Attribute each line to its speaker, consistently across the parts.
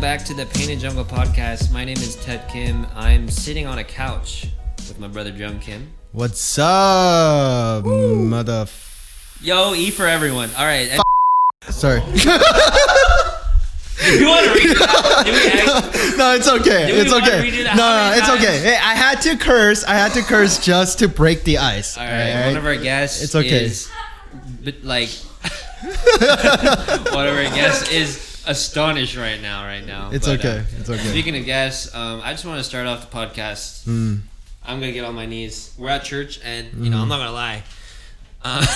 Speaker 1: back to the Painted Jungle podcast. My name is Ted Kim. I'm sitting on a couch with my brother Jung Kim.
Speaker 2: What's up, mother? F-
Speaker 1: Yo, E for everyone. All right. and-
Speaker 2: Sorry.
Speaker 1: you want to read it out? Did we actually-
Speaker 2: no, it's okay.
Speaker 1: Do we
Speaker 2: It's
Speaker 1: wanna
Speaker 2: okay.
Speaker 1: read it
Speaker 2: No,
Speaker 1: out? How
Speaker 2: no,
Speaker 1: many
Speaker 2: it's
Speaker 1: times?
Speaker 2: okay. Hey, I had to curse. I had to curse just to break the ice.
Speaker 1: All right. One of our guests
Speaker 2: It's okay.
Speaker 1: is, but like, one of our guests is astonished right now. Right now.
Speaker 2: It's
Speaker 1: But, uh,
Speaker 2: okay. It's okay.
Speaker 1: Speaking of guests, um, I just want to start off the podcast.
Speaker 2: Hmm.
Speaker 1: I'm gonna get on my knees. We're at church, and you know I'm not gonna lie. Uh,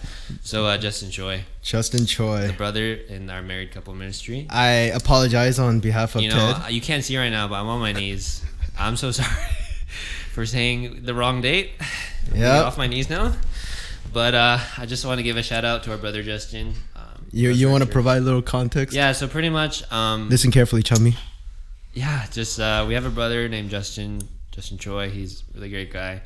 Speaker 1: so uh, just enjoy.
Speaker 2: Justin Choi.
Speaker 1: brother in our married couple ministry.
Speaker 2: I apologize on behalf of
Speaker 1: You know,
Speaker 2: Oh, Ted.
Speaker 1: you can't see right now, but I'm on my knees. I'm so sorry for saying the wrong date. I'm gonna get
Speaker 2: Yep.
Speaker 1: off my knees now. But uh, I just want to give a shout out to our brother Justin. Um,
Speaker 2: You
Speaker 1: goes
Speaker 2: you
Speaker 1: our
Speaker 2: want to
Speaker 1: church.
Speaker 2: provide a little context?
Speaker 1: Yeah, so pretty much, um,
Speaker 2: Listen carefully, chummy.
Speaker 1: yeah, just uh, we have a brother named Justin, Justin Choi. He's a really great guy.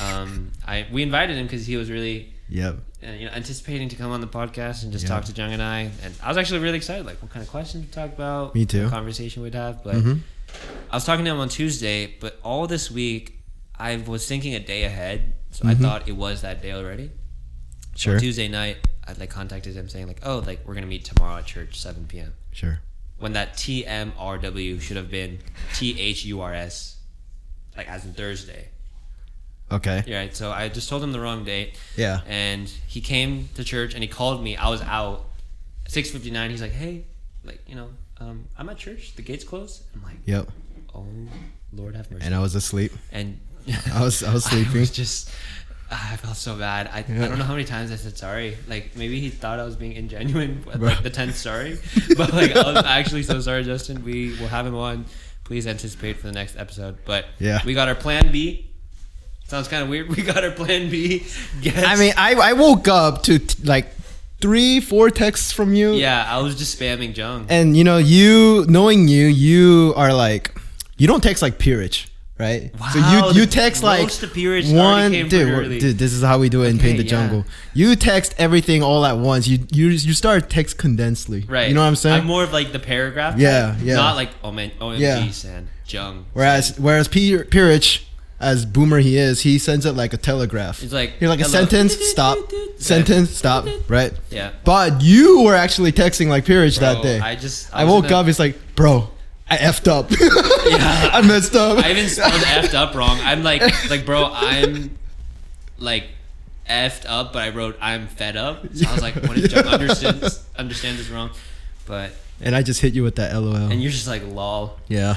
Speaker 1: Um, I we invited him because he was really
Speaker 2: Yep.
Speaker 1: uh, you know, anticipating to come on the podcast and just
Speaker 2: Yeah.
Speaker 1: talk to Jung and I. And I was actually really excited, like what kind of questions we talk about,
Speaker 2: Me
Speaker 1: what kind of
Speaker 2: too.
Speaker 1: conversation we'd have. But
Speaker 2: Mhm.
Speaker 1: I was talking to him on Tuesday, but all this week I was thinking a day ahead, so I thought it was that day already. So on
Speaker 2: Mm-hmm. Sure.
Speaker 1: Tuesday night, I like contacted him saying like, oh, like we're gonna meet tomorrow at church, seven p.m.
Speaker 2: Sure.
Speaker 1: When that T M R W should have been T H U R S, like as in Thursday.
Speaker 2: Okay.
Speaker 1: Yeah, right. So I just told him the wrong date
Speaker 2: Yeah.
Speaker 1: and he came to church and he called me. I was out, six fifty nine. He's like, "Hey, like you know, um, I'm at church. The gates closed." I'm like,
Speaker 2: Yep.
Speaker 1: "Oh Lord, have mercy."
Speaker 2: And I was asleep.
Speaker 1: And
Speaker 2: I was- I was
Speaker 1: I
Speaker 2: sleeping.
Speaker 1: was just, ah, I felt so bad. I, I
Speaker 2: Yeah.
Speaker 1: don't know how many times I said sorry. Like maybe he thought I was being ingenuine, but
Speaker 2: Bro.
Speaker 1: like the tenth sorry. but like I was actually so sorry, Justin. We will have him on. Please anticipate for the next episode. But
Speaker 2: Yeah.
Speaker 1: we got our plan B. Sounds kind of weird. We got our plan B. Guess.
Speaker 2: I mean, I I woke up to t- like three, four texts from you.
Speaker 1: Yeah, I was just spamming Jung.
Speaker 2: and you know you knowing you you are like you don't text like peerage right
Speaker 1: Wow,
Speaker 2: so you you
Speaker 1: the
Speaker 2: text like
Speaker 1: roast of peerage already
Speaker 2: one
Speaker 1: came
Speaker 2: dude,
Speaker 1: pretty
Speaker 2: we're-
Speaker 1: early.
Speaker 2: dude this is how we do it in
Speaker 1: Okay,
Speaker 2: paint the
Speaker 1: yeah.
Speaker 2: jungle you text everything all at once you you you start text condensedly
Speaker 1: right.
Speaker 2: you know what i'm saying
Speaker 1: I'm more of like the paragraph.
Speaker 2: Yeah,
Speaker 1: type,
Speaker 2: yeah.
Speaker 1: Not like oh man, OMG,
Speaker 2: Yeah.
Speaker 1: San Jung.
Speaker 2: whereas whereas Pe- peerage as boomer he is he sends it like a telegraph
Speaker 1: It's like
Speaker 2: you're like a
Speaker 1: hello.
Speaker 2: sentence stop sentence stop right
Speaker 1: Yeah.
Speaker 2: but you were actually texting like peerage
Speaker 1: Bro,
Speaker 2: that day
Speaker 1: I just
Speaker 2: I
Speaker 1: was
Speaker 2: woke
Speaker 1: in a-
Speaker 2: up. It's like, bro, I effed up. I messed up.
Speaker 1: I even spelled effed up wrong. I'm like like bro, I'm like effed up, but I wrote I'm fed up. So I was like, what if Jung understands understands this wrong? But
Speaker 2: and I just hit you with that LOL.
Speaker 1: and you're just like lol,
Speaker 2: yeah,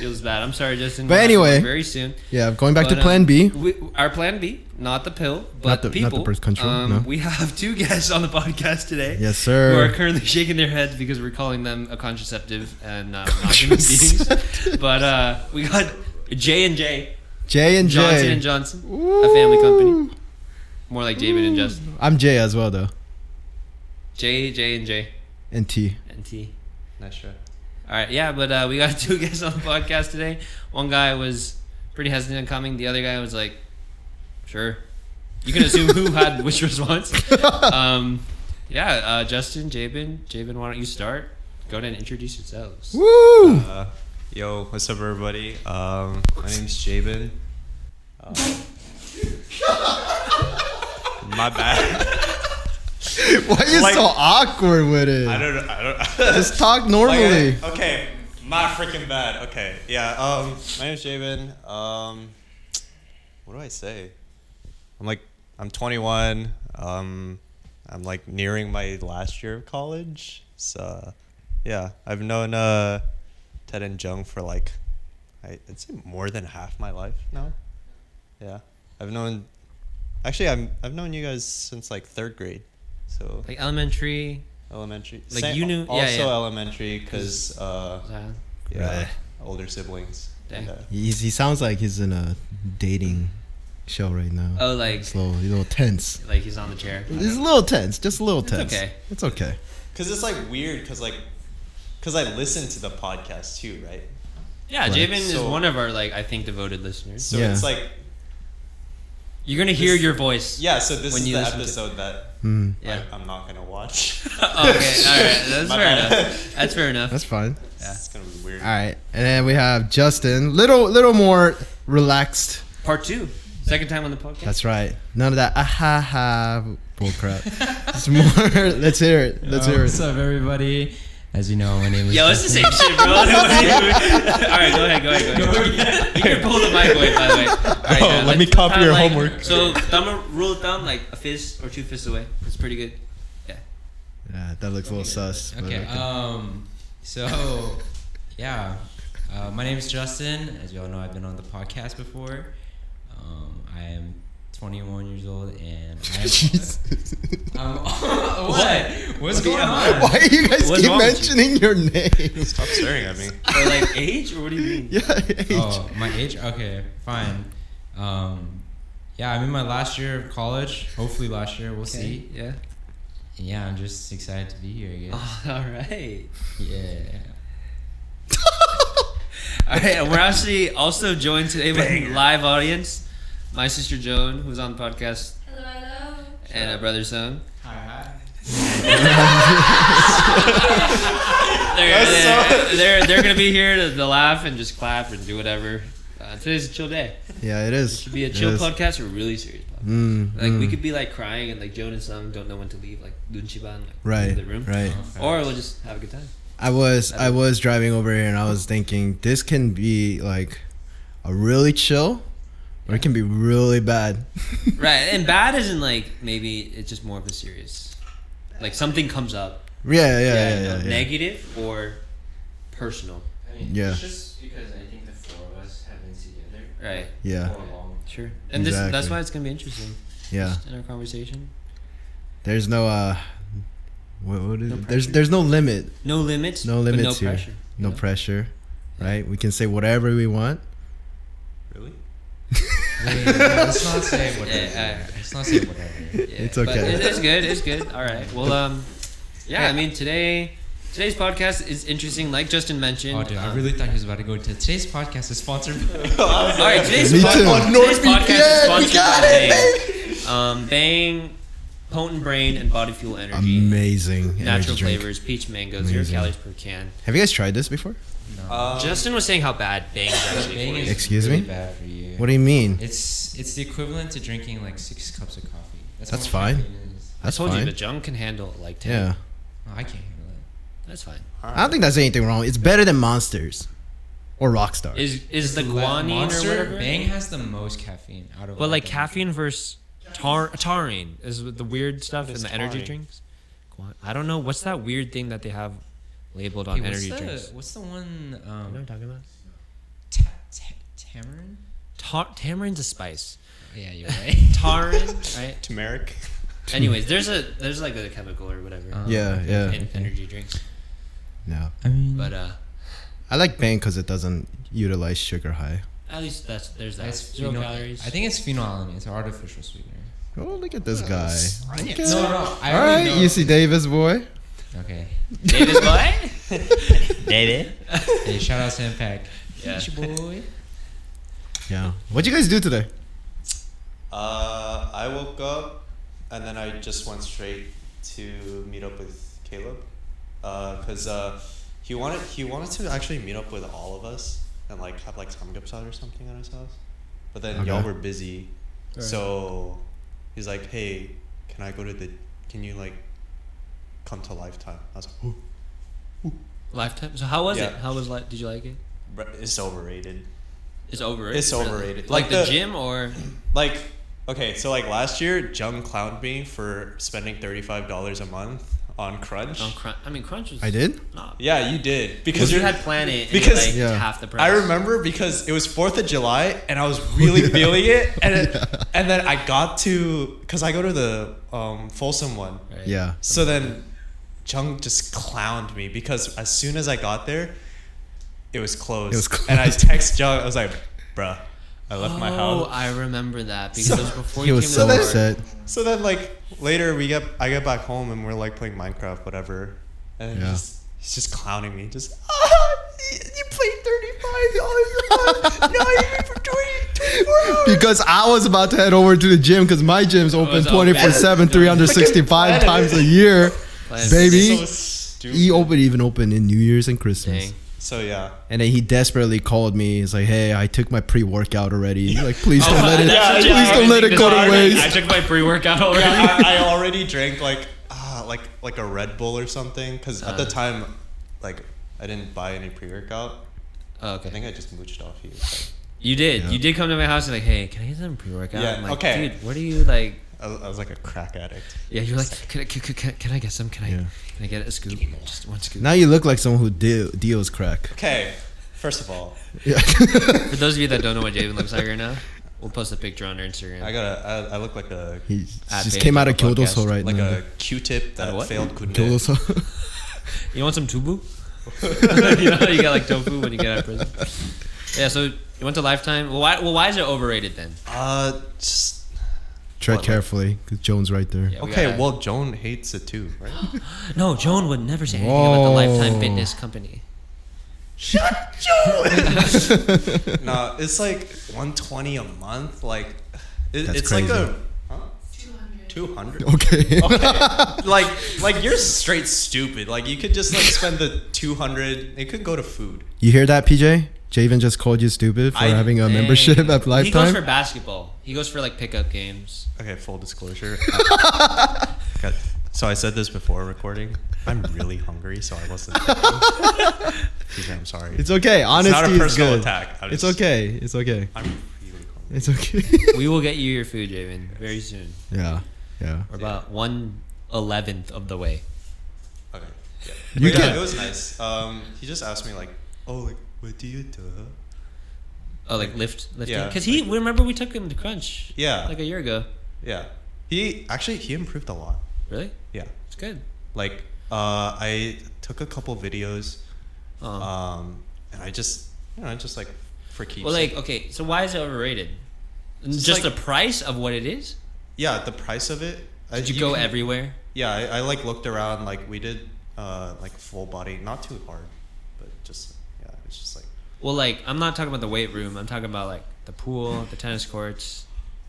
Speaker 1: feels bad. I'm sorry, Justin.
Speaker 2: But
Speaker 1: We'll have you on
Speaker 2: anyway.
Speaker 1: very soon.
Speaker 2: yeah. Going back
Speaker 1: But,
Speaker 2: to
Speaker 1: um,
Speaker 2: Plan B.
Speaker 1: We, our plan B, not the pill, but
Speaker 2: Not the- not the
Speaker 1: people. Um,
Speaker 2: birth control, no.
Speaker 1: We have two guests on the podcast today.
Speaker 2: Yes,
Speaker 1: Who are
Speaker 2: sir.
Speaker 1: currently shaking their heads because we're calling them a contraceptive and uh, not human beings. But uh, we got J and J
Speaker 2: Jay and
Speaker 1: Johnson and
Speaker 2: Jay.
Speaker 1: Johnson, a
Speaker 2: Ooh.
Speaker 1: family company. More like David and Justin.
Speaker 2: I'm Jay as well though,
Speaker 1: J J and J
Speaker 2: and T.
Speaker 1: and T. Not sure. All right, yeah, but uh, we got two guests on the podcast today. One guy was pretty hesitant in coming. The other guy was like, "Sure." You can assume who had which response. Um, yeah, uh, Justin, Jabin, Jabin, why don't you start? Go ahead and introduce yourselves.
Speaker 2: Woo!
Speaker 3: Uh, yo, what's up, everybody? Um, my name's Jabin. Uh, my bad.
Speaker 2: Why are you
Speaker 3: like-
Speaker 2: so awkward with it?
Speaker 3: I don't. know- I don't.
Speaker 2: Just talk
Speaker 3: Like, I-
Speaker 2: normally.
Speaker 3: okay, my freaking bad. Okay, yeah. Um, my name's Jabin. Um, what do I say? I'm like, I'm 21. Um, I'm like nearing my last year of college. So, yeah, I've known uh, Ted and Jung for like, I, I'd say more than half my life now. Yeah, I've known. Actually, I'm I've known you guys since like third grade. So
Speaker 1: Like elementary.
Speaker 3: elementary.
Speaker 1: Like, you knew- yeah,
Speaker 3: also
Speaker 1: yeah.
Speaker 3: elementary because uh,
Speaker 1: uh,
Speaker 3: yeah,
Speaker 2: Right.
Speaker 3: older siblings.
Speaker 1: Dang.
Speaker 3: And, uh,
Speaker 2: He's, he sounds like he's in a dating show right now.
Speaker 1: Oh, like
Speaker 2: Slow, he's a little tense.
Speaker 1: like he's on the chair.
Speaker 2: He's a little tense, just a little tense.
Speaker 1: okay.
Speaker 2: It's okay.
Speaker 3: Cause it's like weird, cause like, cause I listen to the podcast too, right?
Speaker 1: Yeah,
Speaker 2: Right.
Speaker 1: Jabin is
Speaker 3: So-
Speaker 1: one of our like I think devoted listeners.
Speaker 3: So
Speaker 2: Yeah.
Speaker 3: it's like
Speaker 1: You're gonna hear
Speaker 3: This-
Speaker 1: your voice.
Speaker 3: Yeah, so this
Speaker 1: When
Speaker 3: is
Speaker 1: you
Speaker 3: the
Speaker 1: listen to-
Speaker 3: episode that
Speaker 2: Mm,
Speaker 1: Yeah.
Speaker 3: I, am not gonna watch.
Speaker 1: okay. All right. That's
Speaker 3: My
Speaker 1: fair
Speaker 3: bad.
Speaker 1: enough. That's fair enough.
Speaker 2: that's fine.
Speaker 3: It's gonna be weird.
Speaker 2: All right, and then we have Justin. Little, little more relaxed.
Speaker 1: Part two. Second time on the podcast.
Speaker 2: That's right. None of that ah ha ha bullcrap. It's more. let's hear it. Let's
Speaker 4: Yo,
Speaker 2: hear
Speaker 4: Oh, What's
Speaker 2: it.
Speaker 4: up, everybody? As you know, my name is.
Speaker 1: Yo, it's the same shit, bro. All right, go ahead, go ahead, go ahead. You can pull the mic away, by the way. All right,
Speaker 3: Oh,
Speaker 1: yeah,
Speaker 3: let
Speaker 1: like,
Speaker 3: me copy
Speaker 1: kinda
Speaker 3: your
Speaker 1: like-
Speaker 3: homework.
Speaker 1: So, thumb rule of thumb, like a fist or two fists away. It's pretty good. Yeah.
Speaker 2: Yeah, that looks a little sus. but
Speaker 4: Okay. Um. So, yeah. Uh, my name is Justin. As you all know, I've been on the podcast before. Um, I am 21 years old, and I am. um, what? What's going
Speaker 1: uh,
Speaker 4: on?
Speaker 2: Why you guys
Speaker 1: What's
Speaker 2: keep
Speaker 1: wrong with you?
Speaker 2: mentioning your name?
Speaker 3: Stop staring at me.
Speaker 1: Or like age, or what do you mean?
Speaker 2: Yeah.
Speaker 4: Oh, my age? Okay, fine. Um, yeah, I'm in my last year of college. Hopefully, last year we'll
Speaker 1: Okay,
Speaker 4: see.
Speaker 1: yeah.
Speaker 4: And yeah, I'm just excited to be here. I guess.
Speaker 1: Oh, all right.
Speaker 4: Yeah.
Speaker 1: All right, and we're actually also joined today by a live audience. My sister Joan, who's on the podcast,
Speaker 5: Hello, hello.
Speaker 1: and our brother Sung.
Speaker 4: Hi. hi.
Speaker 1: They're,
Speaker 3: That's
Speaker 1: they're, they're, they're going to be here to, to laugh and just clap and do whatever. Uh, today's a chill day.
Speaker 2: Yeah, it is.
Speaker 1: Should be a
Speaker 2: It
Speaker 1: chill
Speaker 2: is.
Speaker 1: podcast or a really serious podcast.
Speaker 2: Mm,
Speaker 1: Like we
Speaker 2: mm.
Speaker 1: could be like crying and like Joan and Sam don't know when to leave, like Dunchiba and like
Speaker 2: Right.
Speaker 1: leave the room. Oh.
Speaker 2: Right.
Speaker 1: Or we'll just have a good time.
Speaker 2: I was I was driving over here and I was thinking this can be like a really chill or it can be really bad.
Speaker 1: Right. And bad isn't like maybe it's just more of a serious like something comes up.
Speaker 2: Yeah, yeah, yeah,
Speaker 1: you
Speaker 2: yeah.
Speaker 1: know,
Speaker 2: yeah.
Speaker 1: Negative or personal.
Speaker 4: I mean,
Speaker 2: Yeah.
Speaker 4: It's just because I think the four of us have been together
Speaker 1: Right.
Speaker 2: yeah,
Speaker 4: for a long
Speaker 1: Sure. And this that's
Speaker 2: Exactly.
Speaker 1: why it's gonna be interesting.
Speaker 2: yeah.
Speaker 1: Just in our conversation.
Speaker 2: There's no uh what, what is
Speaker 1: No
Speaker 2: it? there's
Speaker 1: pressure.
Speaker 2: there's no limit,
Speaker 1: No limits.
Speaker 2: No
Speaker 1: but
Speaker 2: limits
Speaker 1: no
Speaker 2: here.
Speaker 1: pressure.
Speaker 2: no
Speaker 1: Yeah.
Speaker 2: pressure, right? We can say whatever we want.
Speaker 3: Really?
Speaker 4: Wait, no, let's not say whatever.
Speaker 1: Yeah, I-
Speaker 4: let's not say whatever.
Speaker 1: Yeah,
Speaker 2: It's
Speaker 1: but
Speaker 2: okay.
Speaker 1: it- it's good. It's good. All right. Well, um, yeah. I mean, today, today's podcast is interesting. Like Justin mentioned.
Speaker 4: Oh, dude, I
Speaker 1: um,
Speaker 4: really thought he was about to go into today's podcast is sponsored. by-
Speaker 1: All right, today's,
Speaker 2: Me
Speaker 1: pod-
Speaker 2: too.
Speaker 1: today's
Speaker 2: NordVPN,
Speaker 1: podcast is
Speaker 2: we
Speaker 1: sponsored
Speaker 2: got
Speaker 1: by
Speaker 2: it,
Speaker 1: Bang. Um, Bang, potent brain and body fuel energy,
Speaker 2: Amazing energy
Speaker 1: natural
Speaker 2: drink.
Speaker 1: flavors, peach mango,
Speaker 2: Amazing.
Speaker 1: zero calories per can.
Speaker 2: Have you guys tried this before?
Speaker 3: Um,
Speaker 1: Justin was saying how bad Bang is actually.
Speaker 4: Bang
Speaker 1: for
Speaker 4: is
Speaker 1: you.
Speaker 2: Excuse
Speaker 4: really
Speaker 2: me?
Speaker 4: Bad for you.
Speaker 2: What do you mean?
Speaker 4: It's it's the equivalent to drinking like six cups of coffee.
Speaker 2: That's
Speaker 4: what
Speaker 2: fine.
Speaker 4: caffeine is.
Speaker 1: I
Speaker 2: That's
Speaker 1: told you
Speaker 2: fine.
Speaker 1: the junk can handle like ten.
Speaker 2: Yeah.
Speaker 4: Oh, I can't handle it.
Speaker 1: that's fine.
Speaker 2: I don't think that's anything wrong. It's better than monsters or Rockstar.
Speaker 1: Is is the
Speaker 4: Le-
Speaker 1: guanine
Speaker 4: Monster,
Speaker 1: or whatever?
Speaker 4: Bang has the most caffeine out of. all
Speaker 1: But like
Speaker 4: them.
Speaker 1: caffeine versus tar- taurine is the weird stuff in
Speaker 3: It's
Speaker 1: the energy
Speaker 3: taurine.
Speaker 1: drinks. Guan- I don't know what's that weird thing that they have labeled on
Speaker 4: Hey, what's
Speaker 1: energy
Speaker 4: the,
Speaker 1: drinks.
Speaker 4: What's the one?
Speaker 1: You know what I'm
Speaker 4: Um,
Speaker 1: talking about?
Speaker 4: ta- ta- tamarind.
Speaker 1: Ta- tamarine's a spice.
Speaker 4: Yeah, you're right.
Speaker 1: Taurine, right?
Speaker 3: Uh, turmeric.
Speaker 1: Anyways, there's a there's like a chemical or whatever
Speaker 4: Uh,
Speaker 2: yeah, yeah.
Speaker 1: in energy drinks.
Speaker 2: No.
Speaker 4: I mean,
Speaker 1: But uh,
Speaker 2: I like Bang because it doesn't utilize sugar high.
Speaker 1: at least that's there's that
Speaker 4: It's
Speaker 1: zero
Speaker 4: phenol-
Speaker 1: calories.
Speaker 4: I think it's phenolene. It's an artificial sweetener.
Speaker 2: Oh, look at this guy. Okay.
Speaker 4: No, no. I
Speaker 2: All
Speaker 4: already
Speaker 2: right,
Speaker 4: know-
Speaker 2: UC Davis boy.
Speaker 4: Okay.
Speaker 1: David what? David.
Speaker 4: Hey, shout out to Impact.
Speaker 1: Yeah.
Speaker 4: It's your boy.
Speaker 2: Yeah. What'd you guys do today?
Speaker 3: Uh, I woke up and then I just went straight to meet up with Caleb, because uh, he wanted he wanted to actually meet up with all of us and like have like samgyeopsal or something at his house, but then y'all
Speaker 2: Okay.
Speaker 3: were busy,
Speaker 1: Right.
Speaker 3: so he's like, hey, can I go to the? Can you like come to Lifetime? I was like, "Ooh,
Speaker 1: Lifetime. So how was it?
Speaker 3: Yeah.
Speaker 1: How was like? Did you like it?
Speaker 3: bro, it's overrated.
Speaker 1: It's overrated.
Speaker 3: It's
Speaker 1: really.
Speaker 3: overrated.
Speaker 1: Like,
Speaker 3: Like
Speaker 1: the,
Speaker 3: the-
Speaker 1: gym or
Speaker 3: Like, okay, so like last year, Jum clowned me for spending thirty five dollars a month on Crunch.
Speaker 1: no, crunch. I mean, crunch was.
Speaker 2: I did.
Speaker 1: Not
Speaker 3: Yeah, you did
Speaker 1: Because
Speaker 3: because
Speaker 1: you
Speaker 3: you're-
Speaker 1: had Planet and
Speaker 3: because-
Speaker 1: because like
Speaker 2: Yeah.
Speaker 1: half the price.
Speaker 3: I remember because it was Fourth of July and I was really feeling it, and it- and then I got to because I go to the um, Folsom one,
Speaker 1: Right.
Speaker 2: Yeah.
Speaker 3: so then Chung just clowned me because as soon as I got there, it was closed,
Speaker 2: It was
Speaker 3: and I
Speaker 2: closed.
Speaker 3: text Chung, I was like, "Bruh, I left my
Speaker 1: Oh,
Speaker 3: house."
Speaker 1: I remember that because
Speaker 3: So-
Speaker 1: it was before
Speaker 2: He
Speaker 1: you
Speaker 2: was
Speaker 1: came
Speaker 2: so
Speaker 1: to work.
Speaker 2: upset.
Speaker 3: So then like later we get I get back home and we're like playing Minecraft whatever, and
Speaker 2: Yeah.
Speaker 3: he's, just, he's just clowning me just. "Ah, you- You played thirty five dollars a month. Now you for 20, 25
Speaker 2: because I was about to head over to the gym because my gym's
Speaker 3: Oh,
Speaker 2: open
Speaker 1: it's all
Speaker 2: 24 7, 365 times a year.
Speaker 1: Plans.
Speaker 2: Baby,
Speaker 3: So stupid.
Speaker 2: he open even open in New Year's and Christmas.
Speaker 1: Dang.
Speaker 3: So yeah.
Speaker 2: And then he desperately called me. He's like, "Hey, I took my pre-workout already. Like, please don't let it,
Speaker 3: yeah,
Speaker 2: please
Speaker 3: Oh yeah,
Speaker 2: don't let it go
Speaker 1: Oh, I
Speaker 2: to
Speaker 1: already-
Speaker 2: waste."
Speaker 1: I took my pre-workout already.
Speaker 3: Yeah, I, I already drank like ah like like a Red Bull or something because at the time, like I didn't buy any pre workout.
Speaker 1: Oh,
Speaker 3: I
Speaker 1: okay.
Speaker 3: think I just mooched off you.
Speaker 1: You did.
Speaker 2: Yeah.
Speaker 1: You did come to my house and like, hey, can I get some pre-workout?
Speaker 3: Yeah,
Speaker 1: I'm like,
Speaker 3: okay.
Speaker 1: Dude, what are you like?
Speaker 3: I, I was like a crack addict.
Speaker 1: Yeah, you're like, can I, can, can, can I get some? Can I
Speaker 2: Yeah.
Speaker 1: can I get a scoop? Just one scoop.
Speaker 2: Now you look like someone who deal, deals crack.
Speaker 3: Okay, first of all,
Speaker 2: Yeah.
Speaker 1: For those of you that don't know what Javen looks like right now, we'll post a picture on our Instagram.
Speaker 3: I got a I, I look like a
Speaker 2: he
Speaker 1: Ah,
Speaker 2: just
Speaker 1: babe,
Speaker 2: came out of
Speaker 1: podcast.
Speaker 2: Kyoto right
Speaker 3: like
Speaker 2: now.
Speaker 3: a Q-tip that
Speaker 1: what?
Speaker 3: failed
Speaker 2: Kyoto
Speaker 3: Kunde.
Speaker 2: so
Speaker 1: You want some tubu? you know, you got like tofu when you get out of prison. Yeah, so you went to Lifetime. Well, why, well, why is it overrated then?
Speaker 3: Uh, just,
Speaker 2: tread
Speaker 1: What, like-
Speaker 2: carefully because Joan's right there.
Speaker 1: Yeah, we
Speaker 3: okay.
Speaker 1: gotta-
Speaker 3: Well, Joan hates it too, right?
Speaker 1: no, Joan would never say anything about the Lifetime
Speaker 2: Whoa.
Speaker 1: Fitness Company.
Speaker 3: no, it's like 120 a month. Like, it,
Speaker 2: That's
Speaker 3: it's like
Speaker 2: crazy.
Speaker 3: a huh? 200. Oh,
Speaker 2: Okay.
Speaker 3: like like you're straight stupid. Like you could just like spend the two hundred. It could go to food.
Speaker 2: you hear that, PJ? Javen just called you stupid for
Speaker 3: I-
Speaker 2: having a
Speaker 1: Dang.
Speaker 2: membership at
Speaker 1: He goes for
Speaker 2: Lifetime.
Speaker 1: basketball. He goes for like pickup games.
Speaker 3: Okay, full disclosure. God, so I said this before recording. I'm really hungry, so I wasn't. thinking. Excuse me, I'm sorry.
Speaker 2: It's okay. Honesty
Speaker 3: not a
Speaker 2: is
Speaker 3: personal
Speaker 2: good.
Speaker 3: attack. I
Speaker 2: It's
Speaker 3: just-
Speaker 2: okay. It's okay.
Speaker 3: I'm really hungry.
Speaker 2: It's okay.
Speaker 1: We will get you your food, Javen, very soon.
Speaker 2: yeah. Yeah.
Speaker 1: We're about one eleventh of the way.
Speaker 3: Okay. Yeah.
Speaker 2: You
Speaker 3: But yeah,
Speaker 2: can-
Speaker 3: it was nice. Um, he just asked me like, oh, like, what do you do?
Speaker 1: Oh, like lift, lifting.
Speaker 3: Yeah,
Speaker 1: Because he, remember we took him to crunch
Speaker 3: Yeah.
Speaker 1: like a year ago.
Speaker 3: yeah. He actually he improved a lot.
Speaker 1: Really?
Speaker 3: Yeah.
Speaker 1: It's good.
Speaker 3: Like uh, I took a couple videos.
Speaker 1: Oh.
Speaker 3: Um, and I just, you know, just like for keeps.
Speaker 1: well, like okay, so why is it overrated?
Speaker 3: It's
Speaker 1: Just
Speaker 3: like-
Speaker 1: the price of what it is.
Speaker 3: yeah, the price of it. I,
Speaker 1: Did you, go
Speaker 3: can-
Speaker 1: everywhere?
Speaker 3: Yeah, I, I like looked around. Like we did, uh, like full body, not too hard, but just yeah, it's just like.
Speaker 1: Well, like I'm not talking about the weight room. I'm talking about like the pool, the tennis courts,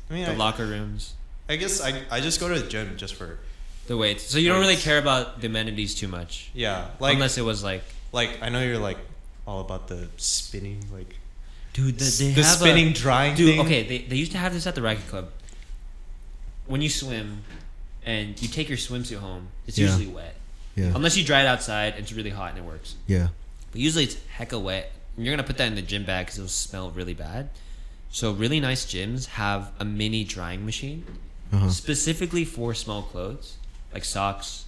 Speaker 3: I mean,
Speaker 1: the
Speaker 3: I,
Speaker 1: locker rooms,
Speaker 3: I guess I, I just go to the gym just for
Speaker 1: the weights. So you don't really care
Speaker 3: Weights.
Speaker 1: about the amenities too much,
Speaker 3: yeah, like
Speaker 1: unless it was like,
Speaker 3: like I know you're like all about the spinning, like
Speaker 1: dude, the,
Speaker 3: s-
Speaker 1: they
Speaker 3: the
Speaker 1: have
Speaker 3: spinning
Speaker 1: a,
Speaker 3: drying
Speaker 1: dude.
Speaker 3: thing.
Speaker 1: Okay, they they used to have this at the racket club. When you swim, and you take your swimsuit home, it's
Speaker 2: Yeah.
Speaker 1: usually wet.
Speaker 2: Yeah.
Speaker 1: Unless you dry it outside, it's really hot and it works.
Speaker 2: Yeah.
Speaker 1: But usually it's hecka wet. And you're gonna put that in the gym bag because it'll smell really bad. So really nice gyms have a mini drying machine
Speaker 2: Uh-huh.
Speaker 1: specifically for small clothes, like socks,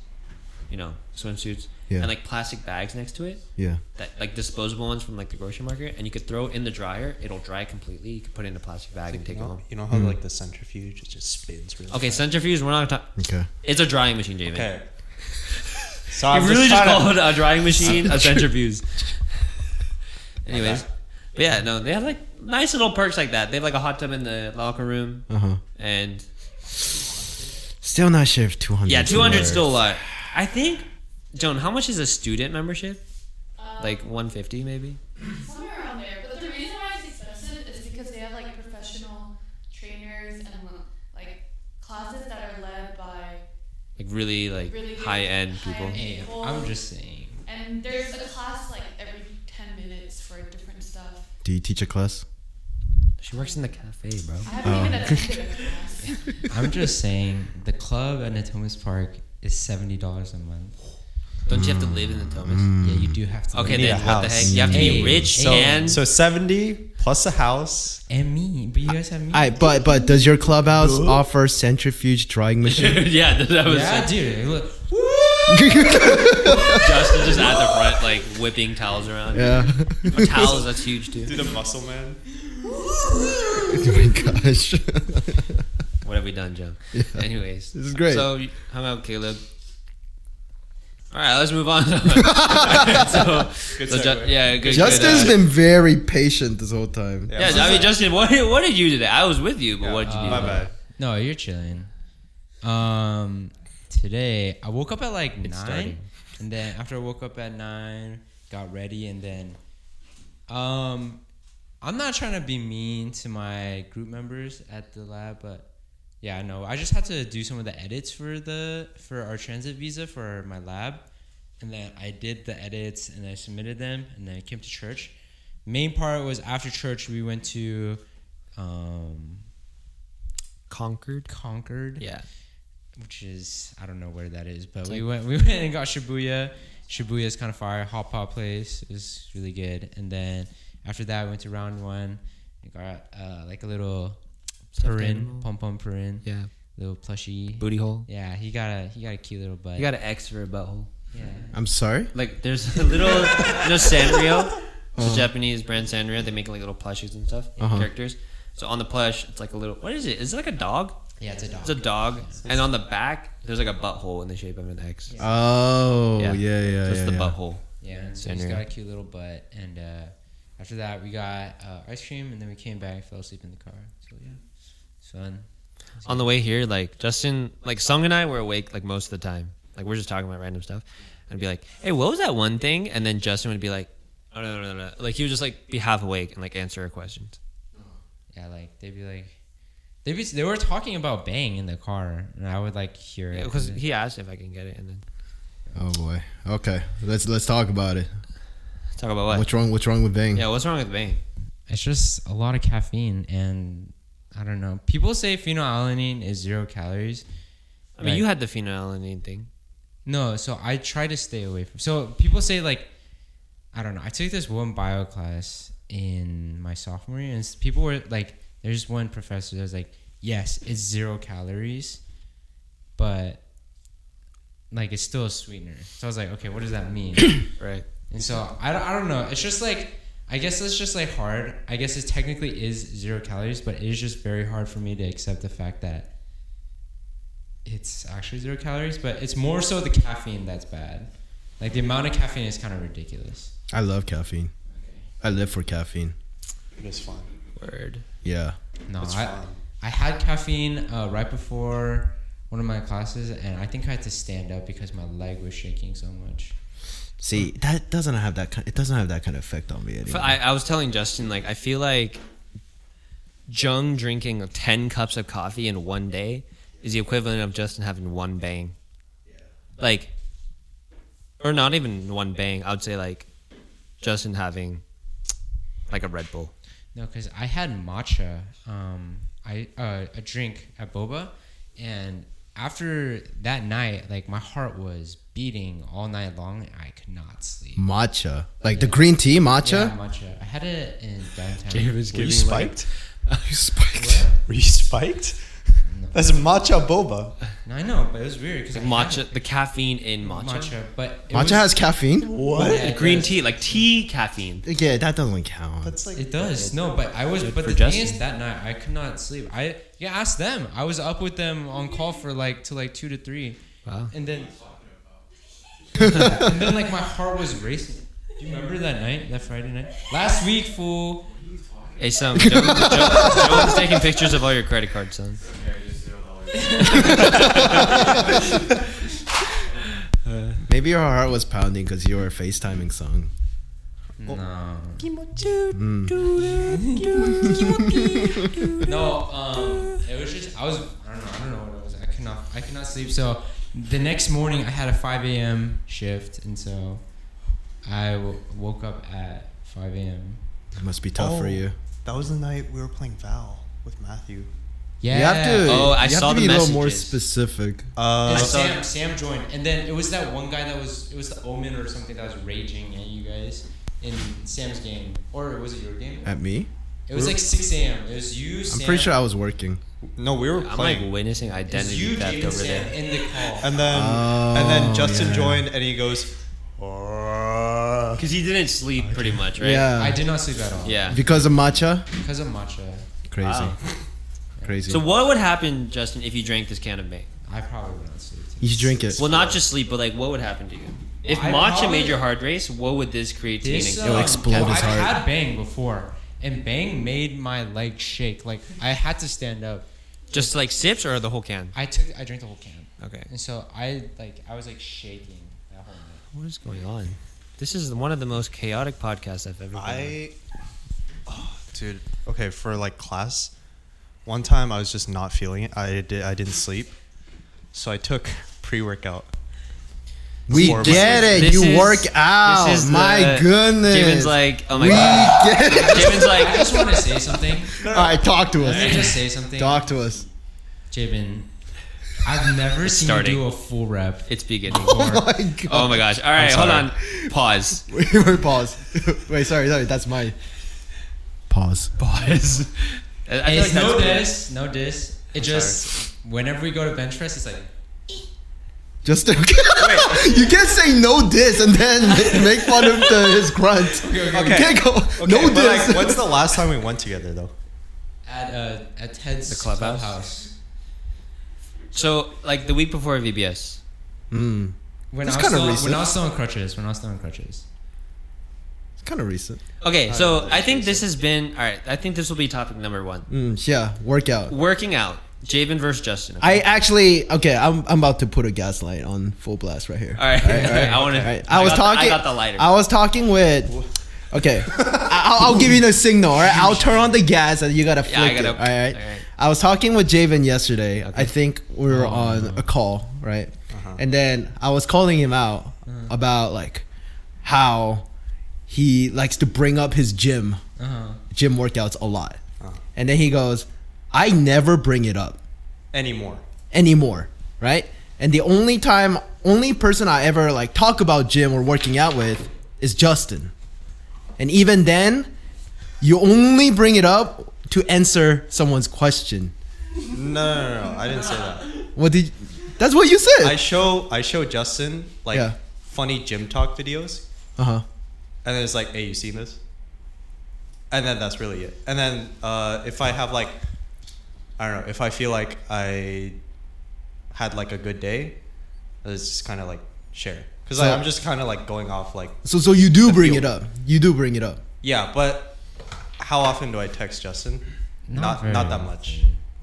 Speaker 1: you know, swimsuits,
Speaker 2: Yeah.
Speaker 1: and like plastic bags next to it,
Speaker 2: Yeah.
Speaker 1: that like disposable ones from like the grocery market, and you could throw it in the dryer. It'll dry completely. You could put it in a plastic bag and take
Speaker 3: you
Speaker 1: it
Speaker 3: know,
Speaker 1: home.
Speaker 3: you know how like the centrifuge it just spins really.
Speaker 1: Okay,
Speaker 3: fast?
Speaker 1: centrifuge. We're not talking.
Speaker 2: Okay.
Speaker 1: It's a drying machine, David.
Speaker 3: Okay. So
Speaker 1: I
Speaker 3: I'm
Speaker 1: really just
Speaker 3: trying to-
Speaker 1: called a drying machine a centrifuge. Anyways, but yeah, no, they have like nice little perks like that. They have like a hot tub in the locker room,
Speaker 3: Uh-huh.
Speaker 2: Uh huh.
Speaker 1: and
Speaker 2: Still not sure if 200.
Speaker 1: yeah,
Speaker 2: is
Speaker 1: two hundred
Speaker 2: worth.
Speaker 1: still uh, a lot. I think, Joan, how much is a student membership? Like one fifty maybe.
Speaker 5: Um, Somewhere around there. But the reason why it's expensive is because they have like professional trainers and like classes that are led by
Speaker 1: Like really, like
Speaker 5: really good
Speaker 1: high end people.
Speaker 5: high-end
Speaker 4: Hey, I'm just saying.
Speaker 5: And there's a class like every 10 minutes for different stuff.
Speaker 2: Do you teach a class?
Speaker 1: She works in the cafe, bro.
Speaker 5: I haven't even attended a class.
Speaker 4: I'm just saying the club at Natomas Park is seventy dollars a month.
Speaker 1: Don't you have to live in the Thomas?
Speaker 4: Yeah, you do have to.
Speaker 1: Okay,
Speaker 3: need
Speaker 1: then
Speaker 3: a
Speaker 1: what the
Speaker 3: house.
Speaker 1: heck? You have to be
Speaker 4: Hey,
Speaker 1: rich
Speaker 4: hey.
Speaker 1: and
Speaker 3: So seventy plus a house.
Speaker 4: and me, but you guys have me.
Speaker 2: I but but does your clubhouse offer centrifuge drying machine?
Speaker 1: yeah, that was
Speaker 4: yeah, dude. Look,
Speaker 1: Justin just at the front, like whipping towels around.
Speaker 2: yeah.
Speaker 1: Or towels, that's huge
Speaker 3: Do
Speaker 1: too.
Speaker 3: the muscle man.
Speaker 2: oh my gosh.
Speaker 1: What have we done, Joe? Anyways,
Speaker 2: This is great.
Speaker 1: So you hung out, with Caleb. All right, let's move on. so,
Speaker 3: Good
Speaker 1: so Ju-
Speaker 3: segue.
Speaker 1: yeah, good.
Speaker 2: Justin's
Speaker 1: good, uh,
Speaker 2: been very patient this whole time.
Speaker 1: yeah, I mean, Justin, what did, what did you do? Today? I was with you, but what did you do?
Speaker 3: My bad.
Speaker 4: no, you're chilling. Um, today I woke up at like nine,
Speaker 1: starting.
Speaker 4: and then after I woke up at nine, got ready, and then, um, I'm not trying to be mean to my group members at the lab, but yeah, no, I just had to do some of the edits for the for our transit visa for my lab, and then I did the edits and I submitted them, and then I came to church. Main part was after church we went to um,
Speaker 1: Conquered.
Speaker 4: Concord
Speaker 1: Yeah.
Speaker 4: which is I don't know where that is, but we went we went and got Shibuya. Shibuya is kind of fire. Hot pot place is really good. And then after that, we went to round one. We got uh, like a little
Speaker 1: Stuffed
Speaker 4: Purin,
Speaker 1: animal.
Speaker 4: pom pom Purin,
Speaker 1: Yeah.
Speaker 4: little plushie.
Speaker 1: Booty hole.
Speaker 4: Yeah, he got a he got a cute little butt.
Speaker 1: You got an X for a butthole.
Speaker 4: yeah.
Speaker 2: I'm sorry.
Speaker 1: Like there's a little you know Sanrio. It's a Japanese brand Sanrio. They make like little plushies and stuff,
Speaker 2: Uh-huh.
Speaker 1: characters. So on the plush, it's like a little. What is it? Is it like a dog?
Speaker 4: yeah, it's a dog.
Speaker 1: It's a dog, and on the back, there's like a butthole in the shape of an X.
Speaker 2: Oh yeah, yeah, yeah.
Speaker 1: so it's
Speaker 2: yeah,
Speaker 1: the butthole.
Speaker 4: Yeah, and so
Speaker 1: And
Speaker 4: he's
Speaker 1: you're-
Speaker 4: got a cute little butt. And uh, after that, we got uh, ice cream, and then we came back, fell asleep in the car. So yeah, it's fun.
Speaker 1: On the way here, like Justin, like Sung and I were awake like most of the time. Like we're just talking about random stuff, and be like, "Hey, what was that one thing?" And then Justin would be like, "Oh no, no, no, no!" Like he would just like be half awake and like answer our questions.
Speaker 4: Yeah, like they'd be like, they'd be they were talking about bang in the car, and I would like hear it
Speaker 1: Because
Speaker 4: and then-
Speaker 1: he asked if I can get it, and then
Speaker 2: Oh boy. Okay. Let's let's talk about it.
Speaker 1: talk about what.
Speaker 2: What's wrong? What's wrong with Bang?
Speaker 1: yeah, what's wrong with Bane?
Speaker 4: it's just a lot of caffeine, and I don't know. People say phenylalanine is zero calories.
Speaker 1: I mean,
Speaker 4: Right.
Speaker 1: you had the phenylalanine thing.
Speaker 4: No, so I try to stay away from. So people say like, I don't know. I took this one bio class in my sophomore year, and s- people were like, "There's one professor that was like, yes, it's zero calories, but like it's still a sweetener." So I was like, "Okay, what does that mean?"
Speaker 1: Right.
Speaker 4: And so I don't, I don't know. It's just like I guess it's just like hard. I guess it technically is zero calories, but it is just very hard for me to accept the fact that it's actually zero calories. But it's more so the caffeine that's bad. Like the amount of caffeine is kind of ridiculous.
Speaker 2: I love caffeine. I live for caffeine.
Speaker 3: It is fun.
Speaker 1: Word.
Speaker 2: Yeah.
Speaker 4: No,
Speaker 3: It's
Speaker 4: I
Speaker 3: fun.
Speaker 4: I had caffeine uh, right before one of my classes, and I think I had to stand up because my leg was shaking so much.
Speaker 2: See, that doesn't have that kind. It doesn't have that kind of effect on me
Speaker 1: F-
Speaker 2: anymore.
Speaker 1: I, I was telling Justin, like, I feel like Jung drinking 10 cups of coffee in one day is the equivalent of Justin having one bang. Like, or not even one bang. I would say, like, Justin having, like, a Red Bull.
Speaker 4: No, because I had matcha, um, I uh, a drink at Boba, and after that night, like my heart was beating all night long. And I could not sleep.
Speaker 2: matcha, like the green tea
Speaker 4: Yeah,
Speaker 2: matcha.
Speaker 4: matcha. I had it in downtown.
Speaker 3: Were you spiked?
Speaker 2: You spiked.
Speaker 4: What?
Speaker 3: Were you spiked? That's matcha boba.
Speaker 4: No, I know, but it was weird because
Speaker 1: Like, matcha, the caffeine in matcha.
Speaker 4: matcha, but it
Speaker 2: Matcha
Speaker 4: was-
Speaker 2: has caffeine.
Speaker 3: What?
Speaker 4: Yeah, it
Speaker 1: Green
Speaker 4: does.
Speaker 1: tea, like tea caffeine.
Speaker 2: Yeah, that doesn't count.
Speaker 3: That's like
Speaker 4: It does. No, but I was.
Speaker 1: Good
Speaker 4: But
Speaker 1: for
Speaker 4: the thing
Speaker 1: Justin.
Speaker 4: is, that night I could not sleep. I yeah, ask them. I was up with them on call for like till like two to three.
Speaker 1: Wow.
Speaker 4: And then, and then like my heart was racing. Do you remember that night, that Friday night? Last week, fool.
Speaker 1: Hey, son, Joe, Joe, Joe's taking pictures of all your credit cards, son.
Speaker 2: Maybe your heart was pounding because you were FaceTiming song.
Speaker 4: No.
Speaker 2: Hmm.
Speaker 4: no, um, it was just I was I don't know I don't know what it was. I could not I could not sleep. So the next morning I had a five a.m. shift, and so I w- woke up at five a.m.
Speaker 2: It must be tough for
Speaker 3: Oh.
Speaker 2: you.
Speaker 3: That was the night we were playing Val with Matthew.
Speaker 4: Yeah.
Speaker 2: You have to.
Speaker 1: Oh, I
Speaker 2: you have
Speaker 1: saw
Speaker 2: to
Speaker 1: the
Speaker 2: be a little more
Speaker 1: messages.
Speaker 2: specific.
Speaker 4: And
Speaker 3: Uh,
Speaker 1: I saw-
Speaker 4: Sam, Sam joined, and then it was that one guy that was it was the Omen or something that was raging at you guys in Sam's game, or was it your game?
Speaker 2: At me,
Speaker 4: It was like six a.m. It was you.
Speaker 2: I'm
Speaker 4: Sam,
Speaker 2: pretty sure I was working.
Speaker 3: no, we were
Speaker 1: I'm
Speaker 3: playing.
Speaker 1: like witnessing
Speaker 4: it was
Speaker 1: identity
Speaker 4: you,
Speaker 1: theft
Speaker 4: Jaden,
Speaker 1: over
Speaker 4: Sam
Speaker 1: there.
Speaker 4: in the call.
Speaker 3: and then and
Speaker 2: Oh,
Speaker 3: then Justin
Speaker 2: yeah.
Speaker 3: joined and he goes. "Oh."
Speaker 1: Because he didn't sleep pretty much, right?
Speaker 2: Yeah,
Speaker 4: I did not sleep at all.
Speaker 1: Yeah.
Speaker 2: because of matcha.
Speaker 4: Because of matcha,
Speaker 2: Crazy,
Speaker 1: Wow.
Speaker 2: crazy.
Speaker 1: So what would happen, Justin, if you drank this can of bang?
Speaker 4: I probably would not sleep. Too.
Speaker 2: you should drink it.
Speaker 1: Well, not just sleep, but like, what would happen to you? If
Speaker 4: I
Speaker 1: matcha
Speaker 4: probably-
Speaker 1: made your heart race, what would this create?
Speaker 4: This,
Speaker 1: meaning?
Speaker 2: It'll
Speaker 4: um,
Speaker 2: explode
Speaker 4: I've
Speaker 2: his heart.
Speaker 4: had bang before, and bang made my leg shake. Like I had to stand up.
Speaker 1: just like sips or the whole can?
Speaker 4: I took I drank the whole can,
Speaker 1: Okay.
Speaker 4: and so I like I was like shaking that whole night.
Speaker 1: What is going on? This is one of the most chaotic podcasts I've ever. Been on.
Speaker 3: I. Oh, dude. Okay, for like class, one time I was just not feeling it. I did. I didn't sleep, so I took pre-workout.
Speaker 2: We
Speaker 3: Before-
Speaker 2: get it.
Speaker 1: This
Speaker 2: you
Speaker 1: is-
Speaker 2: work out.
Speaker 1: This is
Speaker 2: My
Speaker 1: the-
Speaker 2: goodness.
Speaker 1: Jimin's like, oh my
Speaker 2: we
Speaker 1: god.
Speaker 2: get it.
Speaker 1: Jimin's
Speaker 4: I
Speaker 1: like,
Speaker 4: just want to say something.
Speaker 2: All right, talk to
Speaker 4: Let me
Speaker 2: us.
Speaker 4: just say something.
Speaker 2: Talk to us.
Speaker 4: Jabin, I've never seen
Speaker 1: starting.
Speaker 4: you do a full rep.
Speaker 1: it's beginning.
Speaker 2: Oh my god.
Speaker 1: Oh my gosh. All right, hold
Speaker 3: sorry.
Speaker 1: on. Pause.
Speaker 2: Wait, wait, pause. Wait, sorry, sorry. That's my pause.
Speaker 1: Pause. I, I
Speaker 4: And
Speaker 1: feel like
Speaker 4: it's no
Speaker 1: that's
Speaker 4: diss, no diss. It
Speaker 3: I'm
Speaker 4: just whenever we go to bench press, it's like
Speaker 2: Just you can't say no diss and then ma- make fun of the, his grunt.
Speaker 4: okay.
Speaker 2: You can't go
Speaker 3: Okay,
Speaker 2: no
Speaker 3: but
Speaker 2: diss.
Speaker 3: like, when's the last time we went together though?
Speaker 4: at uh, at Ted's
Speaker 1: The clubhouse?
Speaker 4: clubhouse.
Speaker 1: so like the week before VBS.
Speaker 2: mm,
Speaker 4: When
Speaker 2: That's
Speaker 4: I was
Speaker 2: kinda
Speaker 4: still,
Speaker 2: recent.
Speaker 4: when I was still on crutches. When I was still on crutches.
Speaker 2: it's kind of recent.
Speaker 1: Okay,
Speaker 3: don't
Speaker 1: so
Speaker 3: know,
Speaker 1: I think
Speaker 3: it's
Speaker 1: this has been all right. I think this will be topic number one.
Speaker 2: Mm, yeah, workout.
Speaker 1: Working out. Javen versus Justin.
Speaker 2: I actually okay. I'm I'm about to put a gaslight on full blast right here.
Speaker 1: all right. I want
Speaker 2: All right.
Speaker 1: to.
Speaker 2: I, was
Speaker 1: got the-
Speaker 2: talking.
Speaker 1: I got the lighter.
Speaker 2: I was talking with. Okay, I, I'll, I'll give you the signal. All right, I'll turn on the gas and you gotta flick
Speaker 1: Yeah, I
Speaker 2: it.
Speaker 1: gotta-
Speaker 2: All right?
Speaker 1: all right.
Speaker 2: I was talking with Javen yesterday.
Speaker 1: Okay. Oh.
Speaker 2: I think we were on a call, right? And then I was calling him out
Speaker 1: Uh-huh.
Speaker 2: about like how he likes to bring up his gym
Speaker 4: Uh huh.
Speaker 2: gym workouts a lot, and then he goes, "I never bring it up."
Speaker 3: Anymore.
Speaker 2: anymore, right? And the only time, only person I ever like talk about gym or working out with is Justin. And even then, you only bring it up to answer someone's question.
Speaker 3: No, no, no, no. I didn't say that.
Speaker 2: What did? That's what you
Speaker 3: I
Speaker 2: said.
Speaker 3: show I show Justin like
Speaker 2: Yeah.
Speaker 3: funny gym talk videos,
Speaker 2: Uh huh.
Speaker 3: and then it's like, "Hey, you seen this?" And then that's really it. And then uh, if I have like, I don't know, if I feel like I had like a good day, it's just kind of like share because
Speaker 2: So-
Speaker 3: I'm just kind of like going off like,
Speaker 2: So so you do bring it
Speaker 3: fuel.
Speaker 2: up. You do bring it up.
Speaker 3: yeah. But how often do I text Justin? Not
Speaker 4: very
Speaker 3: not that
Speaker 4: often.
Speaker 3: much.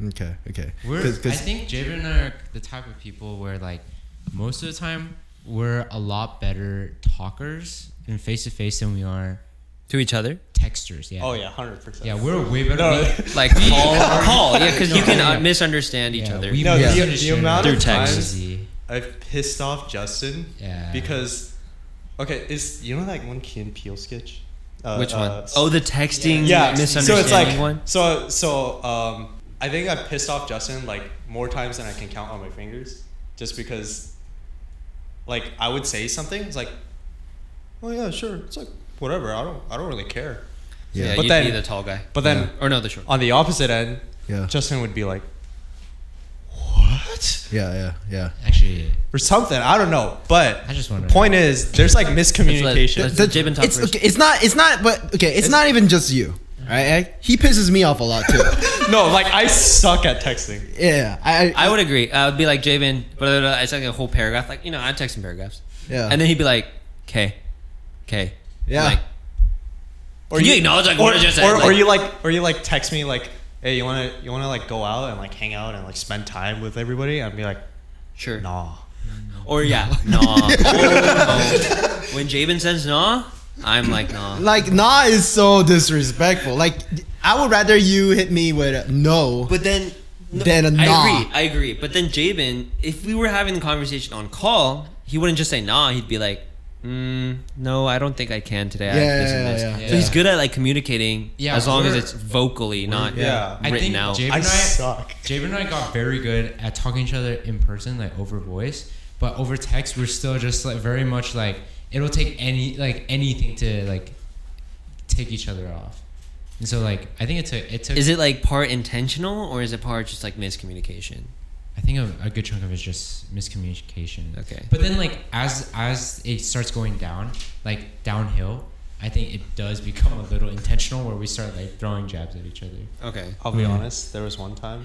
Speaker 2: Okay. Okay.
Speaker 4: We're,
Speaker 2: 'Cause- 'cause-
Speaker 4: I think Javen and I are the type of people where, like, most of the time, we're a lot better talkers in face to face than we are
Speaker 1: to each other.
Speaker 4: texters. Yeah.
Speaker 3: Oh yeah, hundred percent.
Speaker 4: Yeah, we're way better.
Speaker 3: No.
Speaker 4: we-
Speaker 1: Like call, call. Yeah, because you
Speaker 4: No,
Speaker 1: can
Speaker 4: yeah.
Speaker 1: uh, misunderstand each
Speaker 4: yeah,
Speaker 1: other.
Speaker 4: We
Speaker 3: No,
Speaker 4: we
Speaker 2: the-
Speaker 4: finish
Speaker 3: the
Speaker 4: shit
Speaker 3: amount of
Speaker 4: really
Speaker 1: times-
Speaker 4: easy.
Speaker 3: I've pissed off Justin
Speaker 4: Yeah.
Speaker 3: because okay, is you know that one Key and Peele sketch? Uh,
Speaker 1: Which one?
Speaker 3: uh,
Speaker 1: oh, the texting
Speaker 3: yeah. So
Speaker 1: misunderstanding
Speaker 3: it's like
Speaker 1: one.
Speaker 3: so so um, I think I've pissed off Justin like more times than I can count on my fingers, just because like I would say something it's like, oh yeah, sure, it's like whatever. I don't I don't really care.
Speaker 1: Yeah,
Speaker 2: yeah.
Speaker 3: but
Speaker 1: you'd
Speaker 3: then-
Speaker 1: be the tall guy.
Speaker 3: But then
Speaker 1: or no, the short.
Speaker 3: on the opposite end,
Speaker 2: Yeah.
Speaker 3: Justin would be like, what?
Speaker 2: Yeah. Yeah. Yeah.
Speaker 4: Actually,
Speaker 3: Or something. I don't know. But
Speaker 4: I just
Speaker 3: the
Speaker 4: wonder.
Speaker 3: point is, there's like
Speaker 1: Let's
Speaker 3: miscommunication.
Speaker 1: That's the Jabin talk
Speaker 2: it's,
Speaker 1: first.
Speaker 2: okay, it's not. It's not. But okay. It's, not even just you. Right. I- he pisses me off a lot too.
Speaker 3: No, like I suck at texting.
Speaker 2: yeah. I.
Speaker 1: I would agree. I would be like Javen, but I sent like a whole paragraph. Like you know, I text him paragraphs,
Speaker 2: Yeah.
Speaker 1: and then he'd be like, "Okay, okay."
Speaker 2: Yeah.
Speaker 1: Like,
Speaker 3: Or
Speaker 1: Can you acknowledge, like,
Speaker 3: or,
Speaker 1: what I just said,
Speaker 3: Or, or
Speaker 1: like-
Speaker 3: you like, or you like text me like, hey, you wanna you wanna like go out and like hang out and like spend time with everybody? And I'd be like,
Speaker 1: sure.
Speaker 3: nah.
Speaker 1: Or yeah, nah. Oh, no. When Javen says nah, I'm like nah.
Speaker 2: Like nah is so disrespectful. Like I would rather you hit me with a no.
Speaker 1: But then, no,
Speaker 2: Then a
Speaker 1: I
Speaker 2: nah.
Speaker 1: agree. I agree. But then Jabin, if we were having the conversation on call, he wouldn't just say nah. He'd be like, mm, "No, I don't think I can today. I
Speaker 2: Yeah,
Speaker 1: have this and
Speaker 2: yeah,
Speaker 1: this."
Speaker 2: yeah,
Speaker 4: yeah.
Speaker 1: So he's
Speaker 4: Yeah.
Speaker 1: good at like communicating,
Speaker 4: Yeah,
Speaker 1: as long as
Speaker 4: we're-
Speaker 1: it's vocally, not
Speaker 3: yeah.
Speaker 1: written
Speaker 4: I think
Speaker 1: out.
Speaker 4: Javen
Speaker 3: I
Speaker 4: and I
Speaker 3: suck.
Speaker 4: Javen and I got very good at talking to each other in person, like over voice, but over text, we're still just like very much like it'll take any like anything to like take each other off. And so like I think it took it took.
Speaker 1: Is it like part intentional or is it part just like miscommunication?
Speaker 4: I think a, a good chunk of it is just miscommunication.
Speaker 1: Okay.
Speaker 4: But then like as as it starts going down, like downhill, I think it does become a little intentional where we start like throwing jabs at each other.
Speaker 1: Okay.
Speaker 3: I'll be
Speaker 4: Yeah.
Speaker 3: honest. There was one time.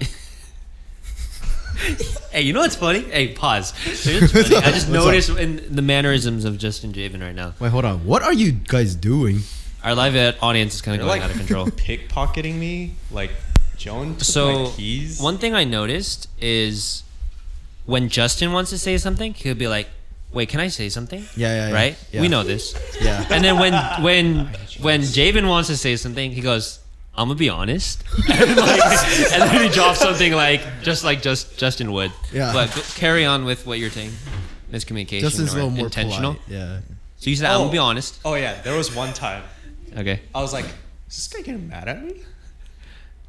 Speaker 1: Hey, you know what's funny? Hey, pause. You know what's funny? I just noticed in the mannerisms of Justin Javen right now.
Speaker 2: Wait, hold on. What are you guys doing?
Speaker 1: Our live at audience is kind of
Speaker 3: You're
Speaker 1: going
Speaker 3: like
Speaker 1: out of control.
Speaker 3: pickpocketing me, like Joan took
Speaker 1: So
Speaker 3: my keys.
Speaker 1: one thing I noticed is when Justin wants to say something, he'll be like, "Wait, can I say something?"
Speaker 2: Yeah, yeah, yeah.
Speaker 1: Right?
Speaker 2: Yeah.
Speaker 1: We know this.
Speaker 2: Yeah.
Speaker 1: And then when when when Javen wants to say something, he goes, I'm gonna be honest, and, like, and then he drops something like just like just Justin would.
Speaker 2: Yeah.
Speaker 1: But go- carry on with what you're saying. Miscommunication
Speaker 2: Justin's a
Speaker 1: or
Speaker 2: little more
Speaker 1: intentional.
Speaker 2: polite. Yeah.
Speaker 1: So you said I'm
Speaker 3: Oh.
Speaker 1: gonna be honest.
Speaker 3: Oh yeah, there was one time
Speaker 1: Okay.
Speaker 3: I was like, is this guy getting mad at me?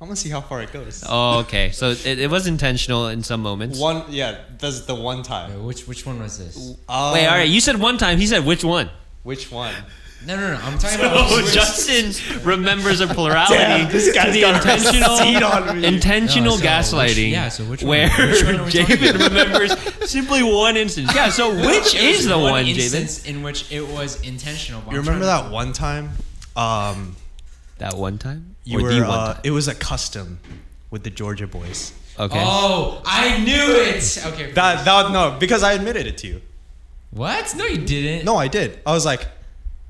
Speaker 3: I'm gonna see how far it goes.
Speaker 1: Oh, okay. So it, it was intentional in some moments.
Speaker 3: One, yeah, that's the one time.
Speaker 4: Wait, Uh, which which one was this?
Speaker 3: Um,
Speaker 1: Wait, all right. You said one time. He said which one?
Speaker 3: Which one?
Speaker 4: No, no, no. I'm talking about.
Speaker 1: Oh, Justin remembers a plurality
Speaker 3: Damn, this
Speaker 1: to
Speaker 3: guy's
Speaker 1: the
Speaker 3: got a
Speaker 1: intentional,
Speaker 3: seat on me.
Speaker 1: intentional
Speaker 4: No, so
Speaker 1: gaslighting.
Speaker 4: which- yeah, so which one-
Speaker 1: where
Speaker 4: which one are we talking
Speaker 1: Javen
Speaker 4: about?
Speaker 1: remembers simply one instance. Yeah, so which
Speaker 4: It was
Speaker 1: is the
Speaker 4: one
Speaker 1: one, Javen?
Speaker 4: instance in which it was intentional? but
Speaker 3: You
Speaker 4: I'm
Speaker 3: remember
Speaker 4: trying
Speaker 3: that one time? Um,
Speaker 1: That one time?
Speaker 3: you
Speaker 1: or
Speaker 3: were.
Speaker 1: the one
Speaker 3: uh,
Speaker 1: time?
Speaker 3: it was a custom with the Georgia boys.
Speaker 1: Okay.
Speaker 4: to- Oh, I knew it. Okay.
Speaker 3: That that no, because I admitted it to you.
Speaker 4: what? No, you didn't.
Speaker 3: No, I did. I was like,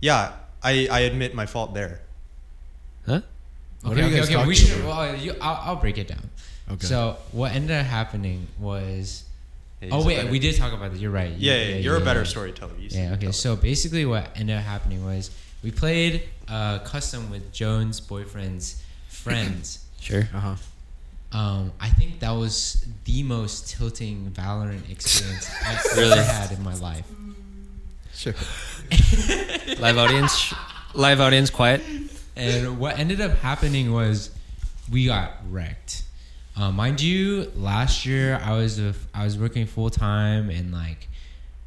Speaker 3: yeah, I I admit my fault there.
Speaker 1: Huh?
Speaker 2: What are
Speaker 4: Okay,
Speaker 2: you
Speaker 4: okay,
Speaker 2: guys
Speaker 4: okay.
Speaker 2: talking
Speaker 4: We should.
Speaker 2: about?
Speaker 4: Well, you, I'll, I'll break it down.
Speaker 2: Okay.
Speaker 4: So what ended up happening was.
Speaker 3: Yeah,
Speaker 4: Oh
Speaker 3: he's a
Speaker 4: wait,
Speaker 3: better-
Speaker 4: we did talk about this. You're right.
Speaker 3: Yeah, yeah, you're a better
Speaker 4: yeah.
Speaker 3: storyteller. You
Speaker 4: Yeah.
Speaker 3: storyteller.
Speaker 4: Okay. So basically, what ended up happening was we played uh, custom with Jones' boyfriend's friends.
Speaker 1: Sure.
Speaker 2: Uh huh.
Speaker 4: Uh-huh. Um, I think that was the most tilting Valorant experience I've
Speaker 1: Really?
Speaker 4: ever had in my life.
Speaker 2: Sure.
Speaker 1: Live audience. sh- Live audience, quiet.
Speaker 4: And what ended up happening was we got wrecked. Uh, mind you, last year I was a, I was working full time and like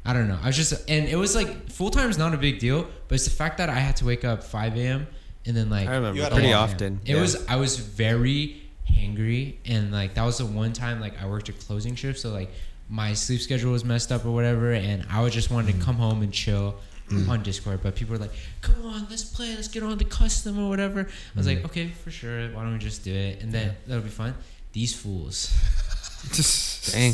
Speaker 4: I don't know. I was just and it was like full time is not a big deal, but it's the fact that I had to wake up five a.m. and then like
Speaker 1: I remember
Speaker 3: You had a
Speaker 1: pretty
Speaker 3: long-
Speaker 1: often.
Speaker 4: It
Speaker 1: Yeah.
Speaker 4: was I was very hangry and like that was the one time like I worked a closing shift, so like my sleep schedule was messed up or whatever, and I would just wanted to come home and chill on Discord. But people were like, "Come on, let's play, let's get on the custom or whatever." I was like, "Okay, for sure. Why don't we just do it?" And then that'll be fun. These fools,
Speaker 1: Dang.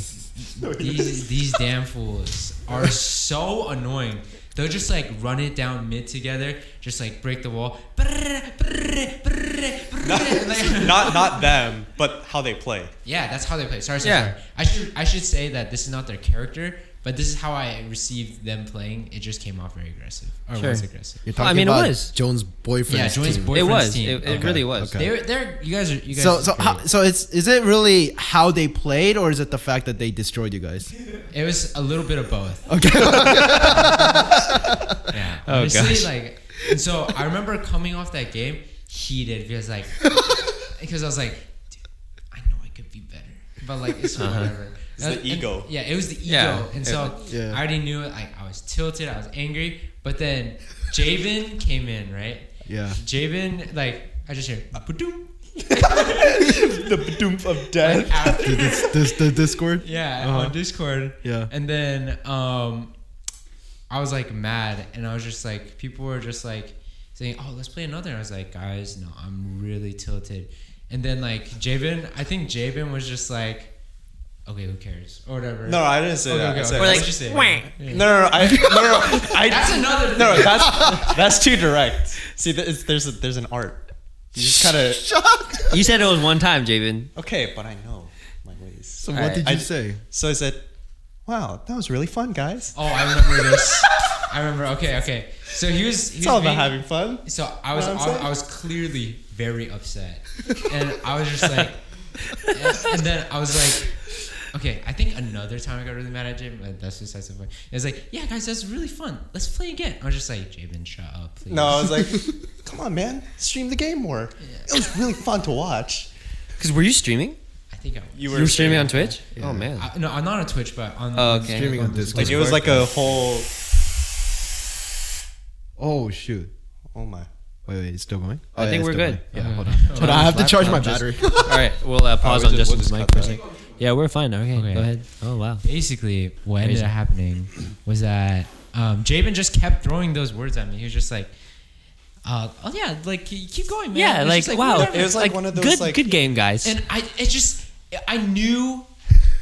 Speaker 4: these these damn fools are so annoying. They'll just like run it down mid together, just like break the wall. Brrr, brrr, brrr, brrr, like-
Speaker 3: not not them, but how they play.
Speaker 4: Yeah, that's how they play. Sorry, sorry,
Speaker 1: Yeah.
Speaker 4: sorry. I should I should say that this is not their character, but this is how I received them playing. It just came off very aggressive or
Speaker 1: Sure.
Speaker 4: was aggressive.
Speaker 2: You're
Speaker 1: Well,
Speaker 2: talking
Speaker 1: I mean, it
Speaker 2: about
Speaker 1: was.
Speaker 2: Jones' boyfriend.
Speaker 4: Yeah, Jones'
Speaker 1: It
Speaker 4: boyfriend's
Speaker 1: was. It,
Speaker 4: team.
Speaker 1: it
Speaker 4: Okay.
Speaker 1: really was.
Speaker 2: Okay.
Speaker 4: They're they're you guys are you guys.
Speaker 2: So
Speaker 4: are
Speaker 2: so
Speaker 4: great.
Speaker 2: how, so it's is it really how they played or is it the fact that they destroyed you guys?
Speaker 4: it was a little bit of both.
Speaker 2: Okay.
Speaker 4: Yeah.
Speaker 1: Oh,
Speaker 4: Honestly,
Speaker 1: gosh.
Speaker 4: like and so I remember coming off that game heated because like because I was like, "Dude, I know I could be better, but like it's whatever.
Speaker 3: It's the
Speaker 4: And-
Speaker 3: ego.
Speaker 4: yeah, it was the ego,
Speaker 1: Yeah.
Speaker 4: and so
Speaker 2: Yeah.
Speaker 4: I already knew it. Like I was tilted, I was angry, but then Javen came in, right?
Speaker 2: yeah.
Speaker 4: Javen, like I just hear "Ba-doom,"
Speaker 3: the doom of death.
Speaker 2: The,
Speaker 4: after
Speaker 2: dis- dis- the Discord.
Speaker 4: yeah
Speaker 2: Uh-huh.
Speaker 4: on Discord.
Speaker 2: Yeah.
Speaker 4: And then um, I was like mad, and I was just like, people were just like saying, "Oh, let's play another." I was like, guys, no, I'm really tilted. And then like Javen, I think Javen was just like, okay, who cares or whatever.
Speaker 3: No, I didn't say
Speaker 4: Okay,
Speaker 3: that.
Speaker 4: okay,
Speaker 3: I
Speaker 4: okay.
Speaker 3: said-
Speaker 4: Or like,
Speaker 3: I
Speaker 4: just say-
Speaker 3: no, no, no, I, no, no, no, I,
Speaker 4: That's another thing.
Speaker 3: No, that's that's too direct. See, th- it's, there's a, there's an art. You just kind of
Speaker 1: You said it was one time, Javen.
Speaker 3: okay, but I know my ways.
Speaker 2: So what
Speaker 1: Alright,
Speaker 2: did
Speaker 3: I-
Speaker 2: you say?
Speaker 3: So I said, "Wow, that was really fun, guys.
Speaker 4: Oh, I remember this. I remember. Okay, okay. So he was. He
Speaker 3: It's
Speaker 4: was
Speaker 3: all about
Speaker 4: being-
Speaker 3: having fun."
Speaker 4: So I was
Speaker 3: Know what I'm saying?
Speaker 4: I, I was clearly very upset, and I was just like, and, and then I was like, okay, I think another time I got really mad at Jim. But that's besides the point. It was like, yeah, guys, that's really fun. Let's play again. I was just like, Javen, shut up, please.
Speaker 3: No, I was like, "Come on, man, stream the game more. It was really fun to watch."
Speaker 1: Because were you streaming?
Speaker 4: I think I.
Speaker 3: You
Speaker 1: You were streaming on Twitch? Oh, man.
Speaker 4: I, no, I'm not on Twitch, but on
Speaker 1: Oh, okay.
Speaker 2: Streaming on Discord.
Speaker 3: Like it was like a whole.
Speaker 2: Oh shoot.
Speaker 3: Oh my.
Speaker 2: Wait, wait, it's still going?
Speaker 1: I
Speaker 2: Oh, yeah,
Speaker 1: think
Speaker 2: it's
Speaker 1: we're
Speaker 2: still
Speaker 1: good.
Speaker 2: going.
Speaker 4: Yeah, hold on.
Speaker 2: But I have to charge my
Speaker 1: Laptop
Speaker 2: battery.
Speaker 1: All right, we'll uh, pause
Speaker 3: we'll
Speaker 1: on
Speaker 3: Oh, just-
Speaker 1: Justin's
Speaker 3: we'll just
Speaker 1: mic
Speaker 3: cut
Speaker 1: for a
Speaker 3: that.
Speaker 1: second. Yeah, we're fine. Okay,
Speaker 4: Okay.
Speaker 1: go ahead. Oh wow.
Speaker 4: basically what ended up happening was that um, Jabin just kept throwing those words at me. He was just like, uh, "Oh yeah, like keep keep going, man."
Speaker 1: Yeah,
Speaker 4: It's
Speaker 1: like,
Speaker 4: just
Speaker 1: wow.
Speaker 4: whatever.
Speaker 3: It was like one of those,
Speaker 1: good,
Speaker 3: like-
Speaker 1: good game, guys.
Speaker 4: And I, it just, I knew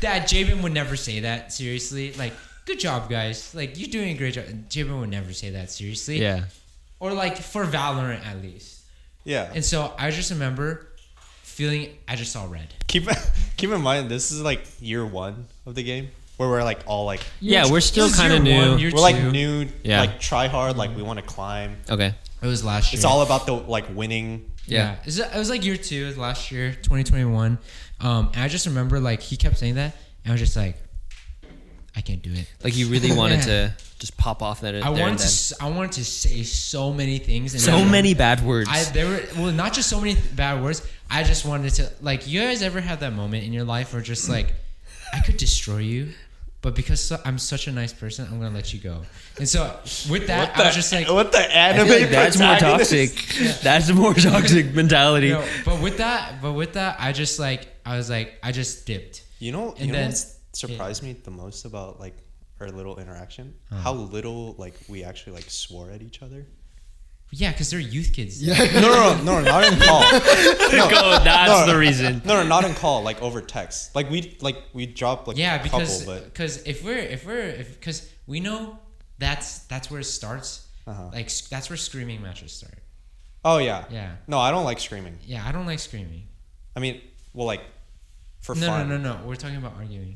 Speaker 4: that Jabin would never say that seriously. Like, good job, guys. Like you're doing a great job. And Jabin would never say that seriously.
Speaker 1: yeah.
Speaker 4: Or like for Valorant at least.
Speaker 3: Yeah.
Speaker 4: And so I just remember feeling I just saw red.
Speaker 3: keep keep in mind this is like year one of the game where we're like all like
Speaker 1: Yeah, we're still
Speaker 4: It was year
Speaker 1: kind of new.
Speaker 4: one, year
Speaker 3: we're like
Speaker 4: two.
Speaker 3: new
Speaker 1: Yeah.
Speaker 3: like try hard like we want to climb
Speaker 1: okay.
Speaker 4: It was last year.
Speaker 3: it's all about the like winning
Speaker 1: Yeah.
Speaker 4: It was- It was like year two last year, 2021. Um, and I just remember like he kept saying that, and I was just like, I can't do it.
Speaker 1: Like you really wanted
Speaker 4: Yeah.
Speaker 1: to just pop off that.
Speaker 4: I wanted to, s- I wanted to say so many things. And
Speaker 6: So
Speaker 4: I-
Speaker 6: many bad words.
Speaker 4: I there were well not just so many th- bad words. I just wanted to like you guys ever had that moment in your life where just like I could destroy you, but because so, I'm such a nice person, I'm gonna let you go. And so with that, I was just like,
Speaker 3: what the
Speaker 6: I
Speaker 3: anime?
Speaker 6: feel like that's more
Speaker 3: protagonist?
Speaker 6: toxic. That's more toxic mentality.
Speaker 4: you know, but with that, but with that, I just like I was like I just dipped.
Speaker 3: You know,
Speaker 4: And
Speaker 3: you know
Speaker 4: then-
Speaker 3: what surprised me the most about like our little interaction? How little like we actually like swore at each other.
Speaker 4: Yeah, because they're youth kids.
Speaker 3: no, no, no, no, not in call.
Speaker 6: Oh, that's
Speaker 3: No.
Speaker 6: the reason.
Speaker 3: No, no, not in call. Like over text. Like we like we drop like
Speaker 4: yeah
Speaker 3: a couple,
Speaker 4: because
Speaker 3: but
Speaker 4: because if we're if we're if because we know that's that's where it starts
Speaker 3: Uh-huh.
Speaker 4: like sc- that's where screaming matches start
Speaker 3: oh yeah.
Speaker 4: yeah
Speaker 3: No, I don't like screaming.
Speaker 4: yeah i don't like screaming
Speaker 3: I mean, well, like for
Speaker 4: no
Speaker 3: fun.
Speaker 4: no no no we're talking about arguing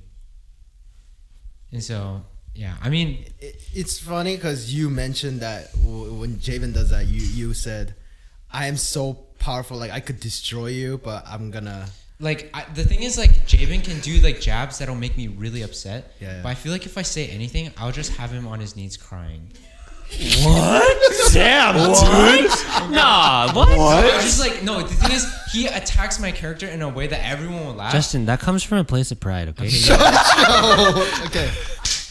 Speaker 4: and so yeah i mean
Speaker 2: It, it's funny because you mentioned that w- when Javen does that, you you said, "I am so powerful, like I could destroy you, but I'm gonna."
Speaker 4: like I, the thing is like Javen can do like jabs that'll make me really upset
Speaker 2: Yeah, yeah.
Speaker 4: but i feel like if i say anything i'll just have him on his knees crying
Speaker 6: What? Damn, what? Nah, what?
Speaker 4: I'm just like no the thing is he attacks my character in a way that everyone will laugh
Speaker 1: Justin, that comes from a place of pride. Okay.
Speaker 2: oh, okay.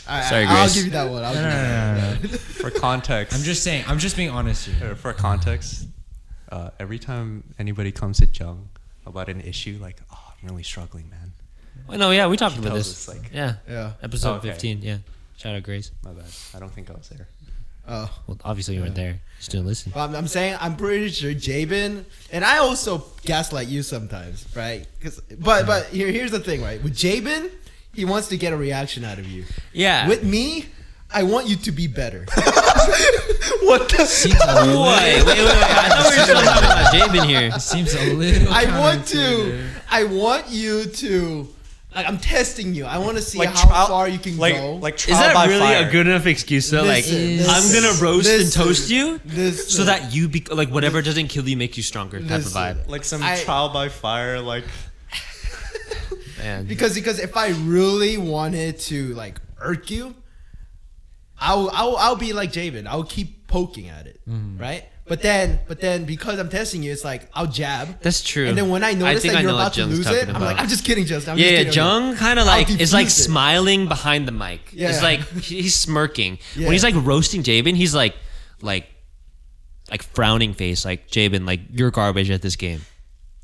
Speaker 2: All right,
Speaker 1: Sorry,
Speaker 2: I'll
Speaker 1: Grace.
Speaker 2: give you that one. I'll give you that.
Speaker 3: For context.
Speaker 4: i'm just saying i'm just being honest here
Speaker 3: Uh, for context, uh, every time anybody comes to Jung about an issue, like, oh, I'm really struggling, man.
Speaker 1: no, yeah, we talked about
Speaker 3: tells
Speaker 1: this.
Speaker 3: us, like-
Speaker 1: yeah.
Speaker 2: Yeah.
Speaker 1: Episode
Speaker 3: Oh, okay.
Speaker 1: 15. Yeah. Shout out Grace.
Speaker 3: My bad. I don't think I was there.
Speaker 2: Oh.
Speaker 1: Well, obviously you weren't there. Still listen.
Speaker 2: But I'm, I'm saying I'm pretty sure Jabin and I also gaslight you sometimes, right? 'Cause- but but here here's the thing, right? With Jabin, he wants to get a reaction out of you.
Speaker 6: Yeah.
Speaker 2: With me, I want you to be better.
Speaker 6: what the?
Speaker 1: Wait, wait, wait, wait. I thought we were still talking about Jabin here.
Speaker 4: Seems a little.
Speaker 2: I want to.
Speaker 4: counterintuitive.
Speaker 2: I want you to. Like I'm testing you. I want to see
Speaker 3: Like
Speaker 2: how
Speaker 3: trial-
Speaker 2: far you can
Speaker 3: Like,
Speaker 2: go.
Speaker 3: like
Speaker 6: Is
Speaker 3: trial Oh,
Speaker 6: that
Speaker 3: by
Speaker 6: really
Speaker 3: fire.
Speaker 6: a good enough excuse though? Like,
Speaker 2: Listen,
Speaker 6: I'm
Speaker 2: listen,
Speaker 6: gonna roast and
Speaker 2: listen,
Speaker 6: toast you,
Speaker 2: this
Speaker 6: so that you be like whatever doesn't kill you makes you stronger type of
Speaker 2: Listen.
Speaker 6: vibe.
Speaker 3: like some
Speaker 2: I-
Speaker 3: trial by fire? Like,
Speaker 1: Man.
Speaker 2: because because if I really wanted to like irk you, I'll I'll, I'll be like Javen. I'll keep poking at it,
Speaker 1: Mm-hmm.
Speaker 2: right? But then but then because I'm testing you, it's like I'll jab.
Speaker 1: That's true.
Speaker 2: And then when I notice
Speaker 1: think
Speaker 2: that
Speaker 1: I
Speaker 2: you're
Speaker 1: know what
Speaker 2: about to
Speaker 1: Jung's
Speaker 2: lose
Speaker 1: talking
Speaker 2: it, I'm like,
Speaker 1: about.
Speaker 2: I'm just kidding, Justin. I'm just
Speaker 1: yeah, yeah,
Speaker 2: kidding.
Speaker 1: Jung kind of
Speaker 2: I'll
Speaker 1: like is like
Speaker 2: defuse it.
Speaker 1: smiling behind the mic.
Speaker 2: Yeah.
Speaker 1: It's like he's smirking.
Speaker 2: Yeah.
Speaker 1: When he's like roasting Jabin, he's like, like, like frowning face, like Jabin, like you're garbage at this game.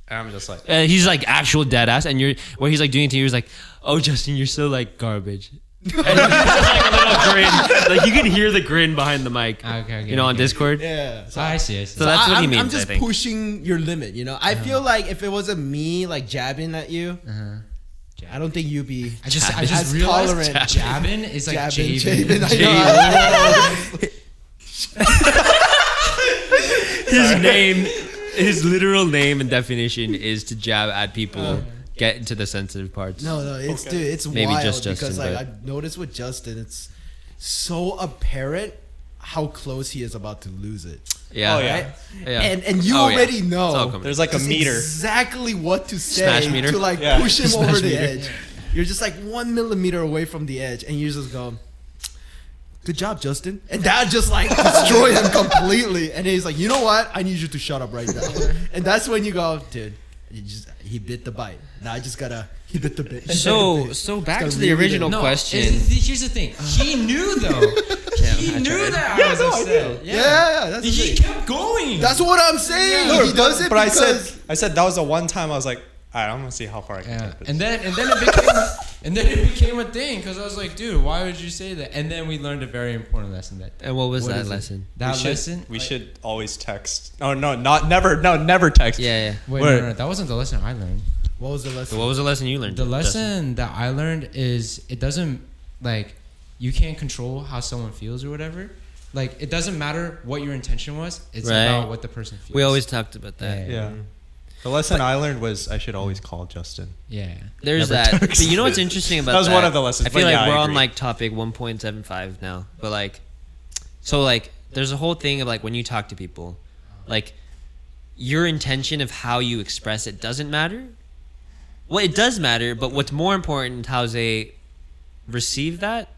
Speaker 3: I'm just like,
Speaker 1: Uh, he's like actual dead ass, and you're what he's like doing to you is like, oh Justin, you're so like garbage. And he's just, like, a little grin. Like you can hear the grin behind the mic.
Speaker 4: Okay, okay,
Speaker 1: you know on
Speaker 4: okay.
Speaker 1: Discord.
Speaker 2: Yeah. So
Speaker 4: Oh, I see. I see.
Speaker 1: So that's
Speaker 2: I-
Speaker 1: what
Speaker 2: I'm,
Speaker 1: he means.
Speaker 2: I'm just
Speaker 1: I think.
Speaker 2: pushing your limit, you know. I feel like if it wasn't me like jabbing at you,
Speaker 4: Uh-huh.
Speaker 2: I don't think you'd be.
Speaker 4: I just, I
Speaker 2: Jabin.
Speaker 4: just
Speaker 2: As
Speaker 4: realized
Speaker 2: tolerant.
Speaker 4: Jabin is like
Speaker 2: Jabbing,
Speaker 4: Javen.
Speaker 2: Javen, I know.
Speaker 1: his name, his literal name and definition is to jab at people, get into the sensitive parts.
Speaker 2: No, no, it's
Speaker 3: Okay.
Speaker 2: dude, it's
Speaker 1: Maybe
Speaker 2: wild
Speaker 1: just
Speaker 2: because
Speaker 1: Justin,
Speaker 2: like
Speaker 1: but-
Speaker 2: I noticed with Justin, it's so apparent how close he is about to lose it.
Speaker 1: Yeah.
Speaker 3: Oh, yeah.
Speaker 2: Right?
Speaker 1: Yeah.
Speaker 2: And and you
Speaker 1: Oh, yeah.
Speaker 2: already
Speaker 1: It's all
Speaker 2: know
Speaker 1: coming.
Speaker 3: there's like a
Speaker 2: just
Speaker 3: meter.
Speaker 2: exactly what to say
Speaker 1: Smash meter.
Speaker 2: to like
Speaker 3: Yeah.
Speaker 2: push him
Speaker 1: Smash
Speaker 2: over the
Speaker 1: meter.
Speaker 2: edge. You're just like one millimeter away from the edge, and you just go. Good job, Justin. And that just like destroyed him completely. And he's like, you know what? I need you to shut up right now. And that's when you go, dude. You just, he bit the bite. Now I just gotta. He bit the bit.
Speaker 1: So so back
Speaker 2: gotta
Speaker 1: to the
Speaker 2: read it.
Speaker 1: original
Speaker 4: No,
Speaker 1: question.
Speaker 4: is- is- here's the thing. He knew though. he knew that I was upset.
Speaker 2: Yeah, yeah, that's the
Speaker 4: He
Speaker 2: thing.
Speaker 4: kept going.
Speaker 2: That's what I'm saying.
Speaker 3: No,
Speaker 2: he does
Speaker 3: but-
Speaker 2: it
Speaker 3: But I
Speaker 2: because
Speaker 3: said, I said that was the one time I was like, all right, I'm gonna see how far I can
Speaker 4: Yeah.
Speaker 3: take this.
Speaker 4: And then, and then it became, and then it became a thing because I was like, dude, why would you say that? And then we learned a very important lesson that.
Speaker 1: and what was
Speaker 4: What
Speaker 1: that
Speaker 4: is it?
Speaker 1: lesson?
Speaker 4: That
Speaker 3: we should,
Speaker 4: lesson.
Speaker 3: we should always text. Oh no, not never. No, never text.
Speaker 1: Yeah, yeah.
Speaker 4: Wait,
Speaker 3: Wait.
Speaker 4: no, no, no, that wasn't the lesson I learned.
Speaker 2: What was the
Speaker 1: So
Speaker 2: lesson?
Speaker 1: what was the lesson you learned?
Speaker 4: The
Speaker 1: Justin?
Speaker 4: lesson that I learned is it doesn't like you can't control how someone feels or whatever. Like it doesn't matter what your intention was. It's
Speaker 1: Right.
Speaker 4: about what the person feels.
Speaker 1: We always talked about that.
Speaker 4: Yeah.
Speaker 3: Yeah. The lesson I learned was I should always call Justin.
Speaker 4: yeah.
Speaker 1: There's
Speaker 3: Never
Speaker 1: that.
Speaker 3: text.
Speaker 1: But you know what's interesting about
Speaker 3: That was one of the lessons,
Speaker 1: I feel like
Speaker 3: but yeah, I
Speaker 1: we're on
Speaker 3: agree.
Speaker 1: like topic 1.75 now, but like, so like, there's a whole thing of like when you talk to people, like, your intention of how you express it doesn't matter. Well, it does matter, but what's more important how they receive that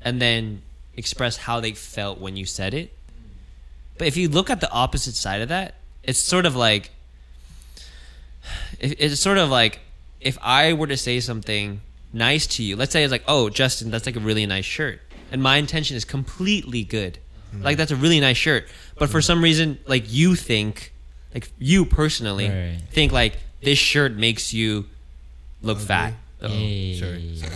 Speaker 1: and then express how they felt when you said it. But if you look at the opposite side of that, it's sort of like it- it's sort of like if I were to say something nice to you, let's say it's like, "Oh, Justin, that's like a really nice shirt," and my intention is completely good, like that's a really nice shirt. But for some reason, like you think, like you personally
Speaker 4: Right.
Speaker 1: think, like this shirt makes you look fat.
Speaker 4: Hey.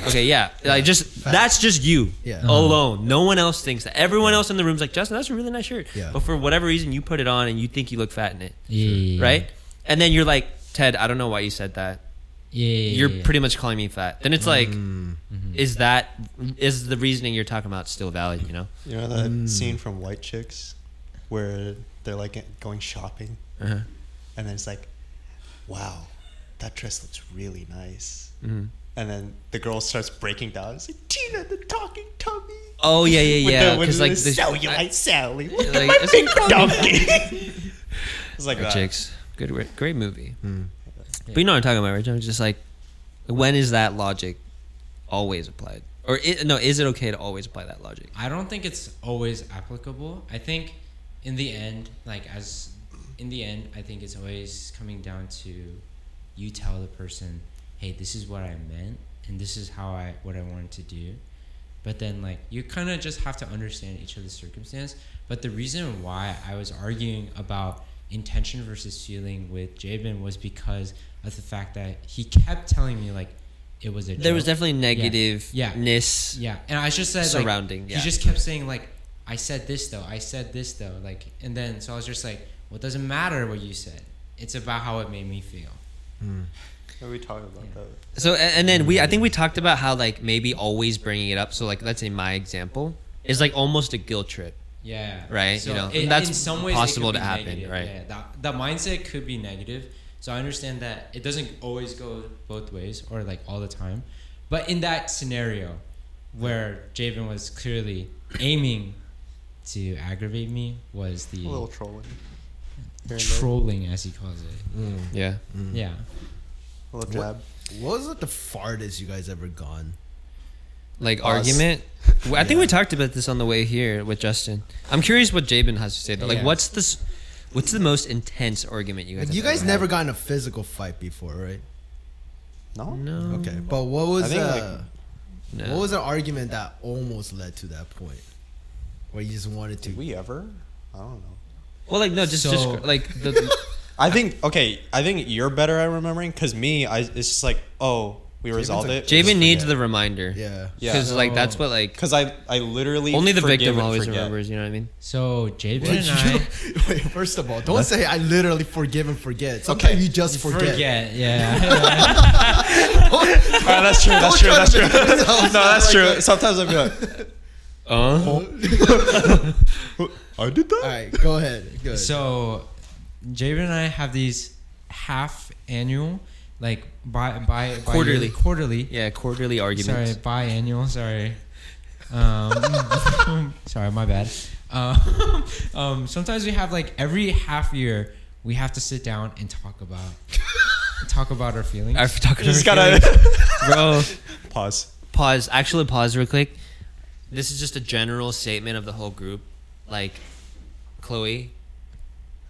Speaker 1: Okay, yeah, like just that's just you
Speaker 2: Yeah.
Speaker 1: alone. No one else thinks that. Everyone else in the room's like, Justin, that's a really nice shirt.
Speaker 2: Yeah.
Speaker 1: But for whatever reason, you put it on and you think you look fat in it,
Speaker 4: Yeah.
Speaker 1: right? And then you're like, Ted, I don't know why you said that
Speaker 4: Yeah.
Speaker 1: you're pretty much calling me fat. Then it's like, is that is the reasoning you're talking about still valid? You know,
Speaker 3: You know that
Speaker 4: Mm.
Speaker 3: scene from White Chicks where they're like going shopping
Speaker 4: Uh-huh.
Speaker 3: and then it's like, wow, that dress looks really nice.
Speaker 4: Mm-hmm.
Speaker 3: And then the girl starts breaking down. It's like, Tina, the talking tummy.
Speaker 1: Oh yeah, yeah, yeah.
Speaker 3: With the,
Speaker 1: Because
Speaker 3: with
Speaker 1: like
Speaker 3: the
Speaker 1: the
Speaker 3: cellulite Sally. Look
Speaker 1: like-
Speaker 3: at my big donkey. it's like
Speaker 1: White
Speaker 3: uh, that.
Speaker 1: Chicks, good, ri- great movie.
Speaker 4: Hmm.
Speaker 1: But you know what I'm talking about, right? I'm just like, when is that logic always applied? Or i no, is it okay to always apply that logic?
Speaker 4: I don't think it's always applicable. I think in the end, like as in the end, I think it's always coming down to you tell the person, "Hey, this is what I meant and this is how I what I wanted to do." But then like you kind of just have to understand each other's circumstance, but the reason why I was arguing about intention versus feeling with Jabin was because of the fact that he kept telling me like it was a
Speaker 1: There was
Speaker 4: joke.
Speaker 1: definitely negativeness.
Speaker 4: Yeah. Yeah, and I just said like,
Speaker 1: Surrounding, yeah.
Speaker 4: He just kept saying like, "I said this though. I said this though." Like, and then so I was just like, "Well, it doesn't matter what you said. It's about how it made me feel."
Speaker 3: What are we talking about, though?
Speaker 1: So a- and then
Speaker 4: Hmm.
Speaker 1: we I think we talked about how like maybe always bringing it up. So like let's say my example is like almost a guilt trip.
Speaker 4: Yeah.
Speaker 1: Right,
Speaker 4: So
Speaker 1: you know,
Speaker 4: it-
Speaker 1: and that's
Speaker 4: in some ways it
Speaker 1: possible
Speaker 4: could
Speaker 1: to
Speaker 4: be
Speaker 1: happen,
Speaker 4: negative,
Speaker 1: right.
Speaker 4: Yeah, that, that mindset could be negative. So I understand that it doesn't always go both ways or like all the time, but in that scenario, where Javen was clearly aiming to aggravate me was
Speaker 3: A little
Speaker 4: the
Speaker 3: trolling. Here and there.
Speaker 4: trolling, as he calls it.
Speaker 2: Hmm.
Speaker 1: Yeah.
Speaker 3: Mm-hmm.
Speaker 4: Yeah.
Speaker 3: A little jab.
Speaker 2: What was like the farthest you guys ever gone?
Speaker 1: like
Speaker 3: Us.
Speaker 1: argument. Well, I think we talked about this on the way here with Justin. I'm curious what Jabin has to say. Though. Like,
Speaker 4: Yeah.
Speaker 1: what's this? What's the most intense argument you guys?
Speaker 2: Like,
Speaker 1: have
Speaker 2: you guys
Speaker 1: ever
Speaker 2: never got in a physical fight before, right?
Speaker 3: No?
Speaker 1: had? No.
Speaker 2: Okay, but what was
Speaker 3: I think,
Speaker 2: uh,
Speaker 1: No.
Speaker 2: what was an argument that almost led to that point where you just wanted to?
Speaker 3: Did we ever? I don't know.
Speaker 1: well, like no, just
Speaker 4: So-
Speaker 1: just like the,
Speaker 3: I think okay. I think you're better at remembering because me, I it's just like oh, we resolved
Speaker 2: like-
Speaker 3: it.
Speaker 1: Jabin needs
Speaker 2: forget.
Speaker 1: the reminder.
Speaker 2: yeah.
Speaker 3: Yeah.
Speaker 1: Because like that's
Speaker 4: So-
Speaker 1: what like
Speaker 3: Because I I literally
Speaker 1: only the
Speaker 3: forgive
Speaker 1: victim
Speaker 3: and
Speaker 1: always
Speaker 3: forget.
Speaker 1: remembers. You know what I mean?
Speaker 4: So Javen
Speaker 2: Wait,
Speaker 4: and
Speaker 2: you-
Speaker 4: I.
Speaker 2: wait, first of all, don't say I literally forgive and forget. Sometimes you just forget.
Speaker 4: Forget, yeah.
Speaker 3: All right, that's true. That's true. That's true. no, that's true.
Speaker 2: that.
Speaker 3: Sometimes I'll be like,
Speaker 1: Uh,
Speaker 3: I did that.
Speaker 2: All right, go ahead. Good.
Speaker 4: so, Javen and I have these half annual, like bi bi
Speaker 1: Quarterly.
Speaker 4: bi- quarterly.
Speaker 1: yeah, quarterly
Speaker 4: Sorry,
Speaker 1: arguments.
Speaker 4: biannual. Sorry. Um, sorry, my bad. Um, um, sometimes we have like every half year we have to sit down and talk about talk about our feelings.
Speaker 1: Our
Speaker 3: You just
Speaker 1: photographer,
Speaker 3: gotta
Speaker 1: bro.
Speaker 3: pause.
Speaker 1: pause actually pause real quick this is just a general statement of the whole group like chloe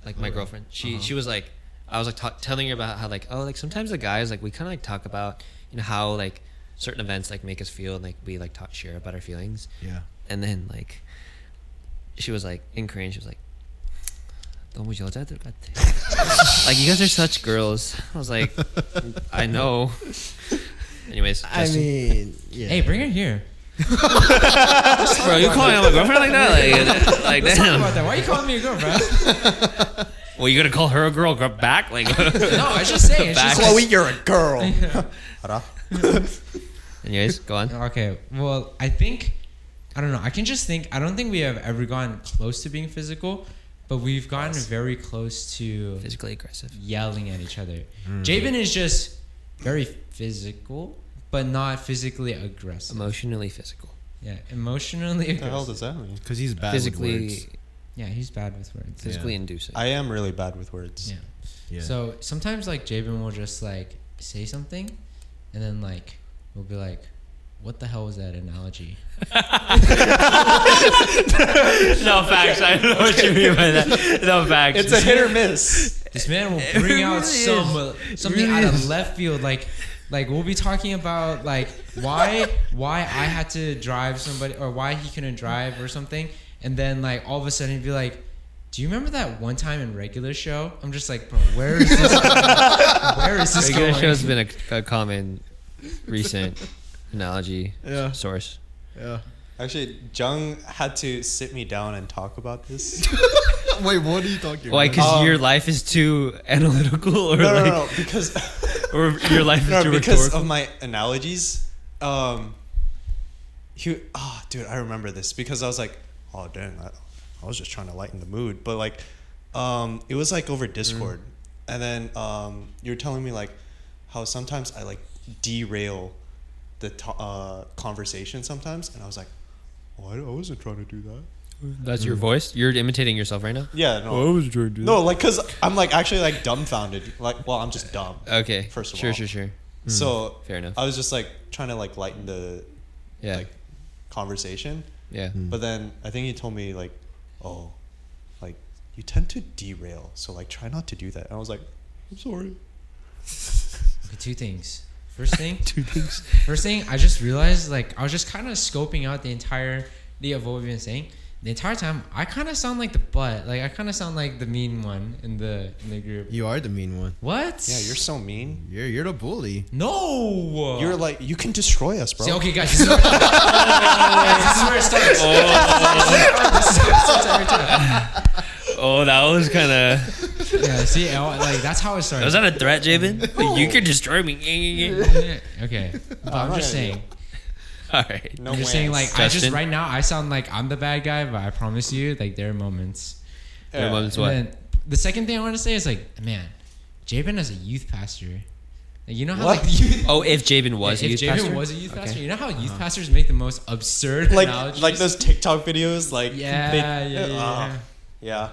Speaker 1: like my girlfriend she she was like i was like ta- telling her about how like oh like sometimes the guys like we kind of like talk about you know how like certain events like make us feel and like we like talk share about our feelings
Speaker 2: yeah.
Speaker 1: and then like she was like in korean she was like 너무 여자들 같아. like you guys are such girls i was like i know anyways
Speaker 2: I
Speaker 1: Justin.
Speaker 2: mean, yeah.
Speaker 4: hey, bring her here.
Speaker 1: Bro, you calling out my girlfriend like that? Like, like
Speaker 4: Let's talk about
Speaker 1: damn.
Speaker 4: that. Why are you calling me a girl, bro?
Speaker 1: Well, you gonna call her a girl gr- back? Like,
Speaker 4: No, I was just saying. It's just
Speaker 1: Back.
Speaker 3: Chloe, "Oh, you're a girl. Hara.
Speaker 1: anyways, go on.
Speaker 4: Okay. Well, I think I don't know. I can just think. I don't think we have ever gotten close to being physical, but we've gotten very close to
Speaker 1: Physically aggressive.
Speaker 4: yelling at each other. Jabin is just very physical, but not physically aggressive.
Speaker 1: Emotionally physical.
Speaker 4: yeah, emotionally
Speaker 3: What the hell
Speaker 4: aggressive.
Speaker 3: does that mean?
Speaker 2: Because he's bad. with
Speaker 1: Physically
Speaker 2: words.
Speaker 4: Yeah, he's bad with words.
Speaker 1: physically inducing.
Speaker 3: I am really bad with words.
Speaker 4: Yeah.
Speaker 2: Yeah.
Speaker 4: So sometimes like Jabin will just like say something, and then like we'll be like, "What the hell was that analogy?"
Speaker 6: no facts. I don't know what you mean by that. No facts.
Speaker 3: It's a hit or miss.
Speaker 4: This man will bring out
Speaker 6: really
Speaker 4: some uh, something
Speaker 6: really
Speaker 4: out of left field, like like we'll be talking about like why why I had to drive somebody or why he couldn't drive or something, and then like all of a sudden he'd be like. Do you remember that one time in regular show? I'm just like, bro, where is this? going? where is this
Speaker 1: Regular
Speaker 4: going?
Speaker 1: show's been a, a common recent analogy
Speaker 2: Yeah.
Speaker 1: source.
Speaker 2: Yeah.
Speaker 3: Actually, Jung had to sit me down and talk about this.
Speaker 2: Wait, what are you talking
Speaker 6: Why? Because
Speaker 3: Um,
Speaker 6: your life is too analytical, or
Speaker 3: no, no,
Speaker 6: like,
Speaker 3: no, no, because
Speaker 6: or your life is
Speaker 3: no,
Speaker 6: too
Speaker 3: because
Speaker 6: rhetorical.
Speaker 3: of my analogies. Um, he, oh, dude, I remember this because I was like, oh, dang, I, I was just trying to lighten the mood, but like, um, it was like over Discord,
Speaker 6: Mm.
Speaker 3: and then um, you were telling me like how sometimes I like derail the to- uh, conversation sometimes, and I was like, oh, I, I wasn't trying to do that.
Speaker 1: That's your voice. You're imitating yourself right now.
Speaker 3: Yeah, no,
Speaker 6: I was trying to do
Speaker 3: no, like, cause I'm like actually like dumbfounded, like, well, I'm just dumb.
Speaker 1: Okay.
Speaker 3: First of
Speaker 1: sure,
Speaker 3: all.
Speaker 1: sure, sure.
Speaker 3: So
Speaker 1: Fair enough.
Speaker 3: I was just like trying to like lighten the
Speaker 1: Yeah.
Speaker 3: like conversation.
Speaker 1: yeah.
Speaker 4: Mm.
Speaker 3: But then I think he told me like, oh, like you tend to derail, so like try not to do that. And I was like, I'm sorry.
Speaker 4: Okay, two things. First thing, two things. First thing, I just realized like I was just kind of scoping out the entirety of what we've been saying. The entire time, I kind of sound like the butt. Like I kind of sound like the mean one in the in the group.
Speaker 2: You are the mean one.
Speaker 4: What?
Speaker 3: Yeah, you're so mean.
Speaker 2: You're you're the bully.
Speaker 4: No.
Speaker 3: You're like you can destroy us, bro.
Speaker 4: See, okay, guys. This is where, this is where it starts.
Speaker 1: Oh,
Speaker 4: This is where it starts every time.
Speaker 6: Oh, that was kind of.
Speaker 4: Yeah. See, I- like that's how it starts.
Speaker 6: Was that a threat, Jabin? You could destroy me.
Speaker 4: okay. But I'm
Speaker 3: Alright.
Speaker 4: just saying.
Speaker 6: All right.
Speaker 3: no
Speaker 4: I'm just saying, like,
Speaker 3: ways.
Speaker 4: I just
Speaker 6: Justin?
Speaker 4: right now I sound like I'm the bad guy, but I promise you, like, there are moments.
Speaker 1: Your
Speaker 3: Yeah.
Speaker 1: mom's
Speaker 4: And
Speaker 1: what?
Speaker 4: then the second thing I want to say is like, man, Jabin is a youth pastor. Like, you know how
Speaker 3: What?
Speaker 4: like youth,
Speaker 6: Oh, if Jabin was a
Speaker 4: if
Speaker 6: youth
Speaker 4: Jabin
Speaker 6: pastor?
Speaker 4: was a youth pastor, you know how youth pastors make the most absurd
Speaker 3: like
Speaker 4: analogies?
Speaker 3: like those TikTok videos, like
Speaker 4: Yeah,
Speaker 3: they-
Speaker 4: yeah, yeah,
Speaker 3: Ah,
Speaker 4: yeah.
Speaker 3: yeah.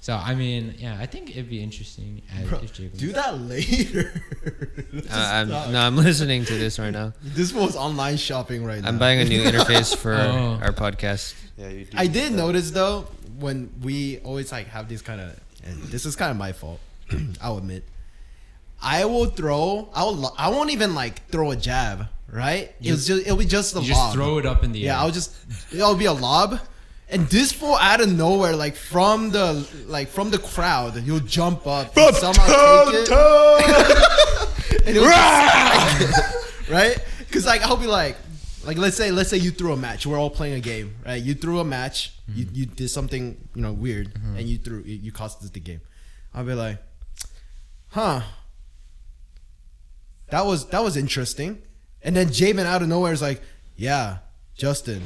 Speaker 4: So I mean, yeah, I think it'd be interesting as, if Jabin.
Speaker 2: Do that later.
Speaker 1: Uh, I'm, no, I'm listening to this right now.
Speaker 2: This was online shopping right now.
Speaker 1: I'm buying a new interface for
Speaker 4: Oh.
Speaker 1: our podcast.
Speaker 3: Yeah, you do.
Speaker 2: I did notice though when we always like have these kind of, and this is kind of my fault. I'll admit. I will throw. I will. lo- I won't even like throw a jab. Right? It was just. It'll be just a
Speaker 4: you
Speaker 2: lob.
Speaker 4: just throw it up in the
Speaker 2: Yeah,
Speaker 4: air.
Speaker 2: I'll just it'll be a lob. And this fool out of nowhere, like from the like from the crowd, he'll jump up and somehow take it. And he'll just- right? Because like I'll be like, like let's say let's say you threw a match. We're all playing a game, right? You threw a match. You, you did something you know weird, and you threw you, you costed the game. I'll be like, huh? That was that was interesting. And then Javen out of nowhere is like, yeah, Justin.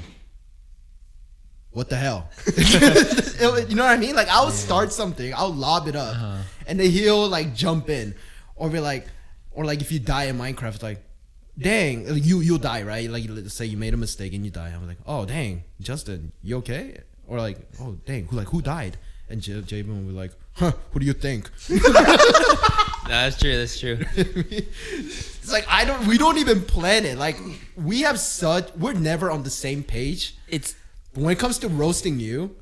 Speaker 2: What the hell? It- you know what I mean? Like I'll start something, I'll lob it up, and then he'll like jump in, or be like, or like if you die in Minecraft, it's like, dang, like, you you'll die right? Like let's say you made a mistake and you die. I'm like, oh dang, Justin, you okay? Or like, oh dang, who like who died? And J- Javen will be like, huh, who do you think?
Speaker 1: No, that's true. That's true.
Speaker 2: It's like I don't. We don't even plan it. Like we have such. We're never on the same page.
Speaker 6: It's
Speaker 2: But when it comes to roasting you,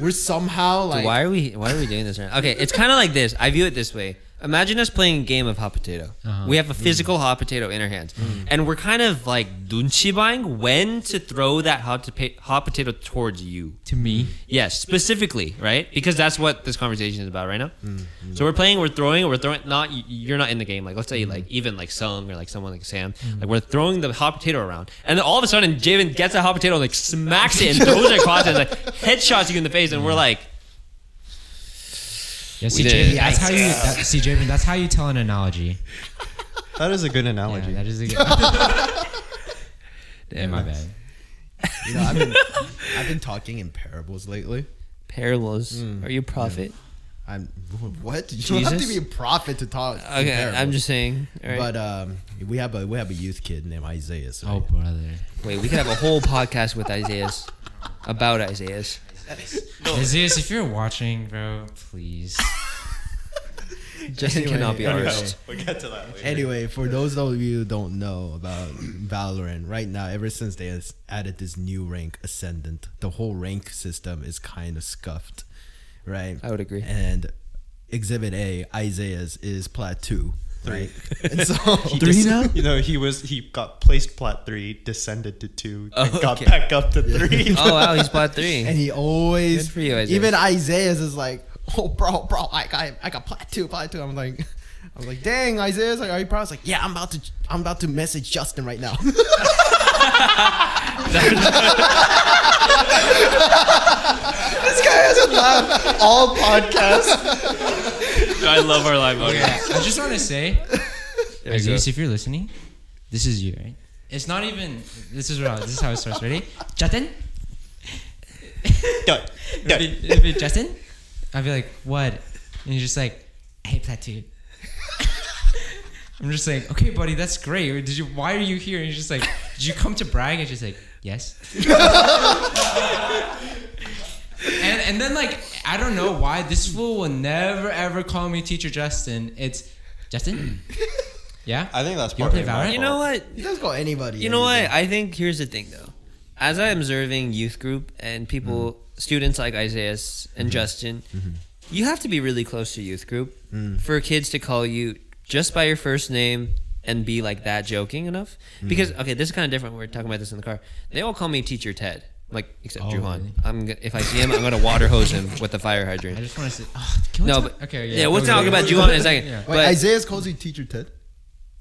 Speaker 2: we're somehow like.
Speaker 1: why are we Why are we doing this right now? Okay, it's kind of like this. I view it this way. Imagine us playing a game of hot potato.
Speaker 4: Uh-huh.
Speaker 1: We have a physical hot potato in our hands, and we're kind of like dunchibaing when to throw that hot, topa- hot potato towards you.
Speaker 4: to me.
Speaker 1: Yes, specifically, right? Because that's what this conversation is about right now.
Speaker 6: Mm,
Speaker 1: So we're playing, we're throwing, we're throwing. Not y- you're not in the game. Like let's say
Speaker 6: Mm.
Speaker 1: like even like Sung or like someone like Sam. Like we're throwing the hot potato around, and then all of a sudden Javen gets that hot potato, and, like smacks it and throws it across, and like headshots you in the face, and we're
Speaker 6: Mm.
Speaker 1: like,
Speaker 4: Yeah, see,
Speaker 1: did
Speaker 4: Jabin,
Speaker 1: it.
Speaker 4: that's how you. That, see, Jabin, that's how you tell an analogy.
Speaker 3: That is a good analogy.
Speaker 4: Yeah, that is a good. Damn, my bad.
Speaker 2: You know, I've been, I've been talking in parables lately.
Speaker 6: parables. Are you a prophet?
Speaker 2: I'm what? You don't have to
Speaker 6: Jesus?
Speaker 2: be a prophet to talk. in
Speaker 6: Okay, I'm
Speaker 2: parables.
Speaker 6: just saying. All right.
Speaker 2: But um, we have a we have a youth kid named Isaiah. So
Speaker 4: Oh brother.
Speaker 1: wait, we could have a whole podcast with Isaiah's about Isaiah's.
Speaker 4: Zeus, if you're watching, bro, please.
Speaker 2: Just
Speaker 1: cannot be
Speaker 2: anyway,
Speaker 1: arsed.
Speaker 3: We'll get to that later.
Speaker 2: Anyway, for those of you who don't know about Valorant, right now, ever since they has added this new rank, Ascendant, the whole rank system is kind of scuffed, right?
Speaker 6: I would agree.
Speaker 2: And Exhibit A, Isaiah's, is Plat 2. Three. And so,
Speaker 3: He
Speaker 2: three
Speaker 3: dis-
Speaker 2: now?
Speaker 3: You know, he was he got placed plat three, descended to two,
Speaker 1: Oh,
Speaker 3: and got
Speaker 1: okay.
Speaker 3: back up to three.
Speaker 1: Oh wow, he's bought three.
Speaker 2: And he always,
Speaker 1: Good for you, Isaiah.
Speaker 2: even Isaiah's is like, oh, bro, bro, I got, I got Plat 2, Plat 2. I'm like, I was like, dang, Isaiah's, like, are you proud? I was like, yeah, I'm about to, I'm about to message Justin right now.
Speaker 3: this guy hasn't laughed all podcast.
Speaker 6: I love our live
Speaker 4: Yeah,
Speaker 6: audience.
Speaker 4: I just want to say,
Speaker 1: There you
Speaker 4: Zeus,
Speaker 1: go.
Speaker 4: if you're listening, this is you, right? It's not even. This is how, this is how it starts. Ready? Justin.
Speaker 3: Done.
Speaker 4: It'd
Speaker 3: Done.
Speaker 4: be- it'd be Justin. I'd be like, what? And he's just like, I hate tattoo. I'm just like, okay, buddy, that's great. Did you? Why are you here? And he's just like, did you come to brag? And she's like, yes. and and then like, I don't know why this fool will never ever call me teacher Justin. It's Justin. Yeah.
Speaker 3: I think that's
Speaker 4: You
Speaker 3: partly
Speaker 4: wanna play
Speaker 3: my
Speaker 4: Valorant?
Speaker 1: You know what?
Speaker 2: He doesn't call anybody.
Speaker 1: You know
Speaker 2: anything.
Speaker 1: what? I think here's the thing though. As I'm observing youth group and people,
Speaker 4: Mm-hmm.
Speaker 1: students like Isaiah and Justin, you have to be really close to youth group
Speaker 4: Mm.
Speaker 1: for kids to call you just by your first name and be like that joking enough.
Speaker 4: Mm-hmm.
Speaker 1: Because okay, this is kind of different. We We're talking about this in the car. They all call me Teacher Ted, like except
Speaker 4: Oh,
Speaker 1: Juhan.
Speaker 4: really?
Speaker 1: I'm g- if I see him, I'm gonna water hose him with the fire
Speaker 4: I
Speaker 1: hydrant.
Speaker 4: just want to say. Oh, can we
Speaker 1: No,
Speaker 4: talk-
Speaker 1: but
Speaker 4: okay.
Speaker 1: yeah, we'll
Speaker 4: go,
Speaker 1: talk
Speaker 4: go,
Speaker 1: about
Speaker 4: go.
Speaker 1: Juhan in a second.
Speaker 4: Yeah.
Speaker 2: Wait,
Speaker 1: But-
Speaker 2: Isaiah's calls you teacher Ted.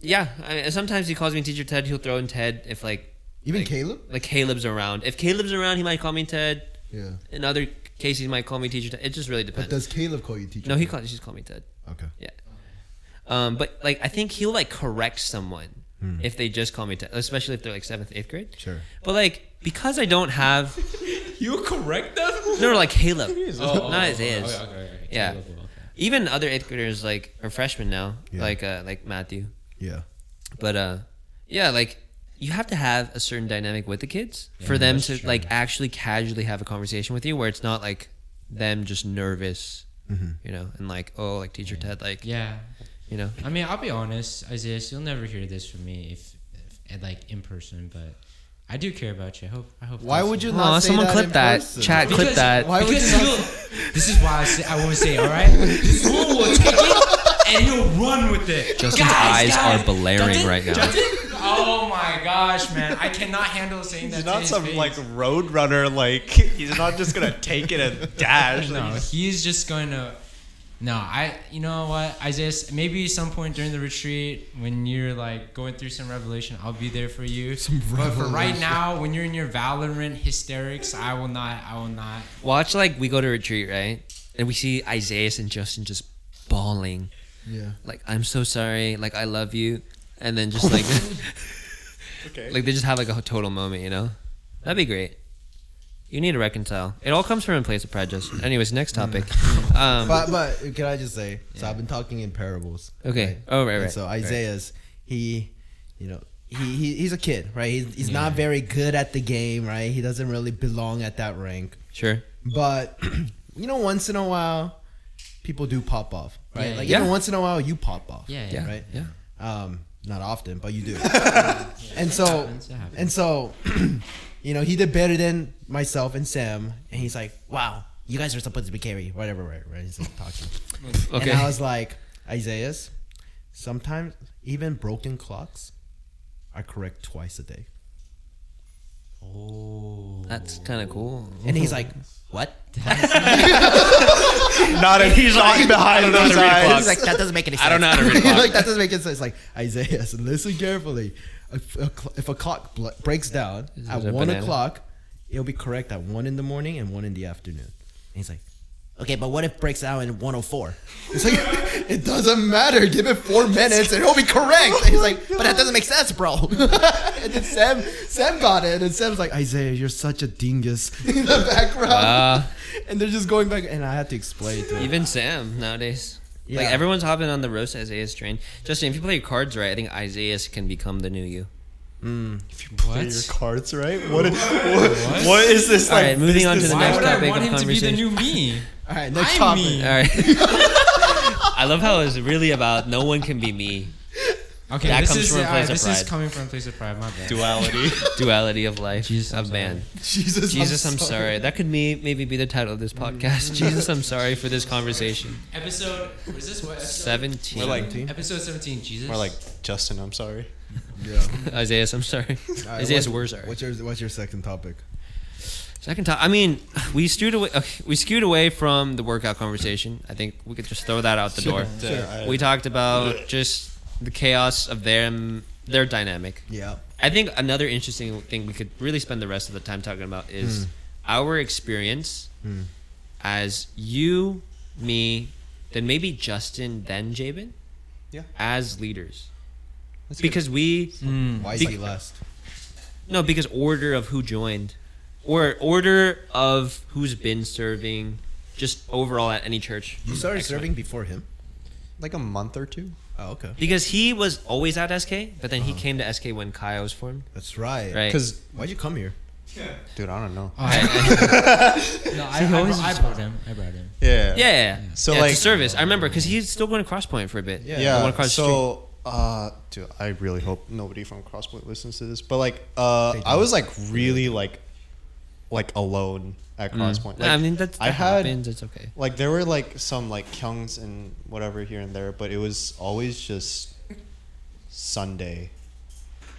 Speaker 1: Yeah, I, sometimes he calls me Teacher Ted. He'll throw in Ted if like
Speaker 2: Even
Speaker 1: like-
Speaker 2: Caleb.
Speaker 1: like Caleb's around. If Caleb's around, he might call me Ted.
Speaker 2: Yeah.
Speaker 1: In other cases, he might call me teacher. Ted. It just really
Speaker 2: But
Speaker 1: depends.
Speaker 2: does Caleb call you teacher?
Speaker 1: no,
Speaker 2: Ted?
Speaker 1: he calls. She's called me Ted.
Speaker 2: Okay.
Speaker 1: Yeah. Um, but like I think he'll like correct someone if they just call me Ted, especially if they're like seventh, eighth grade.
Speaker 2: Hmm. Sure.
Speaker 1: But like because I don't have,
Speaker 4: You correct them.
Speaker 1: no, like Caleb,
Speaker 4: Oh,
Speaker 1: not
Speaker 4: oh,
Speaker 1: his is.
Speaker 4: Okay, okay, okay.
Speaker 1: Yeah.
Speaker 4: Okay, okay.
Speaker 1: Even other eighth graders like are freshmen now,
Speaker 2: Yeah.
Speaker 1: like uh, like Matthew.
Speaker 2: Yeah.
Speaker 1: But uh, yeah, like you have to have a certain dynamic with the kids for them to like actually casually have a conversation with you, where it's not like them just nervous, you know, and like oh, like teacher Ted, like
Speaker 4: Yeah.
Speaker 1: you know,
Speaker 4: I mean, I'll be honest, Isaiah. You'll never hear this from me if, if and, like in person, but I do care about you. I hope. I hope.
Speaker 2: Why
Speaker 4: that's-
Speaker 2: would you not
Speaker 1: oh,
Speaker 2: say
Speaker 1: someone
Speaker 2: that
Speaker 1: clip
Speaker 2: in
Speaker 1: that,
Speaker 2: person?
Speaker 1: chat,
Speaker 4: Because-
Speaker 1: clip that.
Speaker 2: Why would
Speaker 4: because
Speaker 2: you
Speaker 4: he'll- This is why I say I won't say. All right. This fool will take it and he'll run with it.
Speaker 1: Justin's eyes are blaring
Speaker 4: Justin,
Speaker 1: right now.
Speaker 4: Justin, oh my gosh, man! I cannot handle saying that.
Speaker 3: He's
Speaker 4: to
Speaker 3: not
Speaker 4: his
Speaker 3: some
Speaker 4: face.
Speaker 3: like road runner. Like he's not just gonna take it and dash.
Speaker 4: No, he's just going to. No, I. You know what? I just maybe some point during the retreat when you're like going through some revelation, I'll be there for you. Some but for right
Speaker 2: revelation.
Speaker 4: now, when you're in your Valorant hysterics, I will not. I will not.
Speaker 1: Watch like we go to retreat, right? And we see Isaiah and Justin just bawling,
Speaker 2: Yeah.
Speaker 1: like I'm so sorry, like I love you, and then just like
Speaker 3: okay.
Speaker 1: like they just have like a total moment, you know? That'd be great. You need to reconcile. It all comes from a place of prejudice. Anyways, next topic. Um,
Speaker 2: But but can I just say? So I've been talking in parables.
Speaker 1: Okay. Oh, right,
Speaker 2: And
Speaker 1: right,
Speaker 2: So
Speaker 1: right.
Speaker 2: Isaiah's he, you know. He, he, he's a kid, right? He's, he's not very good at the game, right? He doesn't really belong at that rank.
Speaker 1: sure.
Speaker 2: But you know, once in a while, people do pop off, right?
Speaker 4: Yeah,
Speaker 2: like
Speaker 1: yeah.
Speaker 2: even once in a while, you pop off.
Speaker 4: Yeah,
Speaker 1: Yeah.
Speaker 4: yeah.
Speaker 2: Right.
Speaker 1: Yeah.
Speaker 2: Um, not often, but you do. and
Speaker 1: Oh.
Speaker 2: so,
Speaker 4: happens, it happens.
Speaker 2: and so, you know, he did better than myself and Sam. And he's like, "Wow, you guys are supposed to be carry, whatever, right?" Right? He's like talking.
Speaker 1: Okay.
Speaker 2: And I was like, Isaiah's. Sometimes even broken clocks are correct twice a day.
Speaker 4: Oh.
Speaker 1: That's kind of cool.
Speaker 2: And he's like, "What?"
Speaker 3: Not a he's like behind those eyes.
Speaker 2: He's like, "That doesn't make any sense."
Speaker 1: I don't know how to read clocks.
Speaker 2: like that doesn't make any sense. Like Isaiah, so listen carefully. If a, cl- if a clock bl- breaks down
Speaker 1: Is
Speaker 2: at
Speaker 1: it a
Speaker 2: one
Speaker 1: banana?
Speaker 2: o'clock, it'll be correct at one in the morning and one in the afternoon. And he's like, okay, but what if it breaks down in one o four? It's like it doesn't matter. Give it four minutes and it'll be correct. And he's like, but that doesn't make sense, bro. and then Sam Sam got it, and Sam's like, Isaiah, you're such a dingus in the background.
Speaker 1: Wow.
Speaker 2: and they're just going back, and I had to explain to him.
Speaker 1: Even Sam nowadays. Like
Speaker 2: Yeah.
Speaker 1: everyone's hopping on the roast Isaiah's train. Justin, if you play your cards right, I think Isaiah's can become the new you.
Speaker 2: Mm.
Speaker 3: If you play
Speaker 4: What?
Speaker 3: your cards right, what, what, what is this?
Speaker 1: All
Speaker 3: like,
Speaker 1: right, moving on to
Speaker 3: business-
Speaker 1: the
Speaker 4: Why
Speaker 1: next
Speaker 4: would
Speaker 1: topic
Speaker 4: I
Speaker 1: of
Speaker 4: want him to be
Speaker 1: conversation.
Speaker 4: the new me?
Speaker 2: All right, next
Speaker 4: I
Speaker 2: topic.
Speaker 4: mean-
Speaker 1: All right. I love how it's really about no one can be me.
Speaker 4: Okay,
Speaker 1: That
Speaker 4: this
Speaker 1: comes
Speaker 4: is
Speaker 1: from a
Speaker 4: all
Speaker 1: place
Speaker 4: right,
Speaker 1: of
Speaker 4: this
Speaker 1: pride.
Speaker 4: is coming from a place of pride. My bad.
Speaker 3: duality.
Speaker 1: Duality of life.
Speaker 4: Jesus,
Speaker 1: a
Speaker 4: I'm sorry.
Speaker 1: man.
Speaker 2: Jesus,
Speaker 1: Jesus, I'm sorry. That could me maybe be the title of this podcast.
Speaker 4: Mm.
Speaker 1: Jesus, I'm sorry for this conversation.
Speaker 4: Episode what is this? What episode?
Speaker 1: Seventeen.
Speaker 3: We're like,
Speaker 4: Episode seventeen. Jesus.
Speaker 3: we're like Justin. I'm sorry.
Speaker 2: Yeah.
Speaker 1: Isaiah, I'm sorry.
Speaker 2: All right,
Speaker 1: Isaiah's
Speaker 2: what-
Speaker 1: words are.
Speaker 2: What's your What's your second topic?
Speaker 1: Second time. I mean, we skewed away. Okay, we skewed away from the workout conversation. I think we could just throw that out the door.
Speaker 3: Sure.
Speaker 1: We talked about just the chaos of them, their dynamic.
Speaker 2: Yeah.
Speaker 1: I think another interesting thing we could really spend the rest of the time talking about
Speaker 3: Hmm.
Speaker 1: is our experience as you, me, then maybe Justin, then Jabin.
Speaker 3: Yeah.
Speaker 1: As leaders.
Speaker 3: That's good.
Speaker 1: because we
Speaker 2: Why is
Speaker 1: Be-
Speaker 2: he last?
Speaker 1: no, because order of who joined, or order of who's been serving, just overall at any church.
Speaker 2: You started serving before him.
Speaker 3: like a month or two.
Speaker 2: Oh, okay.
Speaker 1: Because he was always at SK, but then
Speaker 3: Uh-huh.
Speaker 1: he came to SK when Kaya was formed.
Speaker 2: That's right.
Speaker 1: Right.
Speaker 3: Because
Speaker 2: Why'd you come here?
Speaker 3: dude, I don't know.
Speaker 4: Oh, I, I, no, I, I, brought, I brought him. I brought him.
Speaker 3: Yeah.
Speaker 1: Yeah.
Speaker 3: So,
Speaker 1: yeah,
Speaker 3: like-
Speaker 1: to service. I remember because he's still going to Crosspoint for a bit.
Speaker 2: Yeah.
Speaker 1: The
Speaker 3: Yeah.
Speaker 1: one across the street.
Speaker 3: so, uh, dude, I really hope nobody from Crosspoint listens to this. But like, uh,
Speaker 2: They
Speaker 3: I
Speaker 2: do.
Speaker 3: was like really like, like alone at Crosspoint. Like,
Speaker 1: Mm. I mean that's, that
Speaker 3: I had
Speaker 1: happens. It's okay.
Speaker 3: like there were like some like kyungs and whatever here and there, but it was always just Sunday,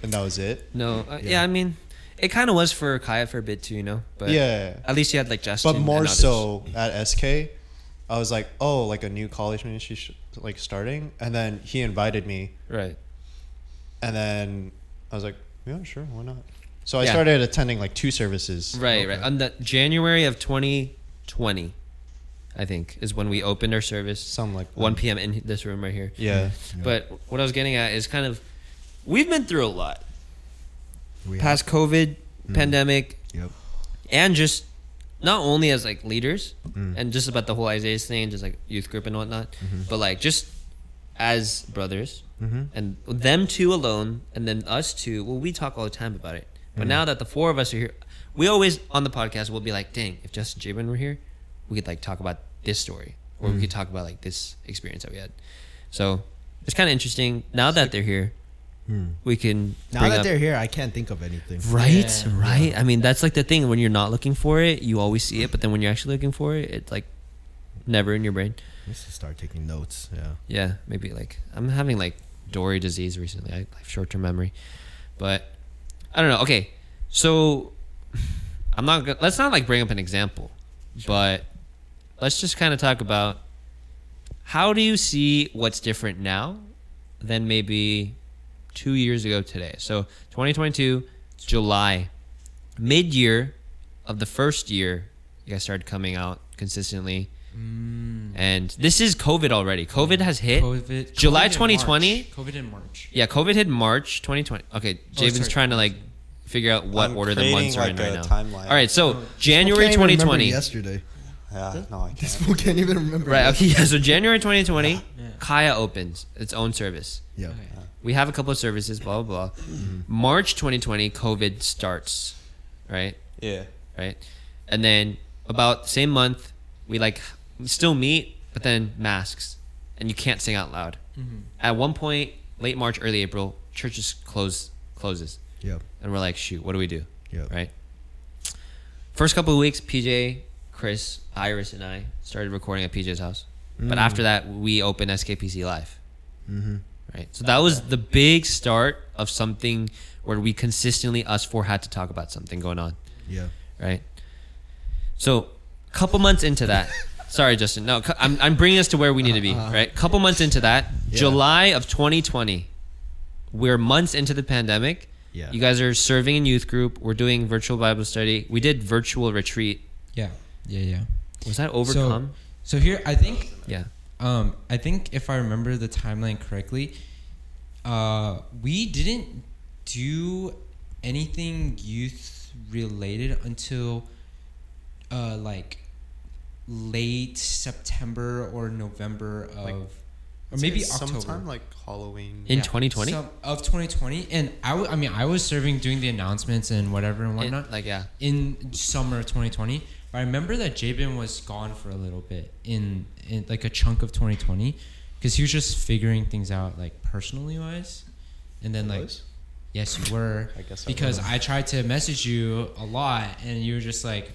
Speaker 3: and that was it.
Speaker 1: No. uh, yeah.
Speaker 2: Yeah.
Speaker 1: I mean, it kind of was for Kaya for a bit too, you know. But
Speaker 3: yeah.
Speaker 1: At least you had like Justin.
Speaker 3: But
Speaker 1: and
Speaker 3: more
Speaker 1: others.
Speaker 3: so at SK, I was like, oh, like a new college ministry sh- like starting, and then he invited me,
Speaker 1: Right.
Speaker 3: and then I was like, yeah, sure, why not? So I
Speaker 1: Yeah.
Speaker 3: started attending like two services.
Speaker 1: Right,
Speaker 2: Okay.
Speaker 1: right. On the January of 2020, I think, is when we opened our service.
Speaker 3: Some like
Speaker 1: 1 p.m. in this room right here.
Speaker 3: Yeah.
Speaker 1: But what I was getting at is kind of, we've been through a lot.
Speaker 2: We
Speaker 1: Past COVID,
Speaker 3: Mm.
Speaker 1: pandemic,
Speaker 2: Yep.
Speaker 1: and just not only as like leaders
Speaker 2: Mm.
Speaker 1: and just about the whole Isaiah's thing and just like youth group and whatnot,
Speaker 2: Mm-hmm.
Speaker 1: but like just as brothers and them two alone and then us two. Well, we talk all the time about it, but
Speaker 2: Mm.
Speaker 1: now that the four of us are here, we always on the podcast will be like, dang, if Justin Jabin were here, we could like talk about this story or
Speaker 2: Mm.
Speaker 1: we could talk about like this experience that we had. So it's kind of interesting now that they're here.
Speaker 2: Hmm.
Speaker 1: We can
Speaker 2: Now
Speaker 1: bring
Speaker 2: that
Speaker 1: up-
Speaker 2: they're here, I can't think of anything.
Speaker 1: Right,
Speaker 4: Yeah.
Speaker 1: right. I mean, that's like the thing. When you're not looking for it, you always see it, but then when you're actually looking for it, it's like never in your brain.
Speaker 2: Let's just start taking notes. Yeah.
Speaker 1: Yeah, maybe like I'm having like Dory disease recently. I have short term memory, but I don't know. Okay, so I'm not. Gonna, let's not like bring up an example, but let's just kind of talk about how do you see what's different now than maybe two years ago today. So 2022 July, mid year of the first year, you guys started coming out consistently. And this is COVID already. COVID has hit.
Speaker 4: COVID.
Speaker 1: July
Speaker 4: COVID in
Speaker 1: 2020?
Speaker 4: March. COVID in March.
Speaker 1: Yeah, COVID hit March 2020. Okay, Javen's
Speaker 4: sorry.
Speaker 1: trying to like figure out what
Speaker 3: I'm
Speaker 1: order the
Speaker 3: creating,
Speaker 1: months are in
Speaker 3: like,
Speaker 1: right now.
Speaker 3: a timeline.
Speaker 1: All right, so January
Speaker 2: Can't even remember
Speaker 1: 2020.
Speaker 2: Yesterday.
Speaker 3: Yeah. No, I
Speaker 2: This
Speaker 3: can't.
Speaker 2: fool can't even remember.
Speaker 1: Right. Okay. Yeah. So January 2020,
Speaker 4: Yeah.
Speaker 1: Kaya opens its own service.
Speaker 2: Yeah.
Speaker 4: Okay.
Speaker 1: We have a couple of services. Blah blah blah. March 2020, COVID starts. Right.
Speaker 3: Yeah.
Speaker 1: right? And then about same month, we like still meet, but then masks, and you can't sing out loud. At one point, late March, early April, churches close closes,
Speaker 2: Yep.
Speaker 1: and we're like, shoot, what do we do?
Speaker 2: Yep.
Speaker 1: Right. First couple of weeks, PJ, Chris, Iris, and I started recording at PJ's house,
Speaker 2: Mm.
Speaker 1: but after that, we opened SKPC live. Mm-hmm. Right. So that was the big start of something where we consistently us four had to talk about something going on
Speaker 2: Yeah.
Speaker 1: right? So, couple months into that, sorry, Justin. No, cu- I'm, I'm bringing us to where we need to be,
Speaker 2: Uh-uh.
Speaker 1: right? Couple months into that,
Speaker 2: Yeah.
Speaker 1: July of 2020, we're months into the pandemic.
Speaker 2: Yeah.
Speaker 1: You guys are serving in youth group. We're doing virtual Bible study. We did virtual retreat.
Speaker 4: Yeah. Yeah. Yeah.
Speaker 1: Was that overcome?
Speaker 4: So, so here, I think
Speaker 1: yeah.
Speaker 4: Um, I think if I remember the timeline correctly, uh, we didn't do anything youth related until uh, like late September or November of or maybe
Speaker 3: It's
Speaker 4: October.
Speaker 3: Sometime like Halloween.
Speaker 1: In 2020?
Speaker 4: some- of 2020, and I, w- I mean, I was serving doing the announcements and whatever and
Speaker 1: It-
Speaker 4: whatnot.
Speaker 1: like yeah.
Speaker 4: in summer of 2020. But I remember that Jabin was gone for a little bit in, in like a chunk of 2020 because he was just figuring things out like personally wise. And then like,
Speaker 3: Was?
Speaker 4: yes, you were
Speaker 3: I guess I
Speaker 4: because
Speaker 3: was.
Speaker 4: I, tried to message you a lot and you were just like,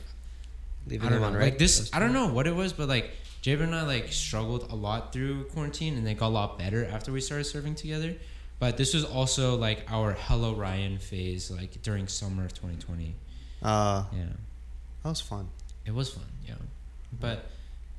Speaker 1: Leave
Speaker 4: I don't know, like this. I don't know what it was, but like Jabin and I like struggled a lot through quarantine and they got a lot better after we started serving together. But this was also like our Hello Ryan phase, like during summer of 2020.
Speaker 3: Uh,
Speaker 4: Yeah.
Speaker 3: that was fun.
Speaker 4: It was fun, yeah. But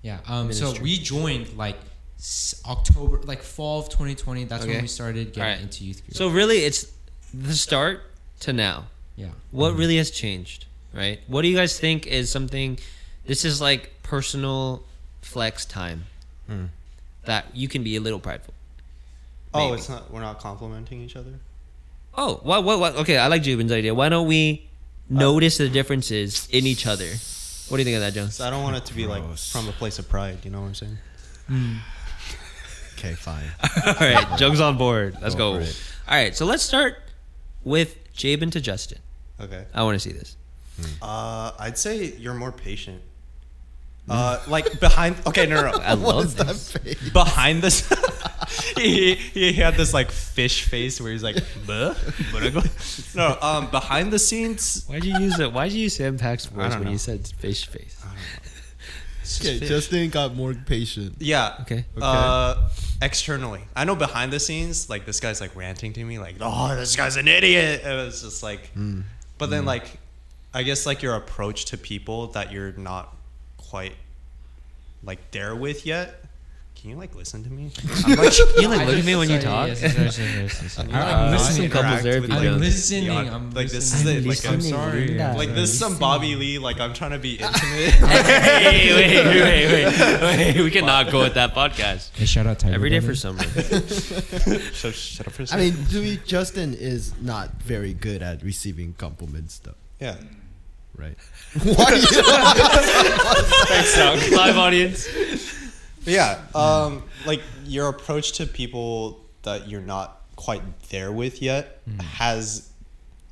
Speaker 4: yeah, um, so
Speaker 1: Ministry.
Speaker 4: we joined like s- October, like fall of 2020. That's
Speaker 1: Okay.
Speaker 4: when we started getting
Speaker 1: Alright.
Speaker 4: into youth group.
Speaker 1: So really, it's the start to now.
Speaker 4: yeah,
Speaker 1: What really has changed, right? What do you guys think is something? This is like personal flex time
Speaker 2: Hmm.
Speaker 1: that you can be a little prideful.
Speaker 3: Oh,
Speaker 1: Maybe.
Speaker 3: it's not. We're not complimenting each other.
Speaker 1: Oh, what, what, what? Okay, I like Jubin's idea. Why don't we
Speaker 4: Uh,
Speaker 1: notice the differences in each other? What do you think of that, Jones?
Speaker 3: So I don't want it to be like
Speaker 2: Gross.
Speaker 3: from a place of pride. You know what I'm saying?
Speaker 2: Okay, fine.
Speaker 1: All right, Jung's on board. Let's
Speaker 2: Go
Speaker 1: go.
Speaker 2: for
Speaker 1: All
Speaker 2: it.
Speaker 1: right, so let's start with Jabin to Justin.
Speaker 3: Okay.
Speaker 1: I want to see this.
Speaker 3: Uh, I'd say you're more patient. Uh, like behind. Okay, no, no, no.
Speaker 1: I love that.
Speaker 3: behind this he, he had this like fish face where he's like "Buh? What I go-" no um behind the scenes
Speaker 1: Why'd you use it? Why'd you use Sam Pack's
Speaker 3: I don't know.
Speaker 1: said fish face?
Speaker 2: Okay, Justin got more patient.
Speaker 3: yeah
Speaker 1: Okay.
Speaker 3: uh externally i know behind the scenes like this guy's like ranting to me like oh this guy's an idiot it was just like
Speaker 1: Hmm.
Speaker 3: but then like i guess like your approach to people that you're not quite like there with yet can you like listen to me i'm like
Speaker 1: You like look at me when you talk.
Speaker 4: Yes, yes, yes, yes, yes, yes.
Speaker 3: I'm
Speaker 1: Uh,
Speaker 4: I'm
Speaker 3: not
Speaker 1: listening
Speaker 4: listening.
Speaker 1: to couples
Speaker 3: interact with,
Speaker 1: therapy,
Speaker 3: like,
Speaker 1: though.
Speaker 4: I'm listening.
Speaker 3: the-
Speaker 4: I'm
Speaker 3: like this is
Speaker 4: listening.
Speaker 3: it. Like
Speaker 4: I'm
Speaker 3: I'm
Speaker 4: sorry.
Speaker 6: Linda.
Speaker 3: Like this is some Bobby Lee. Like I'm trying to be intimate.
Speaker 1: hey, wait, wait, wait, wait. We cannot go with that podcast.
Speaker 4: Hey, shout out Tiger
Speaker 1: Every day for
Speaker 4: Brother.
Speaker 1: summer.
Speaker 3: so shut up for a
Speaker 2: I
Speaker 3: second.
Speaker 2: mean, to be, Justin is not very good at receiving compliments, though.
Speaker 3: yeah.
Speaker 2: Right? Why do you?
Speaker 1: Live audience.
Speaker 3: But yeah. Um, like your approach to people that you're not quite there with yet has.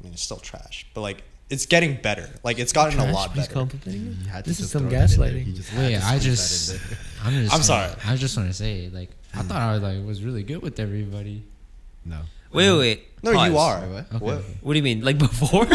Speaker 3: I mean, it's still trash, but like it's getting better. Like it's gotten a lot better.
Speaker 1: complimenting
Speaker 2: He had to
Speaker 1: This is
Speaker 2: just
Speaker 1: some
Speaker 2: throw that in there.
Speaker 1: gaslighting.
Speaker 2: He just had
Speaker 4: Wait,
Speaker 2: to
Speaker 4: Oh, I
Speaker 2: squeeze
Speaker 4: just,
Speaker 2: that in there.
Speaker 4: I'm
Speaker 3: I'm
Speaker 4: just. gonna-
Speaker 3: sorry.
Speaker 4: I just want to say, like, I thought I was like was really good with everybody.
Speaker 2: No.
Speaker 1: Wait, wait, wait.
Speaker 3: No, you
Speaker 1: Pause.
Speaker 3: are.
Speaker 2: Wait,
Speaker 4: Okay.
Speaker 3: What?
Speaker 1: What do you mean? Like before? like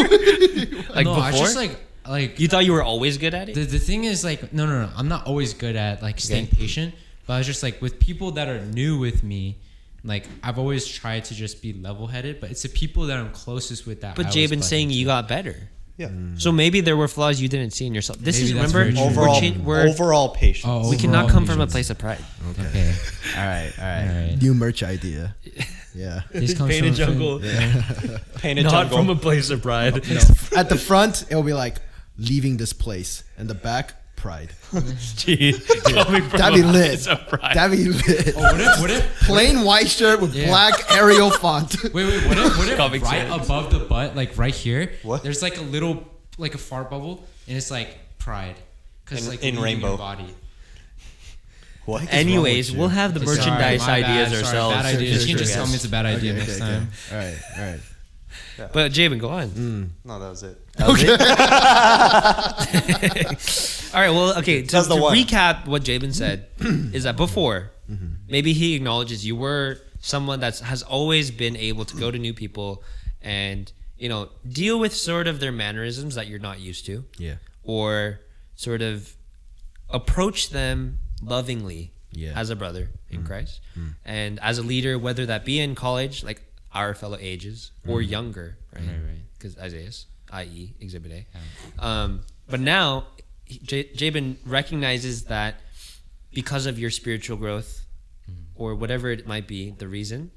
Speaker 1: before?
Speaker 4: no, I just like like
Speaker 1: you thought you were always good at it?
Speaker 4: The, the thing is like no no no I'm not always good at like staying patient but I was just like with people that are new with me like I've always tried to just be level headed but it's the people that I'm closest with that
Speaker 1: but
Speaker 4: I was
Speaker 1: Jabin's
Speaker 4: butting
Speaker 1: saying
Speaker 4: into.
Speaker 1: you got better.
Speaker 3: Yeah.
Speaker 1: So maybe there were flaws you didn't see in yourself. This
Speaker 4: Maybe
Speaker 1: is
Speaker 4: that's
Speaker 1: remember
Speaker 4: very true.
Speaker 1: we're
Speaker 3: Overall,
Speaker 1: cha- we're-
Speaker 3: overall patience.
Speaker 4: Oh,
Speaker 1: we cannot
Speaker 4: overall
Speaker 1: come from a
Speaker 4: visions.
Speaker 1: place of pride.
Speaker 4: okay
Speaker 2: All right, all
Speaker 4: All right.
Speaker 2: New merch idea. Yeah.
Speaker 4: this comes
Speaker 1: Painted
Speaker 4: from a friend-
Speaker 1: jungle.
Speaker 3: Painted jungle.
Speaker 1: place of pride.
Speaker 2: At the front, it'll be like leaving this place, and the back, pride. That'd be lit. That'd be lit.
Speaker 4: oh what if what if
Speaker 2: Plain white shirt with
Speaker 4: Yeah.
Speaker 2: black Arial font.
Speaker 4: wait wait what if what if
Speaker 1: Comic
Speaker 4: right
Speaker 1: sans.
Speaker 4: above the butt like right here
Speaker 3: What?
Speaker 4: there's like a little like a fart bubble and it's like pride because
Speaker 3: In-
Speaker 4: like
Speaker 3: in
Speaker 4: leaving your
Speaker 3: rainbow.
Speaker 4: body
Speaker 3: What?
Speaker 1: Anyways,
Speaker 2: you?
Speaker 1: we'll have the
Speaker 4: Sorry,
Speaker 1: merchandise
Speaker 4: my bad,
Speaker 1: ideas
Speaker 4: sorry,
Speaker 1: ourselves.
Speaker 4: bad idea.
Speaker 2: Sure,
Speaker 4: you
Speaker 2: sure,
Speaker 4: can just tell
Speaker 2: yes.
Speaker 4: me it's a bad idea
Speaker 2: Okay,
Speaker 4: next
Speaker 2: okay,
Speaker 4: time
Speaker 2: okay. All right, all right.
Speaker 1: But Jabin, go on.
Speaker 3: No, that was it.
Speaker 1: All right. Well, okay. To,
Speaker 3: That's the
Speaker 1: to
Speaker 3: one.
Speaker 1: recap, what Jabin said is that before, maybe he acknowledges you were someone that has always been able to go to new people and you know deal with sort of their mannerisms that you're not used to,
Speaker 2: Yeah,
Speaker 1: or sort of approach them lovingly
Speaker 2: Yeah.
Speaker 1: as a brother in
Speaker 4: Mm.
Speaker 1: Christ and as a leader, whether that be in college, like our fellow ages, or younger, right?
Speaker 4: Mm. Right, right.
Speaker 1: because Isaiah's, i.e., e, Exhibit A. Um, but now, he- J- Jabin recognizes that because of your spiritual growth,
Speaker 4: Mm.
Speaker 1: or whatever it might be, the reason,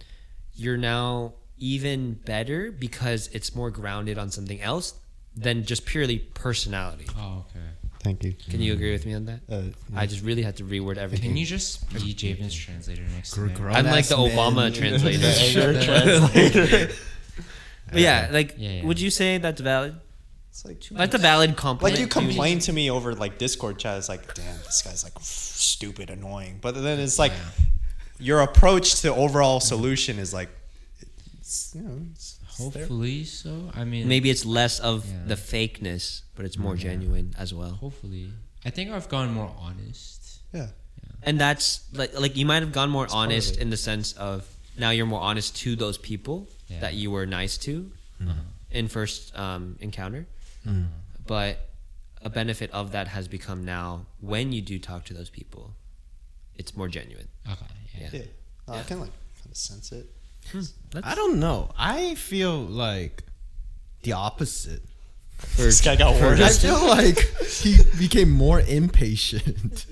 Speaker 1: you're now even better because it's more grounded on something else than just purely personality.
Speaker 4: oh okay
Speaker 3: Thank you.
Speaker 1: Can you agree with me on that?
Speaker 3: Uh,
Speaker 1: I just really had to reword everything.
Speaker 4: Can you just be Javen's translator next
Speaker 2: Gr-
Speaker 4: time?
Speaker 2: gr-
Speaker 1: I'm like the
Speaker 2: Dumbass
Speaker 1: Obama
Speaker 2: man.
Speaker 1: translator.
Speaker 3: sure,
Speaker 4: Yeah.
Speaker 3: translator.
Speaker 1: But yeah, like,
Speaker 4: Yeah, yeah.
Speaker 1: would you say that's valid?
Speaker 3: It's like too
Speaker 1: That's a valid compliment.
Speaker 3: Like you
Speaker 1: to me.
Speaker 3: complain to me over like Discord chat, it's like, damn, this guy's like stupid, annoying. But then it's like, your approach to overall solution is like, it's, you know, it's, it's there.
Speaker 4: Hopefully so. I mean,
Speaker 6: Maybe it's less of
Speaker 4: Yeah.
Speaker 6: the fakeness, but it's
Speaker 1: Mm-hmm.
Speaker 6: more genuine as well.
Speaker 4: Hopefully, I think I've gone more honest.
Speaker 3: Yeah.
Speaker 6: And that's like like you might have gone more
Speaker 4: part of
Speaker 6: honest
Speaker 4: it.
Speaker 6: in the sense of now you're more honest to those people
Speaker 4: Yeah. Mm-hmm.
Speaker 6: that you were nice to in first um, encounter. But a benefit of that has become now when you do talk to those people, it's more genuine.
Speaker 4: Okay. Yeah.
Speaker 3: Yeah. No, I kind of like kind of sense it.
Speaker 2: I don't know. I feel like the opposite.
Speaker 3: this guy got
Speaker 2: I
Speaker 3: worse.
Speaker 2: feel like he became more impatient.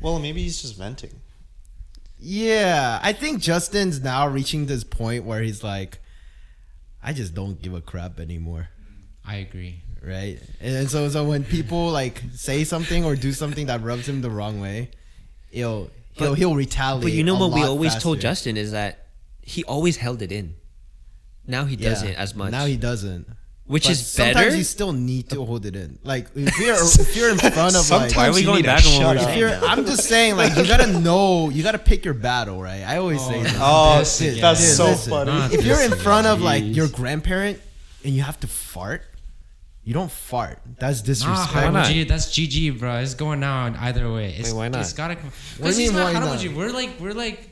Speaker 3: Well, maybe he's just venting.
Speaker 2: yeah, I think Justin's now reaching this point where he's like, I just don't give a crap anymore.
Speaker 4: I agree.
Speaker 2: right? And so, so when people like say something or do something that rubs him the wrong way, he'll he'll,
Speaker 6: But-
Speaker 2: he'll retaliate.
Speaker 6: But you know
Speaker 2: a
Speaker 6: what we
Speaker 2: lot
Speaker 6: always told
Speaker 2: faster.
Speaker 6: Justin is that he always held it in. Now he
Speaker 2: Yeah.
Speaker 6: doesn't as much,
Speaker 2: Now he doesn't,
Speaker 6: which
Speaker 2: But
Speaker 6: is
Speaker 2: sometimes
Speaker 6: better.
Speaker 2: you still need to hold it in. Like if you're if you're in front of like.
Speaker 3: Sometimes
Speaker 6: we
Speaker 3: you
Speaker 6: going
Speaker 3: need to
Speaker 6: back on what we
Speaker 3: shut
Speaker 6: were
Speaker 3: up.
Speaker 2: If you're, I'm just saying, like you gotta know, you gotta pick your battle, right? I always say,
Speaker 4: Oh,
Speaker 2: that.
Speaker 3: Oh,
Speaker 4: This
Speaker 3: dude,
Speaker 4: again.
Speaker 3: that's
Speaker 2: Dude,
Speaker 3: so
Speaker 2: listen.
Speaker 3: funny.
Speaker 4: Not
Speaker 2: if you're in
Speaker 4: this
Speaker 2: front of like
Speaker 4: again.
Speaker 2: your grandparent and you have to fart, you don't fart. That's
Speaker 4: Nah,
Speaker 2: disrespect.
Speaker 4: how
Speaker 1: not?
Speaker 4: would you? That's GG, bro. It's going down either way. It's,
Speaker 1: Wait, why not?
Speaker 4: It's gotta come.
Speaker 2: do you
Speaker 4: Because he's
Speaker 2: mean,
Speaker 4: not.
Speaker 2: why
Speaker 4: How would
Speaker 2: not?
Speaker 4: you? We're like. We're like.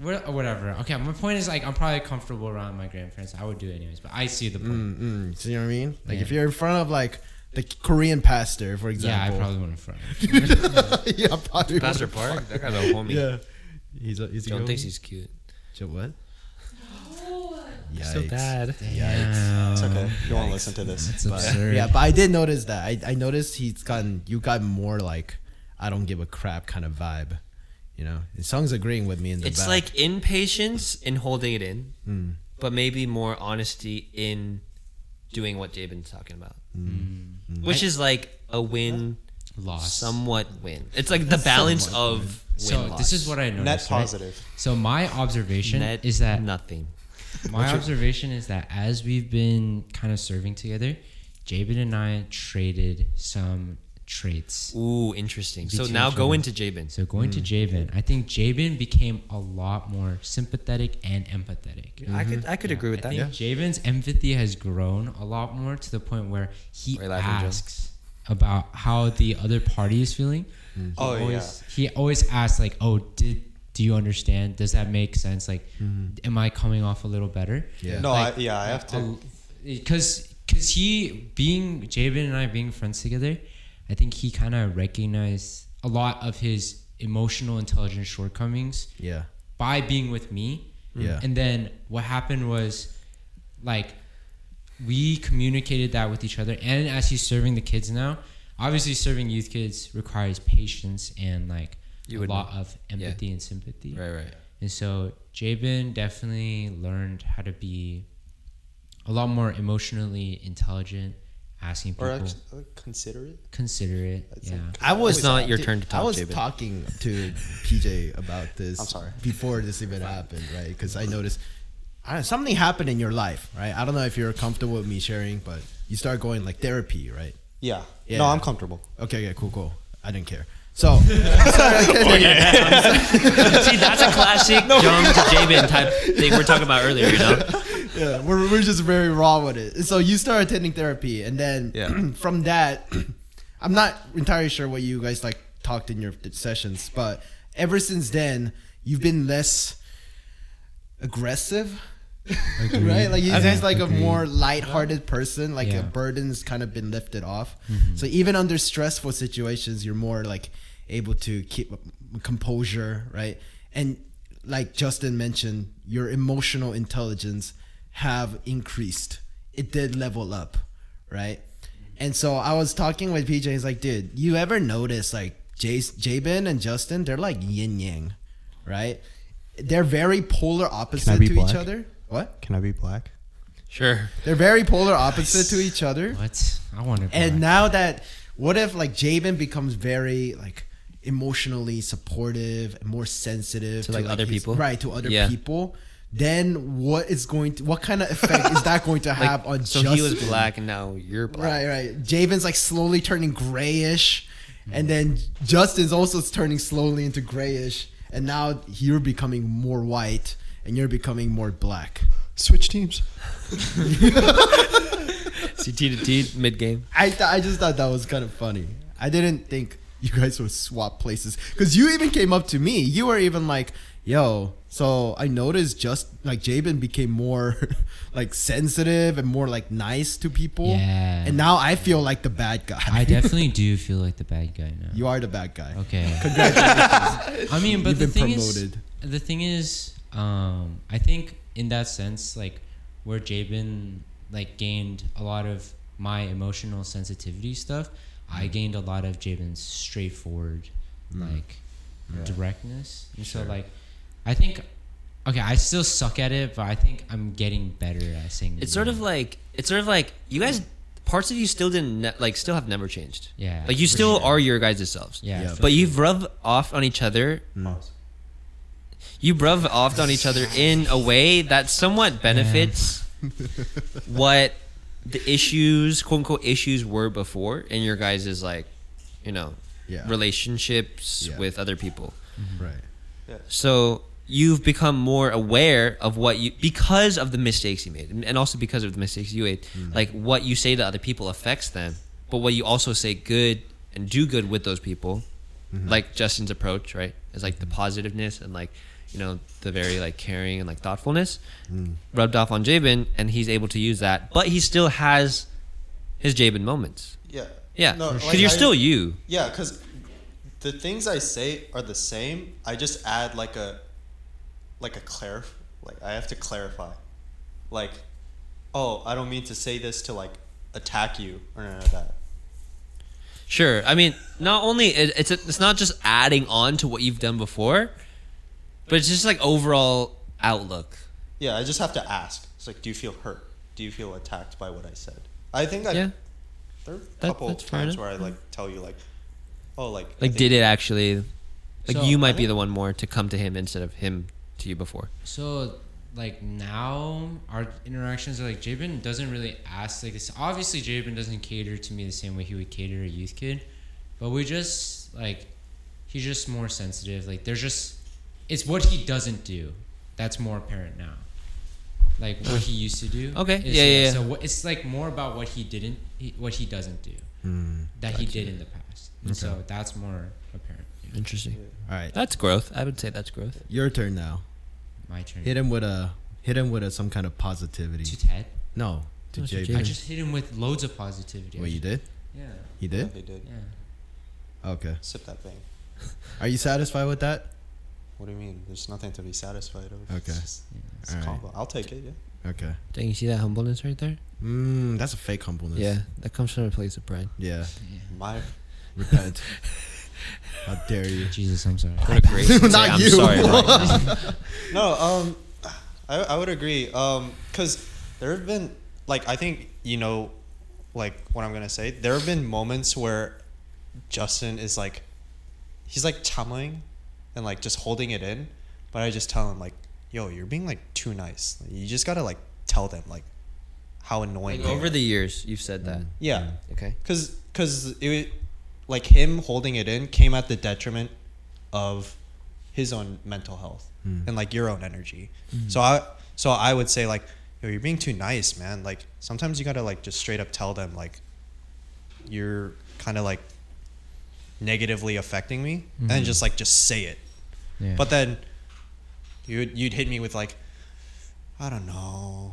Speaker 4: We're oh, whatever. Okay. My point is like I'm probably comfortable around my grandparents. I would do it anyways. But I see the point.
Speaker 2: Mm, mm, see what I mean? Like
Speaker 4: Yeah.
Speaker 2: if you're in front of like the Korean pastor, for
Speaker 4: Yeah, I
Speaker 2: example.
Speaker 4: probably wouldn't front.
Speaker 2: probably. yeah, probably.
Speaker 1: Pastor
Speaker 2: would.
Speaker 1: Park, that guy's a homie.
Speaker 2: Yeah, he's a, he's a
Speaker 6: John
Speaker 2: good
Speaker 6: thinks
Speaker 2: one.
Speaker 6: he's cute.
Speaker 2: Ch- what?
Speaker 5: Oh,
Speaker 2: Yikes.
Speaker 4: Yeah.
Speaker 3: It's okay. You won't listen to this.
Speaker 4: It's absurd.
Speaker 2: Yeah, but I did notice that. I, I noticed he's gotten you got more like I don't give a crap kind of vibe. You know, and Sung's agreeing with me in the
Speaker 6: It's
Speaker 2: back.
Speaker 6: like impatience in holding it in,
Speaker 4: Hmm.
Speaker 6: but maybe more honesty in doing what Jabin's talking about,
Speaker 4: Hmm.
Speaker 6: which is like a win,
Speaker 4: Loss.
Speaker 6: somewhat win. It's like the balance of win.
Speaker 4: so this is what I noticed.
Speaker 3: Net
Speaker 4: right?
Speaker 3: positive.
Speaker 4: So my observation
Speaker 6: Net
Speaker 4: is that
Speaker 6: nothing.
Speaker 4: my observation is that as we've been kind of serving together, Jabin and I traded some traits.
Speaker 6: Ooh, interesting. So
Speaker 4: Between
Speaker 6: now go
Speaker 4: Jabin.
Speaker 6: into Jabin.
Speaker 4: So going to Jabin, I think Jabin became a lot more sympathetic and empathetic.
Speaker 6: I could I could agree with
Speaker 4: I think Javen's empathy has grown a lot more to the point where he
Speaker 6: Why are you laughing, Joe?
Speaker 4: asks about how the other party is feeling. He
Speaker 3: Oh, yeah.
Speaker 4: always, He always asks like, "Oh, did do you understand? Does that make sense? Like,
Speaker 6: Hmm.
Speaker 4: am I coming off a little better?"
Speaker 2: Yeah.
Speaker 3: No,
Speaker 4: Like, oh,
Speaker 3: I, yeah, I have to.
Speaker 4: because because he being Javen and I being friends together, I think he kind of recognized a lot of his emotional intelligence shortcomings
Speaker 2: yeah,
Speaker 4: by being with me.
Speaker 3: Hmm.
Speaker 2: Yeah.
Speaker 4: And then what happened was like we communicated that with each other and as he's serving the kids now, obviously serving youth kids requires patience and like
Speaker 6: You
Speaker 4: a
Speaker 6: would
Speaker 4: lot of empathy and sympathy.
Speaker 6: Right, right.
Speaker 4: And so Jabin definitely learned how to be a lot more emotionally intelligent, asking people
Speaker 3: Or actually, uh, consider it.
Speaker 4: considerate.
Speaker 3: It's
Speaker 4: Yeah.
Speaker 3: like-
Speaker 2: I was
Speaker 6: It's not your
Speaker 2: dude,
Speaker 6: turn to talk,
Speaker 2: I was
Speaker 6: Jabin.
Speaker 2: talking to PJ about this.
Speaker 3: I'm sorry.
Speaker 2: Before this even happened, right? Because I noticed I don't, something happened in your life, right? I don't know if you're comfortable with me sharing, but you start going like therapy, right?
Speaker 3: Yeah.
Speaker 2: Yeah.
Speaker 3: No, I'm comfortable.
Speaker 2: Okay, yeah, cool, cool. I didn't care. So, okay.
Speaker 6: See, that's a classic John to Jabin type thing we we're talking about earlier. You know,
Speaker 2: yeah, we're, we're just very raw with it. So you start attending therapy, and then
Speaker 6: Yeah.
Speaker 2: from that, I'm not entirely sure what you guys like talked in your sessions, but ever since then, you've been less aggressive. right, like he's, he's like a
Speaker 4: Agreed.
Speaker 2: more lighthearted person. Like
Speaker 4: Yeah.
Speaker 2: a burden's kind of been lifted off.
Speaker 3: Mm-hmm.
Speaker 2: So even under stressful situations, you're more like able to keep composure, right? And like Justin mentioned, your emotional intelligence have increased. It did level up, right? And so I was talking with PJ. He's like, dude, you ever notice like Jace, Jabin and Justin? They're like yin yang, right? They're very polar opposite
Speaker 3: be
Speaker 2: to
Speaker 3: black?
Speaker 2: each other. What?
Speaker 3: Can I be black?
Speaker 6: sure.
Speaker 2: They're very polar opposite to each other.
Speaker 4: What? I want to
Speaker 2: And now that, what if like Jabin becomes very like emotionally supportive, and more sensitive
Speaker 6: To, like, other
Speaker 2: his-
Speaker 6: people?
Speaker 2: right? To other
Speaker 6: Yeah.
Speaker 2: people. Then what is going to? What kind of effect is that going to have on?
Speaker 6: so
Speaker 2: Justin?
Speaker 6: he was black, and now you're black.
Speaker 2: Right, right. Javen's like
Speaker 6: Mm.
Speaker 2: slowly turning grayish, and then Justin's also turning slowly into grayish. and now you're becoming more white and you're becoming more black.
Speaker 7: Switch teams.
Speaker 1: See T to T mid game.
Speaker 2: I th- I just thought that was kind of funny. I didn't think you guys would swap places because you even came up to me. You were even like, "Yo." So I noticed just like Jabin became more like sensitive and more like nice to people.
Speaker 4: Yeah.
Speaker 2: And now I feel like the bad guy.
Speaker 4: I definitely do feel like the bad guy now.
Speaker 2: you are the bad guy.
Speaker 4: okay.
Speaker 2: Congratulations.
Speaker 4: I mean, but
Speaker 2: You've
Speaker 4: the
Speaker 2: been
Speaker 4: thing
Speaker 2: promoted.
Speaker 4: is, the thing is, um, I think in that sense, like where Jabin like gained a lot of my emotional sensitivity stuff, I gained a lot of Jabin's straightforward, like directness. And so, like, I think, okay, I still suck at it, but I think I'm getting better at saying.
Speaker 1: It's sort of like it's sort of like you guys parts of you still didn't ne- like still have never changed.
Speaker 4: yeah,
Speaker 1: Like you
Speaker 4: for
Speaker 1: still
Speaker 4: sure.
Speaker 1: are your guys' selves.
Speaker 4: yeah,
Speaker 2: Yeah.
Speaker 4: for
Speaker 1: But
Speaker 4: sure.
Speaker 1: you've rubbed off on each other. You rub off on each other in a way that somewhat benefits what the issues, quote unquote issues were before and your guys' is like, you know,
Speaker 2: yeah.
Speaker 1: relationships
Speaker 2: Yeah.
Speaker 1: with other people.
Speaker 2: Right.
Speaker 1: So you've become more aware of what you because of the mistakes you made and also because of the mistakes you made. Like what you say to other people affects them, but what you also say good and do good with those people, like Justin's approach, right? Is like the positiveness and like you know the very like caring and like thoughtfulness rubbed off on Jabin, and he's able to use that. But he still has his Jabin moments.
Speaker 3: Yeah.
Speaker 1: Yeah,
Speaker 3: No,
Speaker 1: because
Speaker 3: like,
Speaker 1: you're
Speaker 3: I-
Speaker 1: still you.
Speaker 3: Yeah, because the things I say are the same. I just add like a, like a clarif, like I have to clarify, like, oh, I don't mean to say this to like attack you or none of that.
Speaker 1: Sure. I mean, not only it, it's it's not just adding on to what you've done before, but it's just like overall outlook.
Speaker 3: Yeah, I just have to ask. It's like, do you feel hurt? Do you feel attacked by what I said? I think I
Speaker 1: Yeah.
Speaker 3: there are a couple
Speaker 1: that's fair
Speaker 3: times
Speaker 1: enough.
Speaker 3: where I like tell you like, oh, like I
Speaker 1: Like,
Speaker 3: think-
Speaker 1: did it actually? Like,
Speaker 4: So,
Speaker 1: you
Speaker 4: I
Speaker 1: might be the one more to come to him instead of him to you before.
Speaker 4: So like now our interactions are like Jabin doesn't really ask like this obviously Jabin doesn't cater to me the same way he would cater a youth kid. But we just like he's just more sensitive. Like there's just it's what he doesn't do that's more apparent now. Like what he used to do.
Speaker 1: Okay,
Speaker 4: is-
Speaker 1: yeah, yeah, yeah.
Speaker 4: So what, it's like more about what he didn't, he, what he doesn't do,
Speaker 2: Hmm.
Speaker 4: that he did in the past. And So that's more apparent. Yeah.
Speaker 1: Interesting.
Speaker 2: All right.
Speaker 1: That's growth. I would say that's growth.
Speaker 2: Your turn now.
Speaker 4: My turn.
Speaker 2: Hit him with a hit him with a, some kind of positivity.
Speaker 4: to Ted.
Speaker 2: No, to
Speaker 1: No, to
Speaker 2: Jabin.
Speaker 1: Jabin.
Speaker 4: I just hit him with loads of positivity. I
Speaker 2: Wait, you did?
Speaker 4: just- Yeah.
Speaker 2: He
Speaker 3: Yeah,
Speaker 2: did?
Speaker 3: he did.
Speaker 4: Yeah.
Speaker 2: Okay.
Speaker 3: Sip that thing.
Speaker 2: Are you satisfied with that?
Speaker 3: What do you mean? There's nothing to be satisfied of.
Speaker 2: Okay.
Speaker 3: It's just- it's a
Speaker 2: All right.
Speaker 3: combo. I'll take it. Yeah.
Speaker 2: Okay.
Speaker 1: Dang, you see that humbleness right there?
Speaker 2: Mm, that's a fake humbleness.
Speaker 1: Yeah, that comes from a place of pride.
Speaker 2: Yeah.
Speaker 3: My
Speaker 2: Repent. How dare you?
Speaker 4: Jesus, I'm sorry.
Speaker 1: What a great. to say,
Speaker 2: Not
Speaker 1: I'm
Speaker 2: you.
Speaker 1: sorry. Ryan.
Speaker 3: No, um, I, I would agree. Um, cause there have been like I think you know, like what I'm gonna say. There have been moments where Justin is like, he's like tumbling, and like just holding it in, but I just tell him like, yo, you're being like too nice. You just gotta like tell them like, how annoying.
Speaker 1: Like,
Speaker 3: they
Speaker 1: over
Speaker 3: are.
Speaker 1: the years, you've said that.
Speaker 3: yeah,
Speaker 1: Okay.
Speaker 3: cause cause it like him holding it in came at the detriment of his own mental health and like your own energy. So I so I would say like Yo, you're being too nice, man. Like sometimes you gotta like just straight up tell them like you're kind of like negatively affecting me, and just like just say it.
Speaker 4: Yeah.
Speaker 3: But then you'd you'd hit me with like I don't know.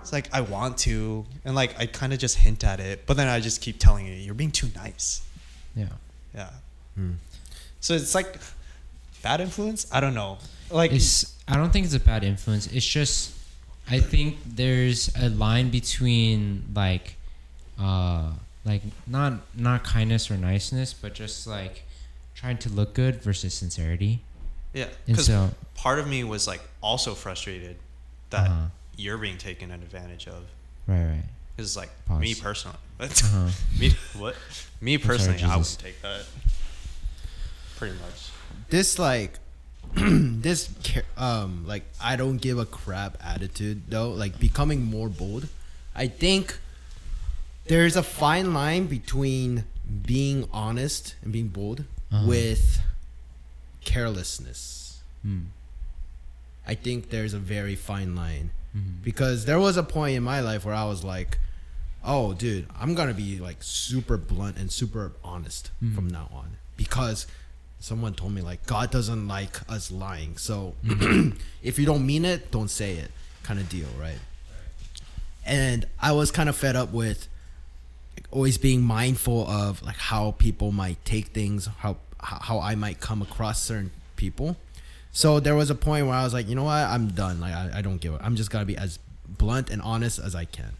Speaker 3: It's like I want to, and like I kind of just hint at it, but then I just keep telling you you're being too nice.
Speaker 4: yeah.
Speaker 3: Yeah.
Speaker 4: Hmm.
Speaker 3: So it's like bad influence. I don't know. Like
Speaker 4: It's I don't think it's a bad influence. It's just I think there's a line between like uh like not not kindness or niceness, but just like trying to look good versus sincerity.
Speaker 3: yeah,
Speaker 4: And
Speaker 3: because
Speaker 4: so
Speaker 3: part of me was like also frustrated that
Speaker 4: Uh-huh.
Speaker 3: you're being taken advantage of.
Speaker 4: right right.
Speaker 3: Because like
Speaker 4: Pause.
Speaker 3: me personally,
Speaker 4: Uh-huh.
Speaker 3: me what? Me personally, I
Speaker 4: Jesus.
Speaker 3: would take that. Pretty much.
Speaker 2: This like this ca- um like I don't give a crap attitude though, like becoming more bold. I think there's a fine line between being honest and being bold
Speaker 4: Uh-huh.
Speaker 2: with carelessness.
Speaker 4: Mm.
Speaker 2: I think there's a very fine line because there was a point in my life where I was like, "Oh, dude, I'm gonna be like super blunt and super honest from now on," because someone told me like God doesn't like us lying. So if you don't mean it, don't say it, kind of deal, right? And I was kind of fed up with like, always being mindful of like how people might take things, how how how I might come across certain people. So there was a point where I was like, you know what, I'm done. Like I, I don't give. a- I'm just gonna be as blunt and honest as I can.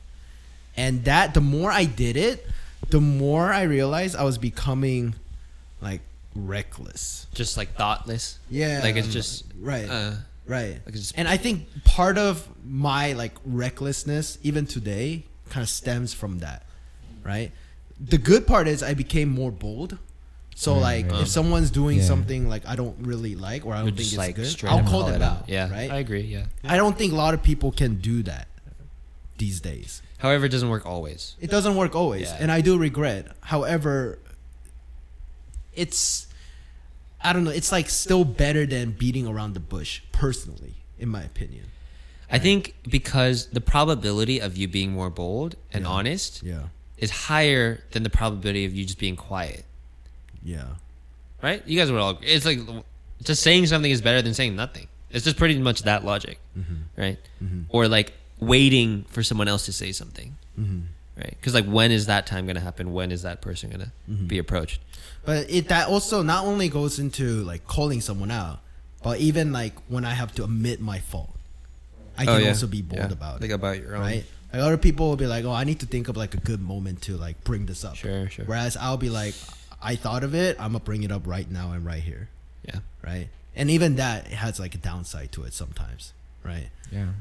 Speaker 2: And that the more I did it, the more I realized I was becoming like reckless.
Speaker 1: Just like thoughtless.
Speaker 2: Yeah,
Speaker 1: Like it's just
Speaker 2: right,
Speaker 1: uh,
Speaker 2: right.
Speaker 1: like it's just
Speaker 2: And I think part of my like recklessness, even today, kind of stems from that, right? The good part is I became more bold.
Speaker 1: Mm-hmm.
Speaker 2: So like,
Speaker 4: right.
Speaker 2: if someone's doing
Speaker 4: Yeah.
Speaker 2: something like I don't really like or I don't
Speaker 1: you're
Speaker 2: think
Speaker 1: just
Speaker 2: it's
Speaker 1: like
Speaker 2: good,
Speaker 1: straight
Speaker 2: I'll
Speaker 1: up
Speaker 2: call
Speaker 1: call
Speaker 2: them
Speaker 1: it
Speaker 2: out.
Speaker 1: Yeah,
Speaker 2: right.
Speaker 1: I agree. Yeah.
Speaker 2: I don't think a lot of people can do that these days.
Speaker 1: However, it doesn't work always.
Speaker 2: It doesn't work always,
Speaker 1: Yeah.
Speaker 2: and I do regret. However, it's I don't know. It's like still better than beating around the bush, personally, in my opinion.
Speaker 1: I think because the probability of you being more bold and
Speaker 2: Yeah.
Speaker 1: honest
Speaker 2: Yeah,
Speaker 1: is higher than the probability of you just being quiet.
Speaker 2: yeah,
Speaker 1: Right? You guys would all. agree. It's like just saying something is better than saying nothing. It's just pretty much that logic,
Speaker 2: Mm-hmm.
Speaker 1: right? Or like waiting for someone else to say something,
Speaker 2: Mm-hmm.
Speaker 1: right? Because like when is that time gonna happen? When is that person gonna
Speaker 2: Mm-hmm.
Speaker 1: be approached?
Speaker 2: but it that also not only goes into like calling someone out, but even like when I have to admit my fault, I
Speaker 1: Oh,
Speaker 2: can also be bold about it.
Speaker 1: about your
Speaker 2: right? Like other people will be like, "Oh, I need to think of like a good moment to like bring this up."
Speaker 1: Sure, sure.
Speaker 2: Whereas I'll be like, "I thought of it. I'm gonna bring it up right now and right here."
Speaker 1: Yeah.
Speaker 2: Right. And even that has like a downside to it sometimes, right?
Speaker 4: Yeah.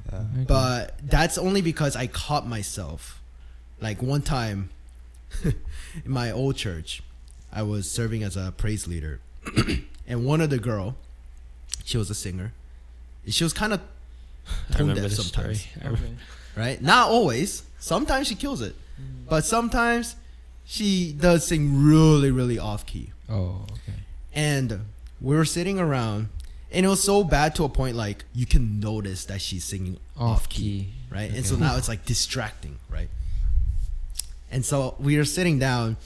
Speaker 2: But that's only because I caught myself. Like one time in my old church, I was serving as a praise leader. and one of the girl, she was a singer. and She was kind of
Speaker 1: I
Speaker 2: tone
Speaker 1: remember
Speaker 2: deaf
Speaker 1: this
Speaker 2: sometimes
Speaker 1: story. I remember-
Speaker 2: right? Not always. Sometimes she kills it, but sometimes she does sing really, really off key.
Speaker 4: Oh, okay.
Speaker 2: And we were sitting around, and it was so bad to a point like you can notice that she's singing off key,
Speaker 4: Off-key.
Speaker 2: right? And so
Speaker 4: Okay.
Speaker 2: now it's like distracting, right? And so we were sitting down.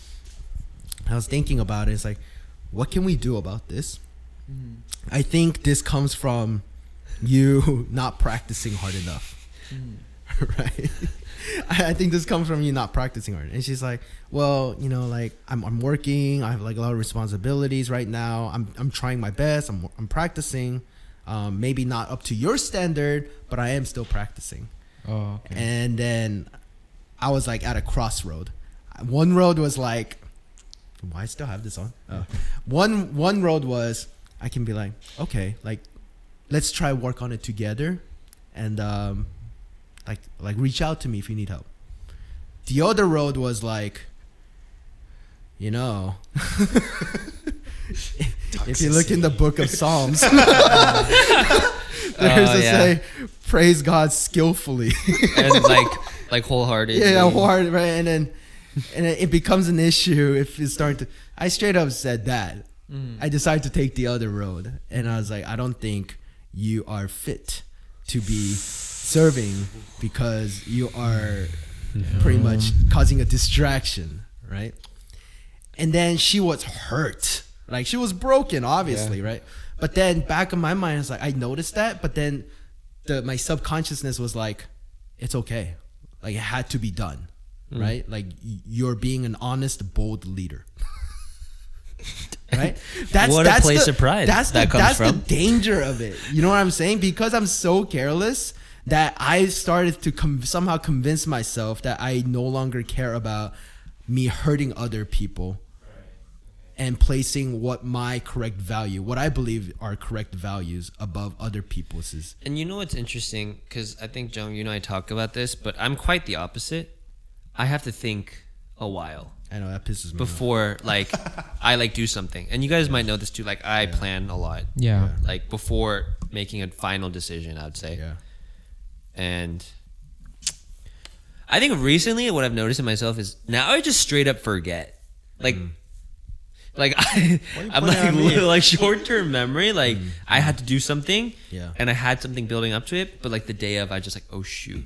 Speaker 2: I was thinking about it. It's like, what can we do about this? I think this comes from you not practicing hard enough. right? I I think this comes from you not practicing hard. And she's like, Well, you know, like I'm, I'm working, I have like a lot of responsibilities right now. I'm, I'm trying my best, I'm, I'm practicing. Um, maybe not up to your standard, but I am still practicing.
Speaker 4: Oh, okay.
Speaker 2: And then I was like at a crossroad. One road was like, why I still have this on? Uh, one one road was I can be like, okay, like let's try work on it together, and um, like like reach out to me if you need help. The other road was like, you know, if you look in the book of Psalms, there's
Speaker 1: Oh, yeah.
Speaker 2: a say, praise God skillfully.
Speaker 1: and like like wholehearted.
Speaker 2: Yeah, hard, right? And then and it it becomes an issue if it's starting to. I straight up said that. I decided to take the other road, and I was like, I don't think you are fit to be serving because you are pretty much causing a distraction, right? And then she was hurt, like she was broken, obviously, right? But then back in my mind, it's like I noticed that, but then the my subconsciousness was like, it's okay, like it had to be done,
Speaker 1: Mm.
Speaker 2: right? Like y- you're being an honest, bold leader. Right, that's
Speaker 1: What a place of pride
Speaker 2: That's
Speaker 1: that
Speaker 2: the,
Speaker 1: comes
Speaker 2: that's
Speaker 1: from.
Speaker 2: the danger of it. You know what I'm saying? Because I'm so careless that I started to com- somehow convince myself that I no longer care about me hurting other people and placing what my correct value, what I believe are correct values, above other people's. Is,
Speaker 1: And you know what's interesting? Because I think John, you and I talk about this, but I'm quite the opposite. I have to think a while
Speaker 2: I know that pisses me off.
Speaker 1: before like I like do something. And you guys might know this too. Like I plan a lot.
Speaker 4: Yeah.
Speaker 1: Like before making a final decision, I'd say.
Speaker 2: Yeah.
Speaker 1: And I think recently what I've noticed in myself is now I just straight up forget. Like Like I,
Speaker 3: Mm. Why are you
Speaker 1: I'm
Speaker 3: pointing
Speaker 1: like
Speaker 3: at me? Mm.
Speaker 1: like short term memory. Like I had to do something,
Speaker 2: Yeah.
Speaker 1: and I had something building up to it. But like the day of, I just like oh shoot,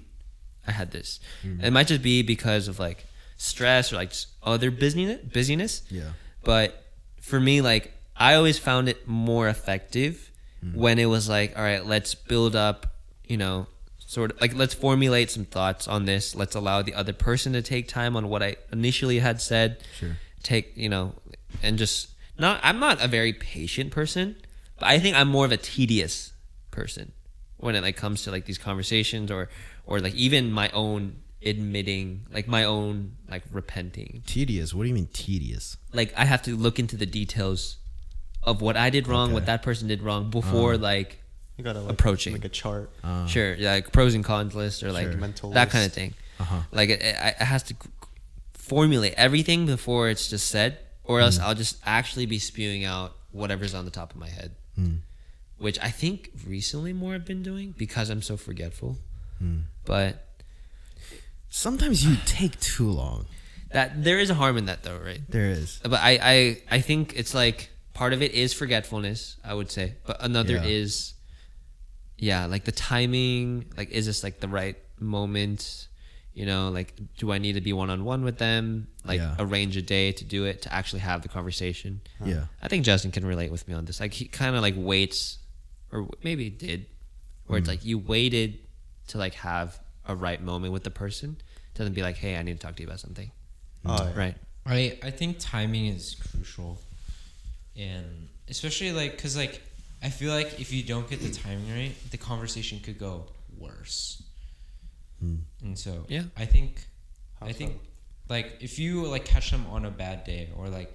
Speaker 1: I had this.
Speaker 3: Mm.
Speaker 1: And It might just be because of like stress or like just other busyness. Busyness.
Speaker 2: Yeah.
Speaker 1: But for me, like I always found it more effective when it was like, all right, let's build up, you know, sort of like let's formulate some thoughts on this. Let's allow the other person to take time on what I initially had said.
Speaker 2: Sure.
Speaker 1: Take you know, and just not. I'm not a very patient person, but I think I'm more of a tedious person when it like comes to like these conversations or or like even my own admitting like my own like repenting
Speaker 2: Tedious. What do you mean tedious?
Speaker 1: like I have to look into the details of what I did wrong,
Speaker 2: Okay. Uh-huh.
Speaker 1: what that person did wrong before like
Speaker 3: You gotta like,
Speaker 1: Approaching.
Speaker 3: like a chart.
Speaker 2: Uh,
Speaker 1: sure yeah, like pros and cons list or like
Speaker 2: Sure.
Speaker 3: Mental
Speaker 1: that kind of
Speaker 3: list.
Speaker 1: thing.
Speaker 2: Uh-huh.
Speaker 1: Like it, it, it has to formulate everything before it's just said, or else
Speaker 2: Mm.
Speaker 1: I'll just actually be spewing out whatever's on the top of my head,
Speaker 2: Mm.
Speaker 1: which I think recently more I've been doing because I'm so forgetful.
Speaker 2: Mm.
Speaker 1: But
Speaker 2: Sometimes you take too long.
Speaker 1: that there is a harm in that though, right?
Speaker 2: There is.
Speaker 1: but I, I I think it's like part of it is forgetfulness, I would say, but another
Speaker 2: Yeah.
Speaker 1: is yeah, like the timing, like is this like the right moment? You know, like do I need to be one on one with them? Like
Speaker 2: Yeah.
Speaker 1: arrange a day to do it to actually have the conversation.
Speaker 2: Yeah.
Speaker 1: I think Justin can relate with me on this. Like he kind of like waits, or w- maybe he did, where
Speaker 2: Hmm.
Speaker 1: it's like you waited to like have a right moment with the person, to then be like, hey, I need to talk to you about something,
Speaker 3: Oh, yeah.
Speaker 1: right?
Speaker 4: I I think timing is crucial, and especially like because like I feel like if you don't get the timing right, the conversation could go worse. And so
Speaker 1: Yeah.
Speaker 4: I think
Speaker 3: How
Speaker 4: I
Speaker 3: so?
Speaker 4: think like if you like catch them on a bad day or like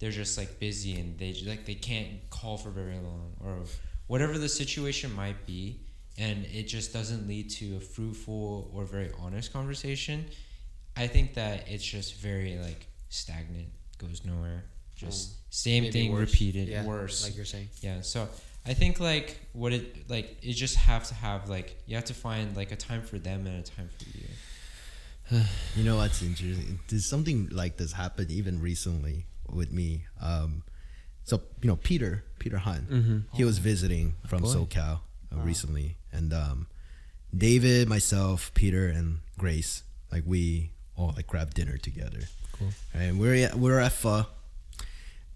Speaker 4: they're just like busy and they just, like they can't call for very long or whatever the situation might be and it just doesn't lead to a fruitful or very honest conversation i think that it's just very like stagnant goes nowhere just same
Speaker 1: Mm. Maybe
Speaker 4: thing
Speaker 1: worse.
Speaker 4: repeated
Speaker 1: Yeah,
Speaker 4: worse
Speaker 1: like you're saying.
Speaker 4: yeah, so I think like what it like you just have to have like you have to find like a time for them and a time for you.
Speaker 2: You know what's interesting? Did something like this happen even recently with me? Um, so you know, Peter Peter Hunt, he was visiting from SoCal uh, recently, and um, David, myself, Peter, and Grace, like we all like grabbed dinner together. Cool. And we're at, we're at pho,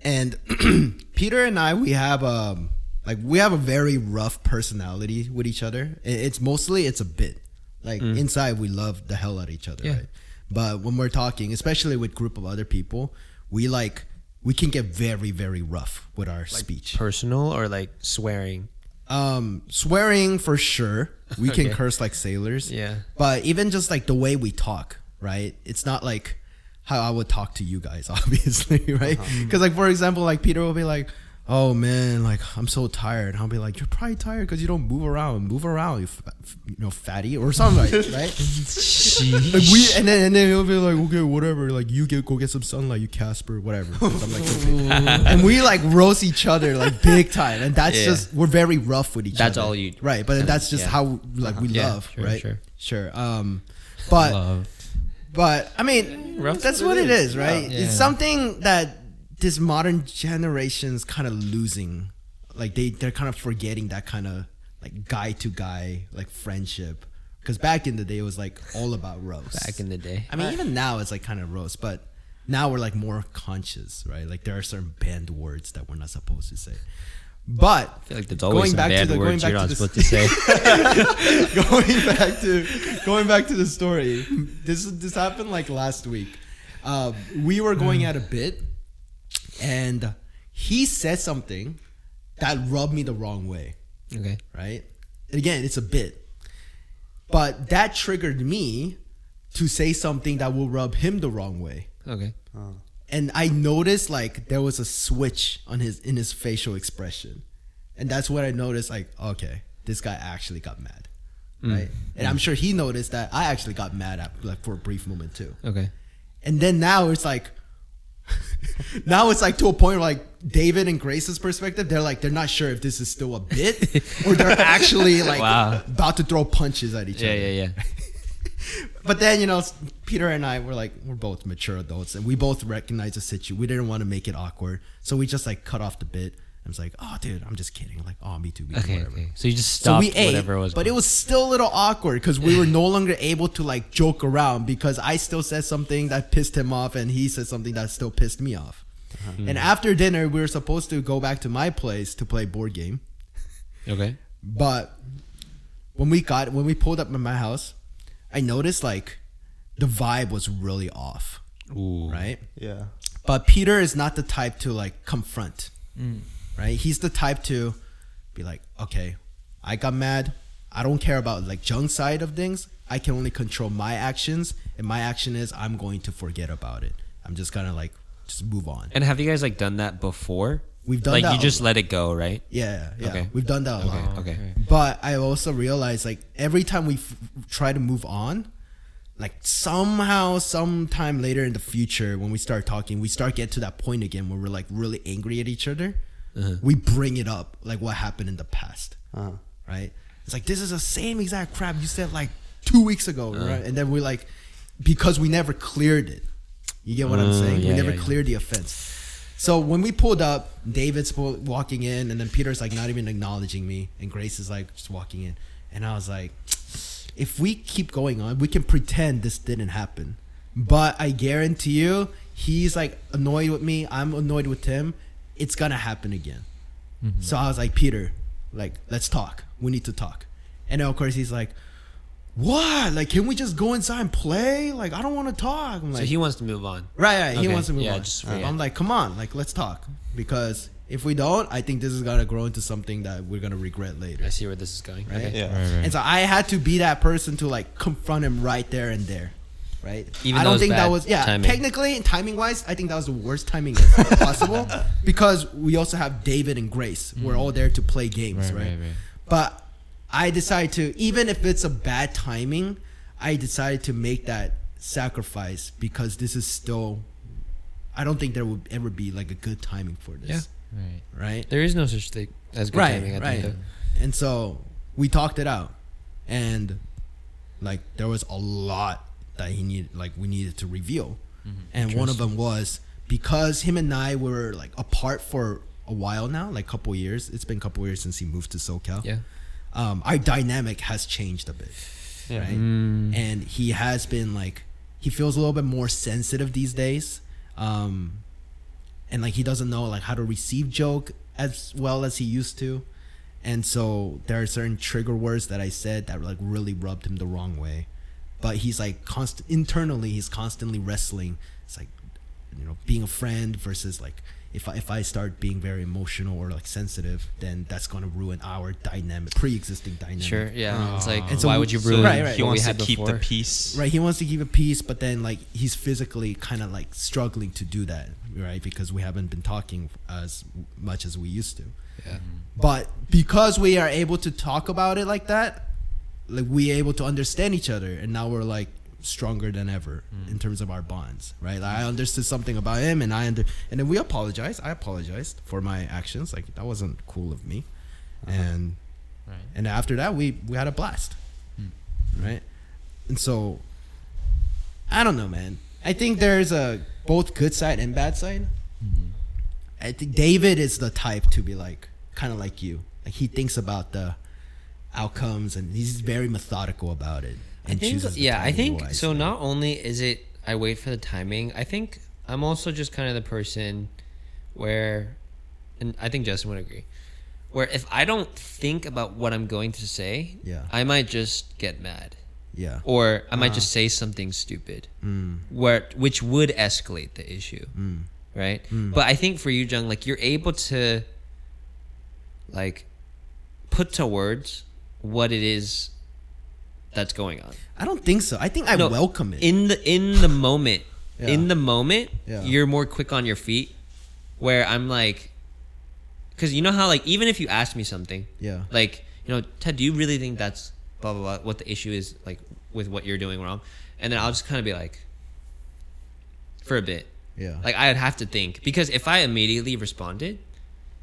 Speaker 2: and Peter and I, we have um like we have a very rough personality with each other. I- It's mostly it's a bit. Like
Speaker 1: Mm.
Speaker 2: inside, we love the hell out of each other, right? But when we're talking, especially with group of other people, we like we can get very very rough with our speech.
Speaker 1: personal or like swearing.
Speaker 2: um, swearing for sure. We can
Speaker 1: Okay.
Speaker 2: curse like sailors.
Speaker 1: Yeah.
Speaker 2: But even just like the way we talk, right? It's not like how I would talk to you guys, obviously, right? Because like for example, like Peter will be like, "Oh man, like I'm so tired." I'll be like, "You're probably tired because you don't move around. Move around, you, fa- f- you know, fatty or something, like, right?" like we and then and then he'll be like, "Okay, whatever. Like you get go get some sunlight, you Casper, whatever." I'm like, "Okay." and we like roast each other like big time, and that's
Speaker 1: Yeah.
Speaker 2: just we're very rough with each
Speaker 1: That's
Speaker 2: other.
Speaker 1: all you-
Speaker 2: right? But
Speaker 1: and-
Speaker 2: that's just
Speaker 1: yeah. Uh-huh.
Speaker 2: how like we
Speaker 1: Yeah,
Speaker 2: love,
Speaker 1: sure,
Speaker 2: right?
Speaker 1: sure.
Speaker 2: Sure. Um, but
Speaker 4: Love.
Speaker 2: but I mean,
Speaker 1: Rough
Speaker 2: that's
Speaker 1: is what
Speaker 2: what
Speaker 1: it
Speaker 2: it is, right?
Speaker 4: Yeah.
Speaker 2: It's
Speaker 4: Yeah.
Speaker 2: something that this modern generation's kind of losing. Like they they're kind of forgetting that kind of like guy to guy like friendship. Because back in the day, it was like all about roast.
Speaker 1: Back in the day.
Speaker 2: I mean, even now it's like kind of roast, but now we're like more conscious, right? Like there are certain banned words that we're not supposed to say. But
Speaker 1: I feel like there's always some bad words you're not
Speaker 2: this-
Speaker 1: supposed to say.
Speaker 2: going back to going back to the story. This this happened like last week. Um, we were going at a bit, and he said something that rubbed me the wrong way.
Speaker 1: okay.
Speaker 2: Right? Again, it's a bit, but that triggered me to say something that will rub him the wrong way.
Speaker 1: Okay.
Speaker 2: And I noticed like there was a switch on his in his facial expression, and that's what I noticed. Like, okay, this guy actually got mad
Speaker 1: Mm.
Speaker 2: right? And I'm sure he noticed that I actually got mad at like for a brief moment too.
Speaker 1: Okay.
Speaker 2: And then now it's like, now it's like to a point where like David and Grace's perspective, they're like they're not sure if this is still a bit or they're actually like
Speaker 1: Wow.
Speaker 2: about to throw punches at each
Speaker 1: Yeah,
Speaker 2: other.
Speaker 1: yeah, yeah.
Speaker 2: But then you know, Peter and I were like, we're both mature adults, and we both recognized the situation. We didn't want to make it awkward, so we just like cut off the bit. I was like, oh, dude, I'm just kidding. Like, oh, me too, me too,
Speaker 1: Okay,
Speaker 2: whatever.
Speaker 1: okay. So you just
Speaker 2: So
Speaker 1: stopped
Speaker 2: we ate,
Speaker 1: whatever it was.
Speaker 2: but
Speaker 1: going
Speaker 2: it was still a little awkward because we were no longer able to like joke around because I still said something that pissed him off, and he said something that still pissed me off.
Speaker 1: Uh-huh. Hmm.
Speaker 2: And after dinner, we were supposed to go back to my place to play board game.
Speaker 1: on. Okay.
Speaker 2: But when we got when we pulled up at my house, I noticed like the vibe was really off,
Speaker 1: Ooh.
Speaker 2: right?
Speaker 3: Yeah.
Speaker 2: But Peter is not the type to like confront, right? He's the type to be like, okay, I got mad. I don't care about like junk side of things. I can only control my actions, and my action is I'm going to forget about it. I'm just gonna like just move on.
Speaker 1: And have you guys like done that before?
Speaker 2: We've done
Speaker 1: like
Speaker 2: that
Speaker 1: you
Speaker 2: a
Speaker 1: just let it go, right?
Speaker 2: Yeah, yeah,
Speaker 1: Okay.
Speaker 2: we've done that a lot.
Speaker 1: Okay. Okay.
Speaker 2: But I also realized like every time we f- try to move on, like somehow, sometime later in the future, when we start talking, we start get to that point again where we're like really angry at each other.
Speaker 1: Uh-huh.
Speaker 2: We bring it up, like what happened in the past, right? It's like this is the same exact crap you said like two weeks ago,
Speaker 1: Uh-huh.
Speaker 2: right? And then we're like, because we never cleared it. You get what I'm
Speaker 1: Uh,
Speaker 2: saying?
Speaker 1: yeah,
Speaker 2: we never
Speaker 1: yeah, yeah.
Speaker 2: cleared the offense. So when we pulled up, David's pull- walking in, and then Peter's like not even acknowledging me, and Grace is like just walking in, and I was like, if we keep going on, we can pretend this didn't happen. But I guarantee you, he's like annoyed with me. I'm annoyed with him. It's gonna happen again.
Speaker 1: Mm-hmm.
Speaker 2: So I was like, Peter, like let's talk. We need to talk. And then of course he's like, what? Like can we just go inside and play? Like I don't want to talk. I'm like,
Speaker 1: so he wants to move on.
Speaker 2: Right, right. He
Speaker 1: Okay,
Speaker 2: wants to move
Speaker 1: yeah,
Speaker 2: on. Uh,
Speaker 1: just forget.
Speaker 2: I'm like, come on, like let's talk because if we don't, I think this is gonna grow into something that we're gonna regret later.
Speaker 1: I see where this is going.
Speaker 2: Right?
Speaker 1: Okay.
Speaker 3: Yeah.
Speaker 4: Right, right.
Speaker 2: And so I had to be that person to like confront him right there and there. Right.
Speaker 1: Even
Speaker 2: I
Speaker 1: though
Speaker 2: don't
Speaker 1: it's
Speaker 2: think that
Speaker 1: bad
Speaker 2: was yeah.
Speaker 1: timing.
Speaker 2: Technically, timing wise, I think that was the worst timing possible because we also have David and Grace.
Speaker 1: Mm.
Speaker 2: We're all there to play games,
Speaker 4: Right,
Speaker 2: right?
Speaker 4: right, right.
Speaker 2: But I decided to even if it's a bad timing, I decided to make that sacrifice because this is still. I don't think there would ever be like a good timing for this.
Speaker 1: Yeah.
Speaker 4: Right.
Speaker 2: Right
Speaker 1: There is no such thing as good
Speaker 2: right,
Speaker 1: timing. I
Speaker 2: right.
Speaker 1: think, though.
Speaker 2: And so we talked it out, and like there was a lot that he needed, like we needed to reveal,
Speaker 1: Mm-hmm.
Speaker 2: and one of them was because him and I were like apart for a while now, like couple years. It's been a couple years since he moved to SoCal.
Speaker 1: Yeah.
Speaker 2: um, our dynamic has changed a bit, right?
Speaker 1: Mm.
Speaker 2: And he has been like he feels a little bit more sensitive these days. Um, and like he doesn't know like how to receive joke as well as he used to and so there are certain trigger words that i said that like really rubbed him the wrong way but he's like constant internally he's constantly wrestling it's like you know being a friend versus like if I, if I start being very emotional or like sensitive then that's going to ruin our dynamic pre-existing dynamic
Speaker 1: Sure. Yeah. It's like
Speaker 2: And so
Speaker 1: why
Speaker 2: we-
Speaker 1: would you
Speaker 2: so
Speaker 1: ruin
Speaker 2: Right, right.
Speaker 3: He
Speaker 1: what we
Speaker 3: wants to
Speaker 1: had
Speaker 3: keep
Speaker 1: before?
Speaker 3: the peace.
Speaker 2: Right, he wants to keep a peace, but then like he's physically kind of like struggling to do that, right? Because we haven't been talking as much as we used to.
Speaker 1: Yeah.
Speaker 2: But because we are able to talk about it like that, like we able to understand each other, and now we're like stronger than ever in terms of our bonds, right? Like, I understood something about him, and I under, and then we apologized. I apologized for my actions, like that wasn't cool of me, and
Speaker 4: Right.
Speaker 2: and after that we we had a blast right and so i don't know man i think there's a both good side and bad side
Speaker 1: Mm-hmm.
Speaker 2: i think david is the type to be like kind of like you like he thinks about the outcomes and he's very methodical about it
Speaker 1: I
Speaker 2: and
Speaker 1: think,
Speaker 2: chooses the
Speaker 1: yeah, I
Speaker 2: timing
Speaker 1: think
Speaker 2: wisely.
Speaker 1: so. Not only is it I wait for the timing, I think I'm also just kind of the person where, and I think Justin would agree, where if I don't think about what I'm going to say,
Speaker 2: Yeah.
Speaker 1: I might just get mad
Speaker 2: yeah Mm.
Speaker 1: or I might just
Speaker 2: Uh-huh.
Speaker 1: say something stupid, where which would escalate the issue, right?
Speaker 2: Mm.
Speaker 1: But I think for you, Jung, like you're able to, like, put to words what it is that's going on
Speaker 2: i don't think so i think i
Speaker 1: No,
Speaker 2: welcome it
Speaker 1: in the in the moment.
Speaker 2: Yeah.
Speaker 1: In the moment,
Speaker 2: Yeah.
Speaker 1: you're more quick on your feet. Where I'm like, because you know how like even if you ask me something,
Speaker 2: yeah
Speaker 1: like you know ted do you really think that's blah blah blah what the issue is like with what you're doing wrong and then i'll just kind of be like for a bit
Speaker 2: yeah
Speaker 1: like i'd have to think because if i immediately responded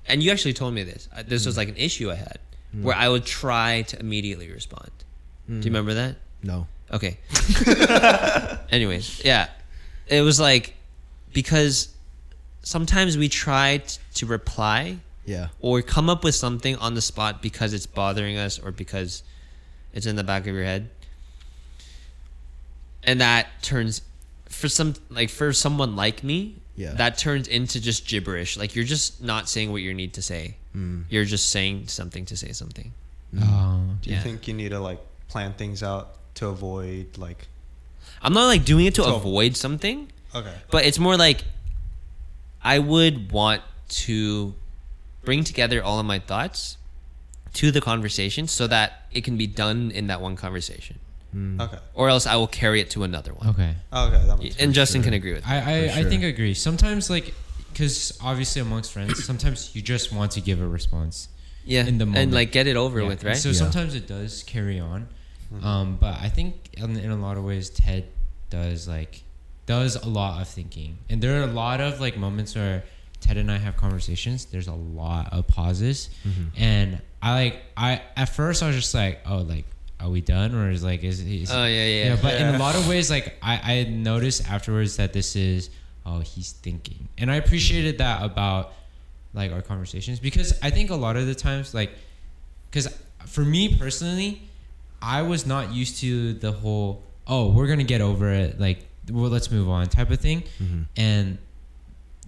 Speaker 1: and you actually told me this uh, this
Speaker 2: Mm.
Speaker 1: was like
Speaker 2: Mm.
Speaker 1: an issue i had where i would try to immediately respond do you remember that
Speaker 2: no
Speaker 1: Okay. Anyways, yeah, it was like because sometimes we try t- to reply
Speaker 2: Yeah.
Speaker 1: or come up with something on the spot because it's bothering us or because it's in the back of your head and that turns for some like for someone like me
Speaker 2: Yeah.
Speaker 1: that turns into just gibberish like you're just not saying what you need to say
Speaker 3: Hmm.
Speaker 1: you're just saying something to say something
Speaker 4: Um,
Speaker 3: Do you
Speaker 1: Yeah.
Speaker 3: think you need to like plan things out to avoid like?
Speaker 1: i'm not like doing it to
Speaker 3: So-
Speaker 1: avoid something
Speaker 3: Okay.
Speaker 1: but it's more like I would want to bring together all of my thoughts to the conversation so that it can be done in that one conversation,
Speaker 3: Okay.
Speaker 1: or else I will carry it to another one.
Speaker 4: okay.
Speaker 3: Okay. That makes
Speaker 1: And Justin can agree with that.
Speaker 4: I, I,
Speaker 2: For
Speaker 4: I think I
Speaker 2: sure.
Speaker 4: agree. Sometimes, like, because obviously amongst friends, sometimes you just want to give a response.
Speaker 1: Yeah,
Speaker 4: in the moment.
Speaker 1: and like get it over
Speaker 4: Yeah,
Speaker 1: with,
Speaker 4: and
Speaker 1: right?
Speaker 4: So
Speaker 2: Yeah. Mm-hmm.
Speaker 4: sometimes it does carry on, um, but I think in, in a lot of ways Ted does like does a lot of thinking, and there are a lot of like moments where Ted and I have conversations. There's a lot of pauses,
Speaker 2: Mm-hmm,
Speaker 4: and I like I at first I was just like, oh, like are we done, or is like is, is
Speaker 1: oh yeah, yeah.
Speaker 4: yeah, but in a lot of ways, like I, I noticed afterwards that this is oh he's thinking, and I appreciated that about like our conversations because I think a lot of the times, like, because for me personally, I was not used to the whole oh we're gonna get over it, like well let's move on type of thing,
Speaker 2: mm-hmm.
Speaker 4: and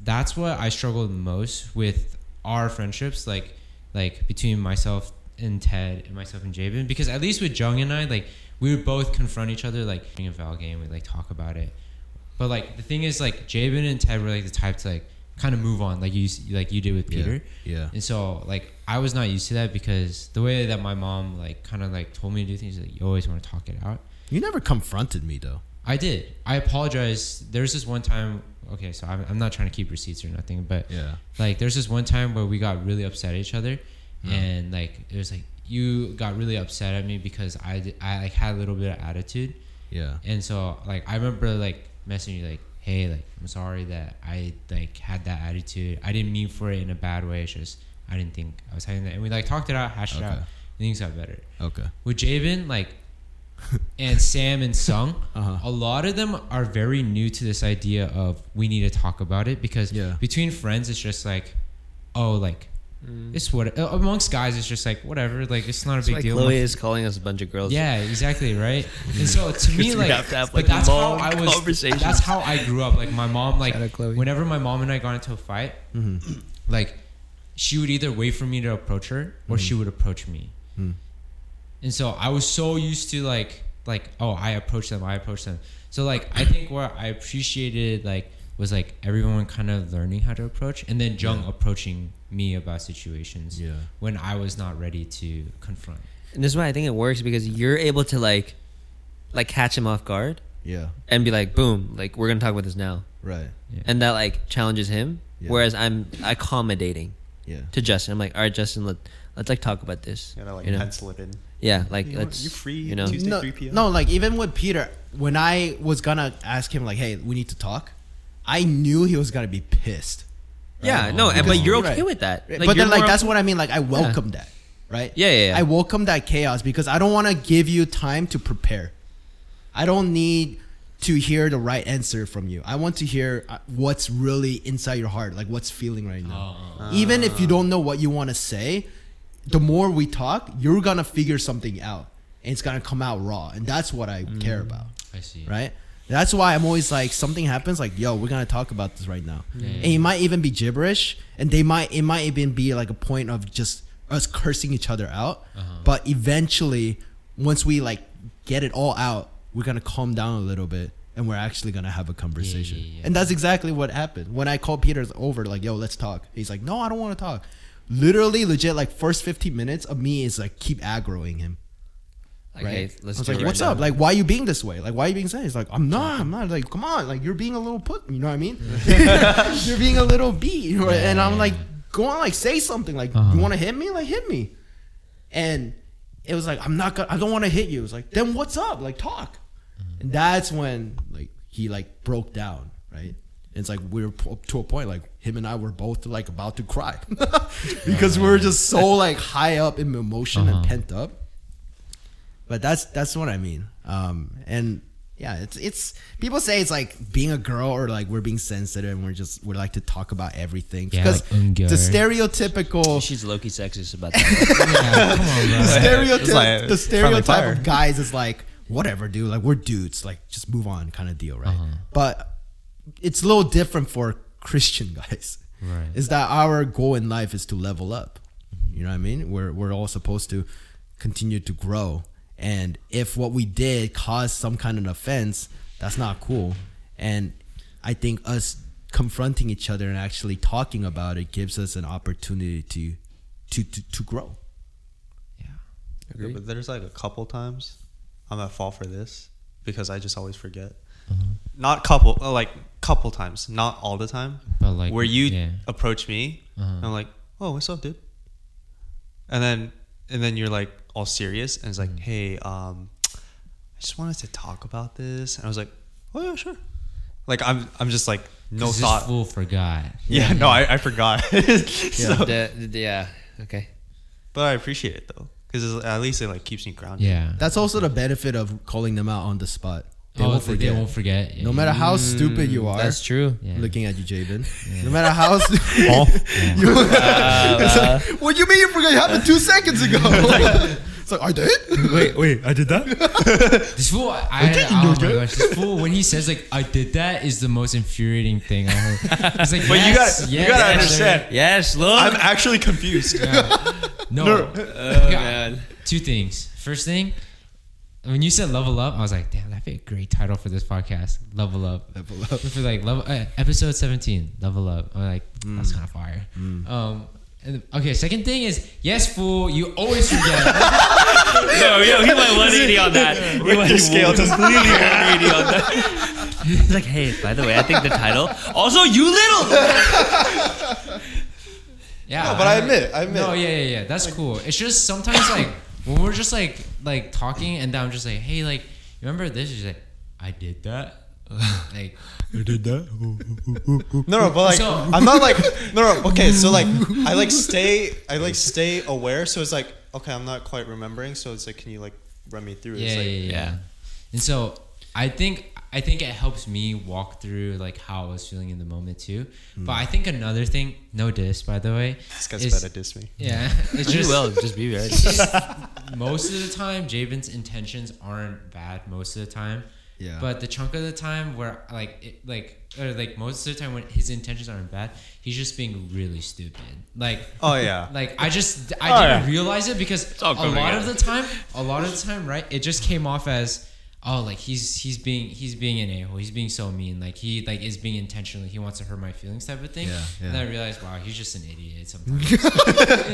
Speaker 4: that's what I struggled most with our friendships, like like between myself and Ted and myself and Jabin, because at least with Jung and I, like we would both confront each other, like during a Val game, we like talk about it. But like the thing is, like Jabin and Ted were like the type to like kind of move on, like you s- like you did with
Speaker 2: Yeah.
Speaker 4: Peter.
Speaker 2: Yeah.
Speaker 4: And so like I was not used to that because the way that my mom like kind of like told me to do things, like you always want to talk it out.
Speaker 2: You never confronted me though.
Speaker 4: I did. I apologize. There's this one time. Okay, so I'm, I'm not trying to keep receipts or nothing, but
Speaker 2: Yeah.
Speaker 4: like there's this one time where we got really upset at each other and like it was like you got really upset at me because I, d- I like had a little bit of attitude
Speaker 2: Yeah.
Speaker 4: and so like I remember like messaging you like hey like I'm sorry that I like had that attitude I didn't mean for it in a bad way it's just I didn't think I was having that and we like talked it out hashed it out
Speaker 2: Okay.
Speaker 4: and things got better
Speaker 2: Okay.
Speaker 4: with Javen, like, and Sam and Sung,
Speaker 2: Uh-huh.
Speaker 4: a lot of them are very new to this idea of we need to talk about it because
Speaker 2: Yeah.
Speaker 4: between friends, it's just like, oh, like, it's what uh, amongst guys, it's just like whatever, like it's not a big
Speaker 1: like
Speaker 4: deal.
Speaker 1: Chloe is calling us a bunch of girls.
Speaker 4: Yeah, exactly, right. And so to me,
Speaker 1: We
Speaker 4: like,
Speaker 1: have to have,
Speaker 4: but
Speaker 1: like,
Speaker 4: that's how
Speaker 1: long
Speaker 4: I was.
Speaker 1: conversations.
Speaker 4: That's how I grew up. Like my mom, like
Speaker 2: Shout out Chloe.
Speaker 4: whenever my mom and I got into a fight,
Speaker 1: Mm-hmm.
Speaker 4: like she would either wait for me to approach her or
Speaker 1: Mm-hmm.
Speaker 4: she would approach me.
Speaker 1: Mm.
Speaker 4: And so I was so used to like like oh I approach them I approach them. So like I think what I appreciated like was like everyone kind of learning how to approach and then Jung approaching me about situations
Speaker 2: Yeah.
Speaker 4: when I was not ready to confront.
Speaker 1: and this is why I think it works because you're able to like, like catch him off guard
Speaker 2: Yeah.
Speaker 1: and be like, boom, like we're gonna talk about this now,
Speaker 2: Right.
Speaker 1: and that like challenges him.
Speaker 2: Yeah.
Speaker 1: Whereas I'm accommodating.
Speaker 2: Yeah.
Speaker 1: to Justin. I'm like, all right, Justin, let let's like talk about this.
Speaker 3: You gotta like
Speaker 1: you know?
Speaker 3: pencil it in.
Speaker 1: Yeah, like
Speaker 3: You know,
Speaker 1: let's.
Speaker 3: you're free
Speaker 1: You know,
Speaker 3: Tuesday,
Speaker 2: no,
Speaker 3: 3 p.m.?
Speaker 2: no, like even with Peter, when I was gonna ask him like, "Hey, we need to talk," I knew he was gonna be pissed.
Speaker 1: yeah, no,
Speaker 4: Because-
Speaker 1: but you're okay
Speaker 2: Right.
Speaker 1: with that.
Speaker 2: but
Speaker 1: you're
Speaker 2: then, like,
Speaker 1: more-
Speaker 2: that's what I mean. Like, I welcome that, right?
Speaker 1: Yeah, yeah, yeah.
Speaker 2: I welcome that chaos because I don't want to give you time to prepare. I don't need to hear the right answer from you. I want to hear uh, what's really inside your heart, like what's feeling right now.
Speaker 1: Oh.
Speaker 2: Even if you don't know what you want to say, the more we talk, you're gonna figure something out, and it's gonna come out raw, and that's what I care
Speaker 1: Mm.
Speaker 2: about
Speaker 4: I see.
Speaker 2: right? That's why I'm always like, something happens, like, yo, we're gonna talk about this right now,
Speaker 4: Yeah.
Speaker 2: and it might even be gibberish, and they might, it might even be like a point of just us cursing each other out,
Speaker 4: Uh-huh.
Speaker 2: but eventually, once we like get it all out, we're gonna calm down a little bit, and we're actually gonna have a conversation,
Speaker 4: yeah, yeah.
Speaker 2: and that's exactly what happened when I called Peter over, like, yo, let's talk. He's like, no, I don't want to talk. Literally, legit, like first 15 minutes of me is like keep aggroing him
Speaker 1: like,
Speaker 2: right?
Speaker 1: hey, let's
Speaker 2: I was
Speaker 1: do
Speaker 2: like,
Speaker 1: it
Speaker 2: "What's
Speaker 1: right
Speaker 2: up?
Speaker 1: now.
Speaker 2: Like, why are you being this way? Like, why are you being sad?" He's like, "I'm not. I'm not. Like, come on. Like, you're being a little put. You know what I mean? you're being a little beat." Right? and I'm like, "Go on. Like, say something. Like,
Speaker 4: Uh-huh.
Speaker 2: you want to hit me? Like, hit me." And it was like, "I'm not gonna. I don't want to hit you." It's like, "Then what's up? Like, talk." And that's when like he like broke down, right? And it's like we were po- to a point like him and I were both like about to cry because we were just so like high up in emotion
Speaker 4: Uh-huh.
Speaker 2: and pent up. But that's that's what I mean. Um, and yeah, it's it's people say it's like being a girl or like we're being sensitive and we're just we like to talk about everything
Speaker 4: Yeah,
Speaker 2: because
Speaker 4: like, um,
Speaker 2: the
Speaker 4: girl.
Speaker 2: stereotypical
Speaker 1: She's low key sexist about that.
Speaker 4: Yeah, come on, bro.
Speaker 2: stereotype
Speaker 3: It's like
Speaker 2: the stereotype
Speaker 3: friendly
Speaker 2: of
Speaker 3: fire.
Speaker 2: guys is like whatever dude like we're dudes like just move on kind of deal right
Speaker 3: Uh-huh.
Speaker 2: but it's a little different for christian guys
Speaker 4: Right.
Speaker 2: is that our goal in life is to level up
Speaker 3: Mm-hmm.
Speaker 2: you know what i mean we're, we're all supposed to continue to grow and if what we did caused some kind of offense that's not cool and i think us confronting each other and actually talking about it gives us an opportunity to to to, to grow
Speaker 3: Yeah, But there's like a couple times I'm at fault for this because I just always forget. Not couple, uh, like couple times, not all the time.
Speaker 4: But like,
Speaker 3: where you
Speaker 4: yeah. Uh-huh.
Speaker 3: approach me, and I'm like, "Oh, what's up, dude?" And then and then you're like all serious, and it's like,
Speaker 4: Mm.
Speaker 3: "Hey, um, I just wanted to talk about this," and I was like, "Oh yeah, sure." Like I'm I'm just like no
Speaker 4: 'Cause
Speaker 3: thought.
Speaker 4: This fool forgot.
Speaker 3: yeah, no, I, I forgot. So-
Speaker 1: yeah. Okay.
Speaker 3: but I appreciate it though, because at least it like keeps me grounded.
Speaker 4: Yeah.
Speaker 2: That's also the benefit of calling them out on the spot. They
Speaker 4: oh,
Speaker 2: won't
Speaker 4: they-
Speaker 2: forget.
Speaker 4: They won't forget. Yeah.
Speaker 2: no matter how stupid you are,
Speaker 1: Mm, That's true.
Speaker 4: Yeah.
Speaker 2: looking at you, Jabin. No matter how. Stu- you, what you mean you forgot? It happened two seconds ago. it's like I did. Wait, wait, I did that.
Speaker 4: This fool, I, I,
Speaker 2: didn't
Speaker 4: oh
Speaker 2: know
Speaker 4: my
Speaker 2: that.
Speaker 4: gosh, this fool, when he says like I did that, is the most infuriating thing. I heard. It's like,
Speaker 3: But you
Speaker 4: yes,
Speaker 3: gotta- you
Speaker 4: yes,
Speaker 3: gotta
Speaker 4: sir.
Speaker 3: understand.
Speaker 1: Yes, look.
Speaker 3: I'm actually confused.
Speaker 4: No,
Speaker 1: oh,
Speaker 4: Okay,
Speaker 1: man.
Speaker 4: two things. First thing, when you said level up, I was like, damn, that'd be a great title for this podcast. Level up.
Speaker 2: Level up.
Speaker 4: For like level uh, episode seventeen, level up. I'm like,
Speaker 2: Mm.
Speaker 4: that's kind of fire. Um, and, okay. Second thing is, yes, fool, you always forget.
Speaker 1: Yo, Oh, yo, he went 180 on that. He went
Speaker 3: Your scale does
Speaker 1: completely 180 on that. He's like, hey, by the way, I think the title. Also, you little.
Speaker 4: yeah,
Speaker 2: No, but I admit- I admit.
Speaker 4: No, yeah, yeah, yeah. That's cool. It's just sometimes like when we're just like like talking, and then I'm just like, hey, like, remember this? She's like, I did that. like,
Speaker 2: I did that.
Speaker 3: No, no, but like
Speaker 4: So-
Speaker 3: I'm not like no, no. Okay, so like I like stay, I like stay aware. So it's like okay, I'm not quite remembering. So it's like, can you like run me through?
Speaker 4: yeah,
Speaker 3: it's like,
Speaker 4: yeah, yeah, yeah. And so I think I think it helps me walk through like how I was feeling in the moment too. But I think another thing, no diss by the way.
Speaker 3: This guy's
Speaker 4: is-
Speaker 3: about to diss me.
Speaker 4: Yeah, it's
Speaker 1: You
Speaker 4: just
Speaker 1: will. Just be ready.
Speaker 4: most of the time Javen's intentions aren't bad most of the time.
Speaker 2: Yeah.
Speaker 4: But the chunk of the time where like it, like or like most of the time when his intentions aren't bad, he's just being really stupid. Like
Speaker 3: Oh yeah,
Speaker 4: like I just I
Speaker 3: Oh,
Speaker 4: didn't
Speaker 3: yeah.
Speaker 4: realize it because a
Speaker 1: all
Speaker 4: lot
Speaker 1: coming
Speaker 4: of the time, a lot of the time, right? It just came off as oh, like he's he's being he's being an a hole. He's being so mean. Like he like is being intentional. He wants to hurt my feelings type of thing.
Speaker 2: Yeah, yeah.
Speaker 4: And then I realized, wow, he's just an idiot sometimes.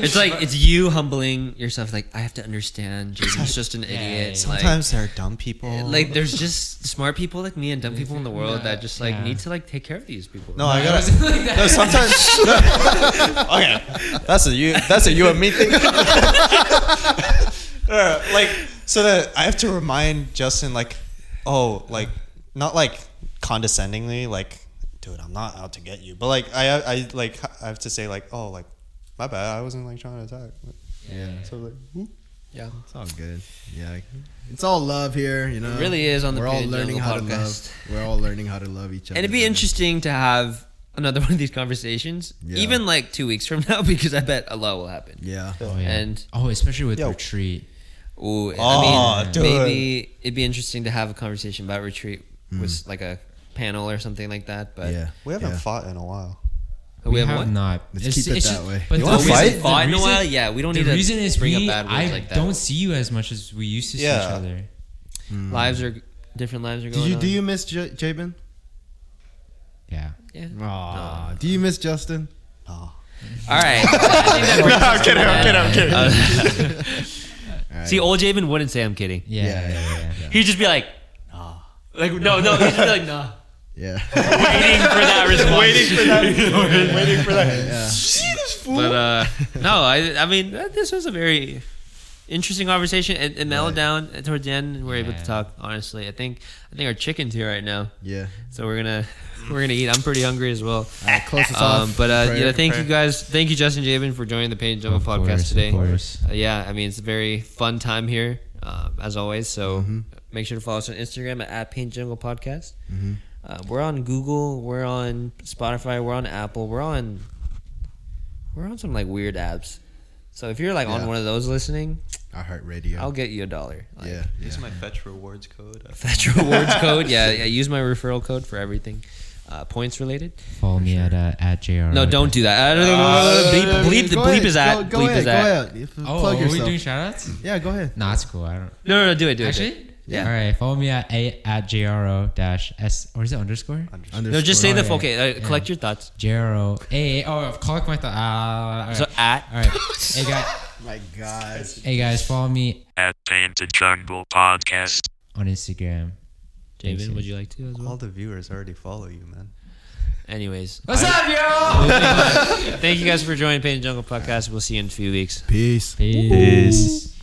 Speaker 1: It's like it's you humbling yourself. Like I have to understand. Jason's just an
Speaker 4: yeah,
Speaker 1: idiot.
Speaker 4: yeah.
Speaker 1: Like,
Speaker 3: sometimes there are dumb people.
Speaker 1: like there's just smart people like me and dumb people in the world that just like
Speaker 4: Yeah.
Speaker 1: need to like take care of these people.
Speaker 3: no, I
Speaker 4: It
Speaker 3: gotta.
Speaker 4: wasn't like that.
Speaker 3: No, sometimes. no. okay, that's a you. That's a you and me thing. Uh, like so that I have to remind Justin like, oh, like not like condescendingly like, dude, I'm not out to get you, but like I I like I have to say like, oh, like my bad, I wasn't like trying to attack.
Speaker 2: Yeah,
Speaker 3: So like, whoop.
Speaker 1: Yeah.
Speaker 2: it's all good. Yeah, it's all love here. You know,
Speaker 1: It really is on the
Speaker 2: We're all
Speaker 1: Peter
Speaker 2: learning
Speaker 1: Jungle
Speaker 2: how to
Speaker 1: podcast.
Speaker 2: love. We're all learning how to love each other.
Speaker 1: And it'd be interesting to have another one of these conversations,
Speaker 2: Yeah.
Speaker 1: even like two weeks from now, because I bet a lot will happen.
Speaker 2: Yeah.
Speaker 4: Oh, yeah.
Speaker 1: And
Speaker 4: oh, especially with
Speaker 3: Yo.
Speaker 4: retreat.
Speaker 1: ooh, I
Speaker 3: Aw,
Speaker 1: mean,
Speaker 3: dude.
Speaker 1: maybe it'd be interesting to have a conversation about retreat with like a panel or something like that. But
Speaker 2: Yeah,
Speaker 3: we haven't
Speaker 2: yeah.
Speaker 3: fought in a while.
Speaker 1: we, have, one. Oh,
Speaker 4: not.
Speaker 2: Let's keep it that way.
Speaker 4: But
Speaker 2: You
Speaker 4: the
Speaker 2: wanna
Speaker 4: reason-
Speaker 2: fight?
Speaker 4: the
Speaker 1: Fight in a
Speaker 4: reason-
Speaker 1: while? Yeah, we don't
Speaker 4: the
Speaker 1: need to
Speaker 4: reason is
Speaker 1: bring up
Speaker 4: we,
Speaker 1: bad words
Speaker 4: I
Speaker 1: like that.
Speaker 4: don't see you as much as we used to see each
Speaker 3: Yeah.
Speaker 4: other.
Speaker 1: lives are different. Lives are
Speaker 2: Did
Speaker 1: going.
Speaker 2: you
Speaker 1: on.
Speaker 2: do you miss J- Jabin?
Speaker 4: Yeah.
Speaker 1: Yeah.
Speaker 2: Aw, do you miss Justin?
Speaker 3: No.
Speaker 1: All right. I think that brings us
Speaker 3: I'm kidding. I'm kidding. I'm kidding.
Speaker 1: See, old Javen wouldn't say I'm kidding.
Speaker 4: Yeah.
Speaker 2: Yeah,
Speaker 4: Yeah. yeah, yeah.
Speaker 1: He'd just be like, nah. Like no, no. He'd just be like, nah.
Speaker 2: Yeah.
Speaker 1: Waiting for that response.
Speaker 3: for that. waiting for that. See this fool.
Speaker 1: But uh, no, I, I mean that- this was a very interesting conversation. It, it mellowed
Speaker 2: Right.
Speaker 1: down at- towards the end. and We were able
Speaker 4: Yeah.
Speaker 1: to talk. Honestly, I think I think our chicken's here right now,
Speaker 2: yeah.
Speaker 1: so we're gonna we're gonna eat. I'm pretty hungry as well.
Speaker 2: All right, close us
Speaker 1: Um,
Speaker 2: off.
Speaker 1: but uh,
Speaker 2: Prayer.
Speaker 1: yeah, thank you guys. Thank you, Justin Javen, for joining the Page Jungle
Speaker 4: Of
Speaker 1: podcast
Speaker 4: course, of
Speaker 1: today.
Speaker 4: course.
Speaker 1: Uh, yeah, I mean it's a very fun time here. um, as always. So make sure to follow us on Instagram at, at Paint Jungle Podcast. Uh, we're on Google. We're on Spotify. We're on Apple. We're on we're on some like weird apps. So if you're like
Speaker 2: Yeah.
Speaker 1: on one of those listening,
Speaker 2: I heart radio.
Speaker 1: I'll get you a dollar. Like,
Speaker 2: yeah, yeah.
Speaker 3: Use my fetch rewards code.
Speaker 1: Fetch rewards code. Yeah, yeah. Use my referral code for everything, uh, points related.
Speaker 4: Follow me at uh, at jr.
Speaker 1: No, don't do that. I don't
Speaker 2: Uh,
Speaker 1: know. Uh, bleep, bleep, the
Speaker 2: Go
Speaker 1: bleep
Speaker 2: ahead,
Speaker 1: is at.
Speaker 2: Go, go
Speaker 1: bleep
Speaker 2: ahead.
Speaker 1: is at.
Speaker 2: Go ahead.
Speaker 4: Oh,
Speaker 2: Plug
Speaker 4: are we
Speaker 2: yourself.
Speaker 4: doing shoutouts?
Speaker 2: yeah, go ahead.
Speaker 4: Nah, it's cool. I don't.
Speaker 1: No, no, no. Do it. Do it. do it.
Speaker 4: Actually,
Speaker 1: Yeah.
Speaker 4: All right. Follow me at a at jro dash s or is it underscore?
Speaker 1: No, just say
Speaker 4: Oh,
Speaker 1: the
Speaker 4: yeah.
Speaker 1: okay. Uh, collect your thoughts.
Speaker 4: Jro a oh collect my thought. Uh, all right.
Speaker 1: So at
Speaker 4: all right. hey guys.
Speaker 2: My God.
Speaker 4: Hey guys. Follow me
Speaker 8: at Painted Jungle Podcast.
Speaker 4: on Instagram.
Speaker 1: David, would you like to as well?
Speaker 3: All the viewers already follow you, man.
Speaker 1: Anyways,
Speaker 4: What's up, yo?
Speaker 1: thank you guys for joining Pain and Jungle Podcast. We'll see you in a few weeks.
Speaker 2: Peace.
Speaker 4: Peace.